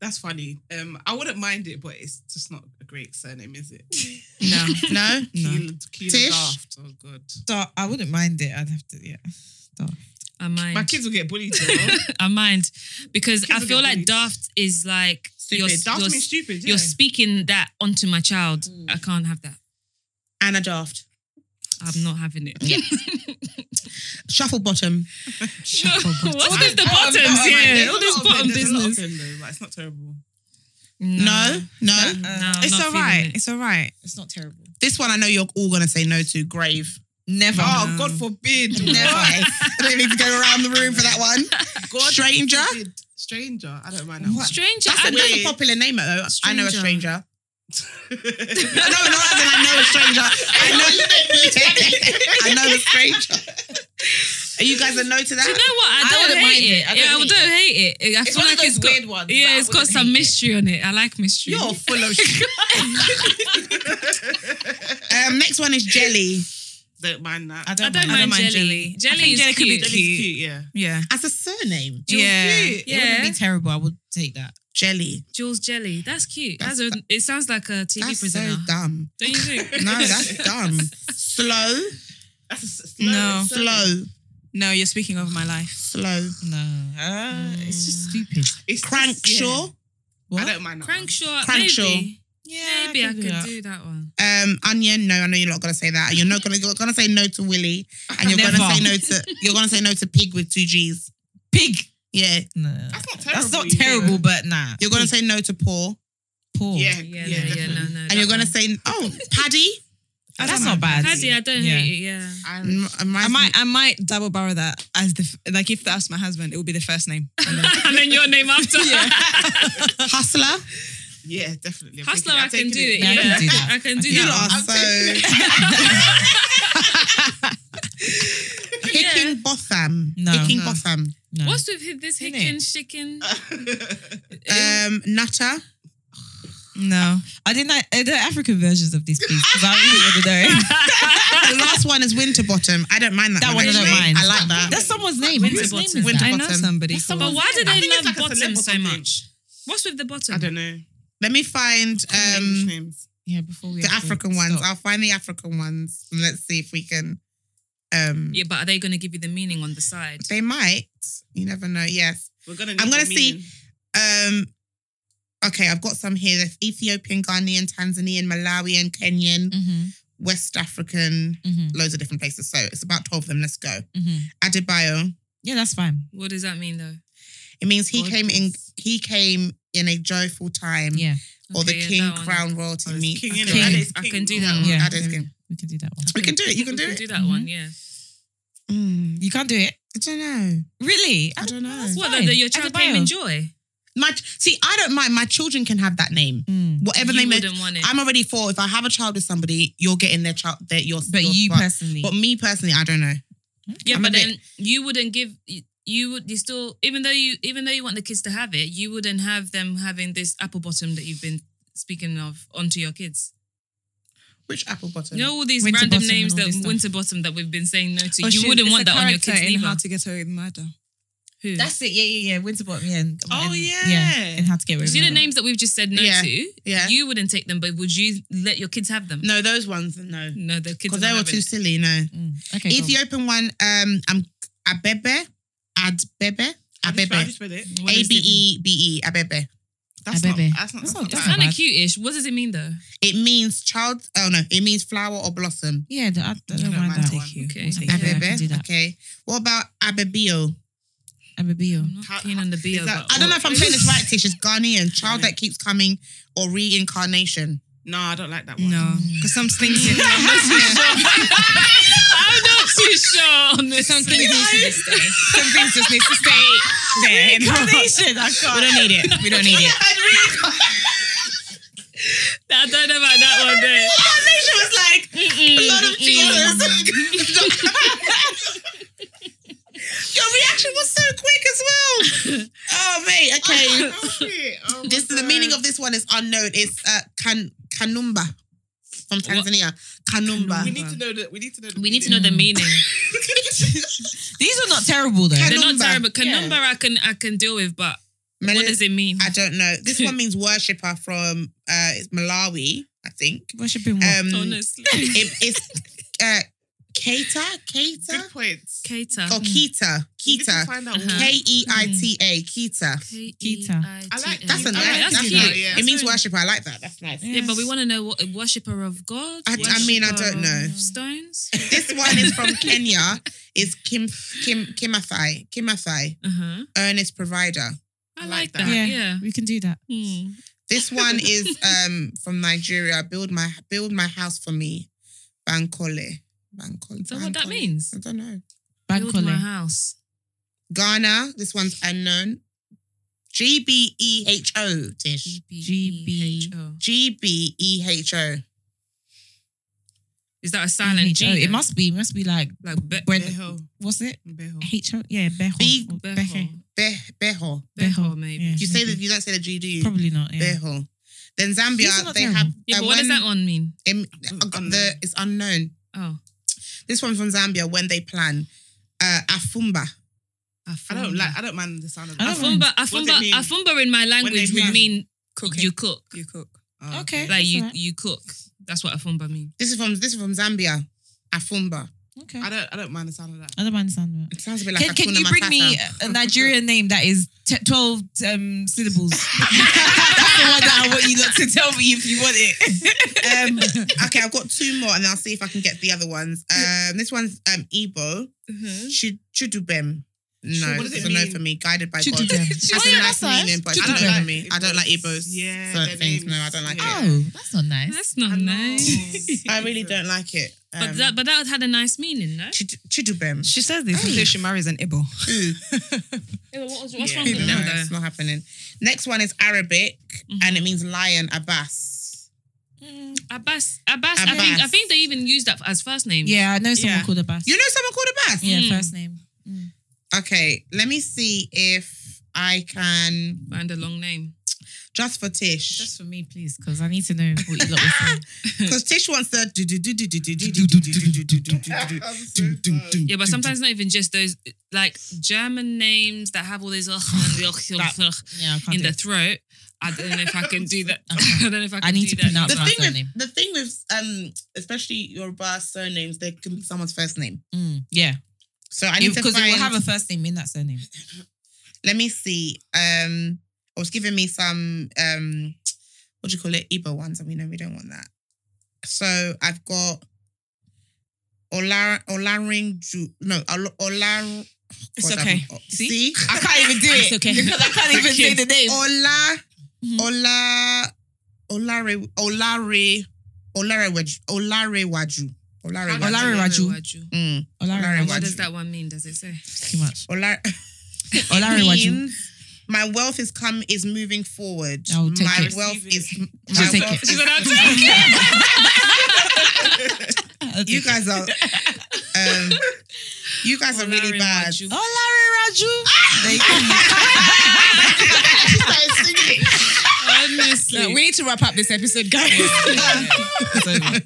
[SPEAKER 6] That's funny. Um, I wouldn't mind it, but it's just not a great surname, is it?
[SPEAKER 1] No. no?
[SPEAKER 6] Keel, Keel
[SPEAKER 1] Tish?
[SPEAKER 6] Daft. Oh god.
[SPEAKER 4] Dark. I wouldn't mind it. I'd have to. Yeah.
[SPEAKER 5] I mind.
[SPEAKER 6] My kids will get bullied. though.
[SPEAKER 5] I mind because
[SPEAKER 6] Kids
[SPEAKER 5] I
[SPEAKER 6] will
[SPEAKER 5] feel
[SPEAKER 6] get
[SPEAKER 5] like
[SPEAKER 6] bullied.
[SPEAKER 5] daft is like you're,
[SPEAKER 6] Stupid. Daft
[SPEAKER 5] you're,
[SPEAKER 6] means stupid. Mm. Yeah.
[SPEAKER 5] you're speaking that onto my child. I can't have that.
[SPEAKER 1] Anna Daft.
[SPEAKER 5] I'm not having it.
[SPEAKER 1] Shuffle Bottom.
[SPEAKER 5] What's with the
[SPEAKER 6] Bottom,
[SPEAKER 5] bottoms?
[SPEAKER 6] bottom, Um, there's
[SPEAKER 5] Yeah,
[SPEAKER 6] a
[SPEAKER 5] all this
[SPEAKER 6] lot of
[SPEAKER 5] bottom
[SPEAKER 6] them, there's a lot of
[SPEAKER 5] business.
[SPEAKER 6] them, though, but it's not terrible. Um,
[SPEAKER 1] No, no.
[SPEAKER 5] no, I'm
[SPEAKER 3] It's
[SPEAKER 5] not
[SPEAKER 3] all
[SPEAKER 5] feeling
[SPEAKER 3] right.
[SPEAKER 5] it.
[SPEAKER 3] It's all right.
[SPEAKER 4] It's not terrible.
[SPEAKER 1] This one I know you're all gonna say no to. Grave.
[SPEAKER 4] Never.
[SPEAKER 6] Oh God forbid.
[SPEAKER 1] Never. I don't need to go around the room for that one.
[SPEAKER 6] God
[SPEAKER 1] Stranger?
[SPEAKER 6] forbid. Stranger. I don't mind that. one.
[SPEAKER 5] Stranger.
[SPEAKER 1] That's
[SPEAKER 5] I
[SPEAKER 1] a, that's a
[SPEAKER 5] don't-
[SPEAKER 1] popular name though. I know a stranger.
[SPEAKER 5] Stranger.
[SPEAKER 1] No, no, as in I know a stranger. I know. I know a stranger. Are you guys a no to
[SPEAKER 5] Do you
[SPEAKER 1] that?
[SPEAKER 5] know what? I don't
[SPEAKER 4] wouldn't mind
[SPEAKER 5] hate
[SPEAKER 4] it.
[SPEAKER 5] it.
[SPEAKER 4] I don't
[SPEAKER 5] Yeah, I
[SPEAKER 4] hate
[SPEAKER 5] don't hate it. I
[SPEAKER 4] It's
[SPEAKER 5] feel
[SPEAKER 4] one
[SPEAKER 5] like
[SPEAKER 4] of those
[SPEAKER 5] it's got
[SPEAKER 4] weird ones. but
[SPEAKER 5] yeah,
[SPEAKER 4] I
[SPEAKER 5] it's got
[SPEAKER 4] wouldn't
[SPEAKER 5] some
[SPEAKER 4] hate it.
[SPEAKER 5] mystery on it. I like mystery.
[SPEAKER 1] You're full of shit. um, next one is jelly.
[SPEAKER 6] Don't mind that.
[SPEAKER 3] I don't,
[SPEAKER 5] I don't mind jelly.
[SPEAKER 3] I
[SPEAKER 5] Jelly
[SPEAKER 3] think
[SPEAKER 5] is
[SPEAKER 3] jelly could be
[SPEAKER 5] cute.
[SPEAKER 6] Jelly's
[SPEAKER 3] cute.
[SPEAKER 6] cute, yeah.
[SPEAKER 3] Yeah.
[SPEAKER 1] As a surname,
[SPEAKER 3] Yeah.
[SPEAKER 6] cute.
[SPEAKER 4] It wouldn't
[SPEAKER 5] Yeah.
[SPEAKER 4] be terrible. I would take that.
[SPEAKER 1] jelly.
[SPEAKER 5] Jules Jelly. That's cute.
[SPEAKER 1] That's
[SPEAKER 5] That's a, it sounds like a TV
[SPEAKER 1] That's
[SPEAKER 5] presenter.
[SPEAKER 1] so dumb.
[SPEAKER 5] Don't you think?
[SPEAKER 1] No, that's dumb. Slow,
[SPEAKER 6] That's a s- slow,
[SPEAKER 3] No.
[SPEAKER 6] it's so-
[SPEAKER 1] slow,
[SPEAKER 3] No, you're speaking of my life.
[SPEAKER 1] slow.
[SPEAKER 4] No. Uh,
[SPEAKER 5] Mm.
[SPEAKER 4] It's just stupid.
[SPEAKER 6] It's just- yeah.
[SPEAKER 1] Crankshaw,
[SPEAKER 6] I don't mind that.
[SPEAKER 5] Crankshaw.
[SPEAKER 1] Crankshaw.
[SPEAKER 5] Maybe,
[SPEAKER 4] Yeah.
[SPEAKER 5] maybe I could do that one.
[SPEAKER 1] um, onion. No, I know you're not gonna say that. You're not gonna you're gonna say no to Willy, and you're gonna
[SPEAKER 4] Never.
[SPEAKER 1] say no to you're gonna say no to pig with two G's.
[SPEAKER 4] Pig.
[SPEAKER 1] Yeah,
[SPEAKER 4] No.
[SPEAKER 6] One. That's not terrible.
[SPEAKER 4] That's not
[SPEAKER 6] you know.
[SPEAKER 4] terrible, but nah.
[SPEAKER 1] you're gonna say no to poor,
[SPEAKER 4] poor.
[SPEAKER 6] Yeah, yeah,
[SPEAKER 5] Yeah, no, yeah,
[SPEAKER 6] definitely.
[SPEAKER 5] no, no.
[SPEAKER 1] and you're gonna say oh Paddy.
[SPEAKER 4] That's not bad.
[SPEAKER 5] Paddy, I don't
[SPEAKER 4] Yeah.
[SPEAKER 5] hate it. Yeah.
[SPEAKER 1] M-
[SPEAKER 6] Mm,
[SPEAKER 1] reminds
[SPEAKER 3] I might,
[SPEAKER 1] me-
[SPEAKER 3] I might double borrow that as the f- like if that's my husband, it would be the first name.
[SPEAKER 5] and then your name after.
[SPEAKER 1] hustler.
[SPEAKER 6] Yeah, definitely. I'm
[SPEAKER 5] Hustler,
[SPEAKER 6] taking-
[SPEAKER 5] I
[SPEAKER 6] I'm
[SPEAKER 5] can
[SPEAKER 6] taking
[SPEAKER 5] do it.
[SPEAKER 4] Yeah, I
[SPEAKER 5] Yeah,
[SPEAKER 4] can do that.
[SPEAKER 5] I can do
[SPEAKER 1] You
[SPEAKER 5] that.
[SPEAKER 1] lot
[SPEAKER 5] one.
[SPEAKER 1] are so. Hicking Botham.
[SPEAKER 4] No.
[SPEAKER 1] Hicking
[SPEAKER 4] No.
[SPEAKER 1] Botham.
[SPEAKER 4] No.
[SPEAKER 5] What's with hi- this
[SPEAKER 4] Isn't
[SPEAKER 5] hickin' chicken? Eh.
[SPEAKER 1] Um, Nutter.
[SPEAKER 4] No, I didn't like uh, the African versions of these please, 'cause I really want to know.
[SPEAKER 1] the last one is Winterbottom. I don't mind that,
[SPEAKER 4] That one I don't
[SPEAKER 1] actually.
[SPEAKER 4] mind.
[SPEAKER 1] I like that.
[SPEAKER 4] That's someone's name. Whose name is
[SPEAKER 5] Winterbottom.
[SPEAKER 4] that?
[SPEAKER 3] I know
[SPEAKER 1] Bottom.
[SPEAKER 3] somebody.
[SPEAKER 4] That's
[SPEAKER 3] called-
[SPEAKER 5] But why do
[SPEAKER 6] I
[SPEAKER 5] they
[SPEAKER 6] think it's
[SPEAKER 5] love
[SPEAKER 6] like a
[SPEAKER 5] bottom
[SPEAKER 6] celeb or
[SPEAKER 5] so
[SPEAKER 6] something.
[SPEAKER 5] much? What's with the bottom?
[SPEAKER 6] I don't know.
[SPEAKER 1] Let me find
[SPEAKER 6] English
[SPEAKER 1] um,
[SPEAKER 6] names.
[SPEAKER 4] Yeah, before we
[SPEAKER 1] the
[SPEAKER 4] have to
[SPEAKER 1] African ones.
[SPEAKER 4] stop.
[SPEAKER 1] I'll find the African ones. And let's see if we can. Um,
[SPEAKER 5] Yeah, but are they going to give you the meaning on the side?
[SPEAKER 1] They might. You never know. Yes.
[SPEAKER 6] We're gonna.
[SPEAKER 1] I'm
[SPEAKER 6] need
[SPEAKER 1] gonna
[SPEAKER 6] the
[SPEAKER 1] see-
[SPEAKER 6] meaning.
[SPEAKER 1] Um, okay, I've got some here. There's Ethiopian, Ghanaian, Tanzanian, Malawian, Kenyan,
[SPEAKER 4] Mhm,
[SPEAKER 1] West African,
[SPEAKER 4] mhm,
[SPEAKER 1] loads of different places. So it's about 12 of them. Let's go.
[SPEAKER 4] mhm.
[SPEAKER 1] Adebayo.
[SPEAKER 4] Yeah, that's fine.
[SPEAKER 5] What does that mean though?
[SPEAKER 1] It means he came in. He came in a joyful time,
[SPEAKER 4] Yeah,
[SPEAKER 1] or the
[SPEAKER 5] Okay, yeah,
[SPEAKER 1] king
[SPEAKER 5] that one.
[SPEAKER 1] crown royalty
[SPEAKER 6] Oh, it's
[SPEAKER 1] meet.
[SPEAKER 6] King, innit?
[SPEAKER 4] King.
[SPEAKER 6] And it's
[SPEAKER 5] I
[SPEAKER 6] king.
[SPEAKER 5] can do that one.
[SPEAKER 4] yeah.
[SPEAKER 1] I don't
[SPEAKER 4] there we
[SPEAKER 1] think-
[SPEAKER 4] go. we can do that one.
[SPEAKER 1] We can do it. You can do
[SPEAKER 5] we
[SPEAKER 1] it.
[SPEAKER 5] can do that one, yeah.
[SPEAKER 1] Mm,
[SPEAKER 4] You can't do it.
[SPEAKER 1] I don't know.
[SPEAKER 4] Really?
[SPEAKER 1] I don't know.
[SPEAKER 5] What,
[SPEAKER 4] fine.
[SPEAKER 5] that your child
[SPEAKER 4] Adebayo.
[SPEAKER 5] can't even enjoy?
[SPEAKER 1] My see, I don't mind. My children can have that name,
[SPEAKER 4] Mm.
[SPEAKER 1] whatever
[SPEAKER 5] you
[SPEAKER 1] name. they-
[SPEAKER 5] wouldn't want it.
[SPEAKER 1] I'm already for. If I have a child with somebody, you're getting their child. Their, your,
[SPEAKER 4] But
[SPEAKER 1] your
[SPEAKER 4] you
[SPEAKER 1] spot.
[SPEAKER 4] personally,
[SPEAKER 1] But me personally, I don't know.
[SPEAKER 5] yeah,
[SPEAKER 1] I'm a
[SPEAKER 5] but
[SPEAKER 1] bit-
[SPEAKER 5] then you wouldn't give you- you would you still even though you even though you want the kids to have it, you wouldn't have them having this apple bottom that you've been speaking of onto your kids.
[SPEAKER 1] Which apple bottom?
[SPEAKER 5] You know all these
[SPEAKER 4] Winterbottom
[SPEAKER 5] random
[SPEAKER 4] and
[SPEAKER 5] names
[SPEAKER 4] all
[SPEAKER 5] that
[SPEAKER 4] this stuff.
[SPEAKER 5] winter bottom that we've been saying no to.
[SPEAKER 3] Oh,
[SPEAKER 5] you
[SPEAKER 3] shoot,
[SPEAKER 5] wouldn't
[SPEAKER 3] it's
[SPEAKER 5] want
[SPEAKER 3] a
[SPEAKER 5] that on your
[SPEAKER 3] character
[SPEAKER 5] kids
[SPEAKER 3] in
[SPEAKER 5] neither.
[SPEAKER 3] How to Get Away with Murder.
[SPEAKER 5] Who?
[SPEAKER 4] That's it. Yeah, yeah, yeah. Winterbottom. Yeah. and-
[SPEAKER 1] Um,
[SPEAKER 6] Oh,
[SPEAKER 4] and-
[SPEAKER 6] yeah.
[SPEAKER 4] And how to get rid of
[SPEAKER 5] See the
[SPEAKER 4] it.
[SPEAKER 5] names that we've just said no
[SPEAKER 1] Yeah.
[SPEAKER 5] to.
[SPEAKER 1] Yeah.
[SPEAKER 5] You wouldn't take them, but would you let your kids have them?
[SPEAKER 1] No, those ones, no.
[SPEAKER 5] No, the kids.
[SPEAKER 1] Because
[SPEAKER 5] are
[SPEAKER 1] they
[SPEAKER 5] not
[SPEAKER 1] were
[SPEAKER 5] having
[SPEAKER 1] too
[SPEAKER 5] it.
[SPEAKER 1] silly, no.
[SPEAKER 4] Mm, Okay. cool.
[SPEAKER 1] Ethiopian one, um, I'm Abebe, Adbebe,
[SPEAKER 6] I just- I
[SPEAKER 1] Abebe,
[SPEAKER 6] just read it.
[SPEAKER 5] What
[SPEAKER 1] A
[SPEAKER 5] does it
[SPEAKER 1] B
[SPEAKER 5] mean?
[SPEAKER 1] E B E, Abebe.
[SPEAKER 6] That's not,
[SPEAKER 4] Abebe.
[SPEAKER 6] that's not, that's
[SPEAKER 4] That's not
[SPEAKER 6] not,
[SPEAKER 5] It's
[SPEAKER 4] bad.
[SPEAKER 5] kind of cute-ish. What does it mean though?
[SPEAKER 1] It means child. Oh no, it means flower or blossom.
[SPEAKER 4] Yeah, the, I, I don't,
[SPEAKER 1] don't
[SPEAKER 4] mind
[SPEAKER 1] mind
[SPEAKER 4] that.
[SPEAKER 1] that
[SPEAKER 4] Take
[SPEAKER 1] one.
[SPEAKER 4] you.
[SPEAKER 5] Okay.
[SPEAKER 4] We'll take you. I can
[SPEAKER 1] Abebe.
[SPEAKER 4] do that.
[SPEAKER 1] Okay. What about Abebio?
[SPEAKER 4] Abibio.
[SPEAKER 5] I'm not
[SPEAKER 6] How-
[SPEAKER 5] keen on the beer.
[SPEAKER 6] that-
[SPEAKER 5] but
[SPEAKER 1] I don't know if I'm saying this right, Tish. It's Ghanaian. Child
[SPEAKER 6] Right.
[SPEAKER 1] that keeps coming or reincarnation.
[SPEAKER 6] No, I don't like that one.
[SPEAKER 5] No,
[SPEAKER 1] Mm.
[SPEAKER 3] Because some things you
[SPEAKER 5] I'm not too sure on this.
[SPEAKER 3] some things need to stay. Some things just need to stay there. in our hearts. We don't need it. We don't need it.
[SPEAKER 5] I don't know about that one. There.
[SPEAKER 1] Carnation was like blood of Jesus. Your reaction was so quick as well. Oh mate, okay.
[SPEAKER 6] Oh,
[SPEAKER 1] this the meaning of this one is unknown. It's uh, can Kanumba from Tanzania. Kanumba.
[SPEAKER 6] We need to know that. We need to know. the
[SPEAKER 5] We need to know
[SPEAKER 6] meaning.
[SPEAKER 5] the meaning.
[SPEAKER 4] These are not terrible though.
[SPEAKER 1] Can-
[SPEAKER 5] They're not
[SPEAKER 1] Kanumba.
[SPEAKER 5] terrible.
[SPEAKER 1] Yeah.
[SPEAKER 5] Kanumba, I can I can deal with, but
[SPEAKER 1] Mel-
[SPEAKER 5] what does it mean?
[SPEAKER 1] I don't know. This one means worshipper from uh, it's Malawi, I think.
[SPEAKER 4] Worshipping
[SPEAKER 6] Oh,
[SPEAKER 4] what?
[SPEAKER 1] Um,
[SPEAKER 5] Honestly,
[SPEAKER 1] it- it's uh, Keita, Keita,
[SPEAKER 6] Good points.
[SPEAKER 5] Keita.
[SPEAKER 1] or Kita,
[SPEAKER 6] We need to
[SPEAKER 1] Kita.
[SPEAKER 6] find out
[SPEAKER 5] Uh-huh.
[SPEAKER 6] what-
[SPEAKER 1] K E I T A, Kita.
[SPEAKER 5] Mm. E K-E-I-T-A.
[SPEAKER 6] I like-
[SPEAKER 1] That's
[SPEAKER 6] Yeah.
[SPEAKER 1] a
[SPEAKER 6] Alright,
[SPEAKER 1] nice. that's
[SPEAKER 6] Oh, that's
[SPEAKER 1] cute.
[SPEAKER 6] cute. Yeah.
[SPEAKER 1] It means worship. I like that. That's nice.
[SPEAKER 5] Yeah, but we want to know what worshipper of God.
[SPEAKER 1] I- I mean, I don't
[SPEAKER 5] worshipper
[SPEAKER 1] know.
[SPEAKER 5] of Stones.
[SPEAKER 1] This one is from Kenya. Is Kim Kim Kimathai Kimathai
[SPEAKER 5] Uh huh.
[SPEAKER 1] earnest provider.
[SPEAKER 5] I,
[SPEAKER 6] like
[SPEAKER 5] like
[SPEAKER 6] that.
[SPEAKER 5] that.
[SPEAKER 4] yeah,
[SPEAKER 5] Yeah.
[SPEAKER 4] we can do that.
[SPEAKER 5] Hmm.
[SPEAKER 1] This one is um from Nigeria. Build my build my house for me, Bankole. Bankole.
[SPEAKER 5] Is that what that
[SPEAKER 1] Bankole.
[SPEAKER 5] means?
[SPEAKER 1] I don't know.
[SPEAKER 4] Bank
[SPEAKER 5] Build my house.
[SPEAKER 1] Ghana. This one's unknown. G B E H O Tish.
[SPEAKER 5] G-B-H-O.
[SPEAKER 1] G B E H O.
[SPEAKER 5] Is that a silent G?
[SPEAKER 4] It must be. It must be like
[SPEAKER 5] like be-
[SPEAKER 4] when. Oh,
[SPEAKER 6] Beho.
[SPEAKER 4] What's it?
[SPEAKER 6] Beho.
[SPEAKER 4] H O. Yeah, Beho.
[SPEAKER 1] Be-
[SPEAKER 4] or
[SPEAKER 5] Beho.
[SPEAKER 4] Behe.
[SPEAKER 1] Be- Beho.
[SPEAKER 5] Beho, maybe.
[SPEAKER 4] Yeah,
[SPEAKER 1] You say that
[SPEAKER 4] maybe.
[SPEAKER 1] you don't say the G, do you?
[SPEAKER 4] Probably not. Yeah.
[SPEAKER 1] Beho. Then
[SPEAKER 4] These are
[SPEAKER 1] Zambia,
[SPEAKER 4] not
[SPEAKER 1] they
[SPEAKER 4] terrible.
[SPEAKER 1] have
[SPEAKER 5] Yeah,
[SPEAKER 1] uh,
[SPEAKER 5] but what does
[SPEAKER 1] when-
[SPEAKER 5] that one mean?
[SPEAKER 1] Um,
[SPEAKER 6] Unknown.
[SPEAKER 1] the, it's unknown.
[SPEAKER 5] Oh,
[SPEAKER 1] This one's from Zambia when they plan. Uh, Afumba.
[SPEAKER 6] I don't like. I don't mind the sound of.
[SPEAKER 4] I
[SPEAKER 6] that.
[SPEAKER 4] don't
[SPEAKER 6] one.
[SPEAKER 4] mind.
[SPEAKER 5] Afumba,
[SPEAKER 6] What does it
[SPEAKER 5] Afumba,
[SPEAKER 6] mean?
[SPEAKER 5] Afumba in my language would
[SPEAKER 6] plan.
[SPEAKER 5] mean
[SPEAKER 3] Cooking.
[SPEAKER 5] you cook.
[SPEAKER 3] You cook.
[SPEAKER 6] Oh,
[SPEAKER 4] Okay.
[SPEAKER 5] Like
[SPEAKER 4] that's
[SPEAKER 5] you,
[SPEAKER 4] alright.
[SPEAKER 5] you cook. That's what Afumba means.
[SPEAKER 1] This is from this is from Zambia. Afumba.
[SPEAKER 4] Okay.
[SPEAKER 6] I don't. I don't mind the sound of that.
[SPEAKER 4] I don't mind the sound of it.
[SPEAKER 1] It sounds a bit like
[SPEAKER 4] Can, can
[SPEAKER 1] Hakuna
[SPEAKER 4] you bring
[SPEAKER 1] Matata.
[SPEAKER 4] me a Nigerian name that is t- 12 um, syllables? That's the one that I want you lot to tell me if you want it.
[SPEAKER 1] Um, okay, I've got two more, and I'll see if I can get the other ones. Um, this one's um Igbo.
[SPEAKER 3] Mm-hmm.
[SPEAKER 1] Chid- Chidubem. No,
[SPEAKER 6] what does
[SPEAKER 1] it's
[SPEAKER 6] it
[SPEAKER 1] a no
[SPEAKER 6] mean?
[SPEAKER 1] for me. Guided by God.
[SPEAKER 4] Chidubem.
[SPEAKER 1] That's a
[SPEAKER 4] Oh, Yeah,
[SPEAKER 1] nice
[SPEAKER 4] that's nice.
[SPEAKER 1] meaning, but I
[SPEAKER 6] Chidubem.
[SPEAKER 1] don't like me. I don't like
[SPEAKER 6] Igbos.
[SPEAKER 1] Igbos.
[SPEAKER 6] Yeah,
[SPEAKER 1] certain
[SPEAKER 6] their
[SPEAKER 1] things. No,
[SPEAKER 6] names.
[SPEAKER 1] I don't like
[SPEAKER 6] Yeah.
[SPEAKER 1] it.
[SPEAKER 4] Oh, that's not nice.
[SPEAKER 5] That's not
[SPEAKER 6] know.
[SPEAKER 5] nice.
[SPEAKER 3] Oh,
[SPEAKER 1] I really don't like it. Um,
[SPEAKER 5] but that, but that had a nice meaning, no?
[SPEAKER 1] Chid- Chidubem.
[SPEAKER 3] She says this until she marries an Ibo.
[SPEAKER 1] Ooh.
[SPEAKER 5] Yeah, but what was- what's
[SPEAKER 6] Yeah.
[SPEAKER 5] wrong
[SPEAKER 1] No,
[SPEAKER 5] with them
[SPEAKER 1] it's
[SPEAKER 5] though?
[SPEAKER 1] not happening. Next one is Arabic, and it means lion, Abbas.
[SPEAKER 5] Mm, Abbas, Abbas, I think I
[SPEAKER 1] Abbas.
[SPEAKER 5] think they even used that as first name.
[SPEAKER 4] Yeah, I know someone
[SPEAKER 6] Yeah.
[SPEAKER 4] called Abbas.
[SPEAKER 1] You know someone called Abbas?
[SPEAKER 4] yeah,
[SPEAKER 5] Mm.
[SPEAKER 4] first name.
[SPEAKER 1] Okay, let me see if I can
[SPEAKER 5] Find a long name.
[SPEAKER 1] just for Tish
[SPEAKER 4] for me, please, because I need to know what you lot were saying.
[SPEAKER 1] because Tish wants the do do do do do do do do do do do do do do.
[SPEAKER 5] Yeah, but sometimes not even just those like German names that have all these ugh and ugh, ugh, ugh
[SPEAKER 4] Yeah, I can't
[SPEAKER 5] in the
[SPEAKER 4] do it.
[SPEAKER 5] throat. I don't know if I can do that. I
[SPEAKER 4] Okay.
[SPEAKER 5] don't know if I can
[SPEAKER 4] I need
[SPEAKER 5] do
[SPEAKER 4] to
[SPEAKER 5] that.
[SPEAKER 4] pronounce
[SPEAKER 1] The
[SPEAKER 4] That's
[SPEAKER 1] thing
[SPEAKER 4] my
[SPEAKER 1] with
[SPEAKER 4] surname.
[SPEAKER 1] the thing with um especially Yoruba surnames, they can be someone's first name.
[SPEAKER 4] Mm, yeah,
[SPEAKER 1] So I need to
[SPEAKER 4] because it will
[SPEAKER 1] find-
[SPEAKER 4] have a first name in that surname.
[SPEAKER 1] let me see. Um, I was giving me some um, what do you call it, Igbo ones, and we know we don't want that. So I've got Olar Olaring no Ol- Olar.
[SPEAKER 3] It's
[SPEAKER 1] God,
[SPEAKER 3] okay.
[SPEAKER 1] I'm- uh,
[SPEAKER 3] See?
[SPEAKER 1] see,
[SPEAKER 3] I can't even do it.
[SPEAKER 4] It's okay.
[SPEAKER 3] Because I can't even say the name.
[SPEAKER 1] Ola
[SPEAKER 3] Mm-hmm.
[SPEAKER 4] Mhm.
[SPEAKER 1] Ola Olare Olare Olarewaju Olarewaju Olarewaju.
[SPEAKER 4] Olare- Olarewaju.
[SPEAKER 5] Olarewaju.
[SPEAKER 1] Mm.
[SPEAKER 4] Olara
[SPEAKER 5] What
[SPEAKER 1] Olarewaju.
[SPEAKER 5] does that one mean? Does it say?
[SPEAKER 4] Too much.
[SPEAKER 1] Olar-
[SPEAKER 4] Olarewaju.
[SPEAKER 1] means My wealth is come is moving forward.
[SPEAKER 3] Oh,
[SPEAKER 4] I'll take
[SPEAKER 1] my
[SPEAKER 4] it.
[SPEAKER 1] wealth is my
[SPEAKER 4] She'll take
[SPEAKER 1] wealth
[SPEAKER 4] it.
[SPEAKER 1] is-
[SPEAKER 5] She's gonna take it.
[SPEAKER 1] You guys are um, you guys are really bad.
[SPEAKER 5] Olarewaju.
[SPEAKER 4] Olarewaju.
[SPEAKER 1] She started singing.
[SPEAKER 5] Honestly.
[SPEAKER 3] Look, we need to wrap up this episode, guys.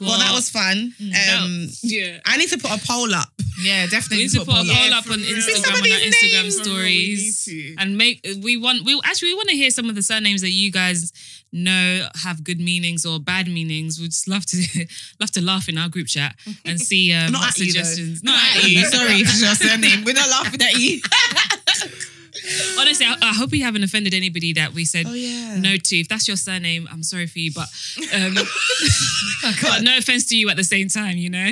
[SPEAKER 1] Well, that was fun. Um,
[SPEAKER 5] yeah.
[SPEAKER 1] I need to put a poll up.
[SPEAKER 4] Yeah, definitely.
[SPEAKER 5] We need to
[SPEAKER 4] put
[SPEAKER 5] put a
[SPEAKER 4] Paula.
[SPEAKER 5] poll
[SPEAKER 6] Yeah,
[SPEAKER 5] up
[SPEAKER 6] for
[SPEAKER 5] on
[SPEAKER 6] real.
[SPEAKER 5] Instagram on
[SPEAKER 1] Somebody's
[SPEAKER 5] our Instagram
[SPEAKER 1] name.
[SPEAKER 5] stories.
[SPEAKER 6] We need to.
[SPEAKER 5] And make we want we actually we want to hear some of the surnames that you guys know have good meanings or bad meanings. We'd just love to love to laugh in our group chat and see um,
[SPEAKER 1] Not
[SPEAKER 5] what
[SPEAKER 1] at you, though.
[SPEAKER 5] suggestions.
[SPEAKER 1] Not at you.
[SPEAKER 4] Sorry, it's your surname. We're not laughing at you.
[SPEAKER 5] Honestly, I, I hope we haven't offended anybody that we said
[SPEAKER 1] Oh, yeah.
[SPEAKER 5] no to. If that's your surname, I'm sorry for you, but um, but no offense to you at the same time, you know.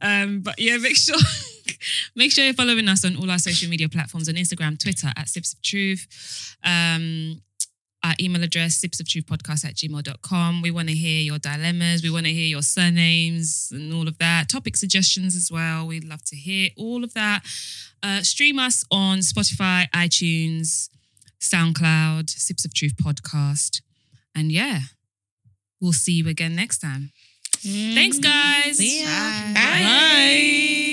[SPEAKER 5] Um, but yeah, make sure make sure you're following us on all our social media platforms on Instagram, Twitter at Sips of Truth. Um, our email address, sipsoftruthpodcast at gmail.com. We want to hear your dilemmas. We want to hear your surnames and all of that. Topic suggestions as well. We'd love to hear all of that. Uh, stream us on Spotify, iTunes, SoundCloud, Sips of Truth podcast. And yeah, we'll see you again next time. Thanks, guys.
[SPEAKER 1] See ya.
[SPEAKER 5] Bye.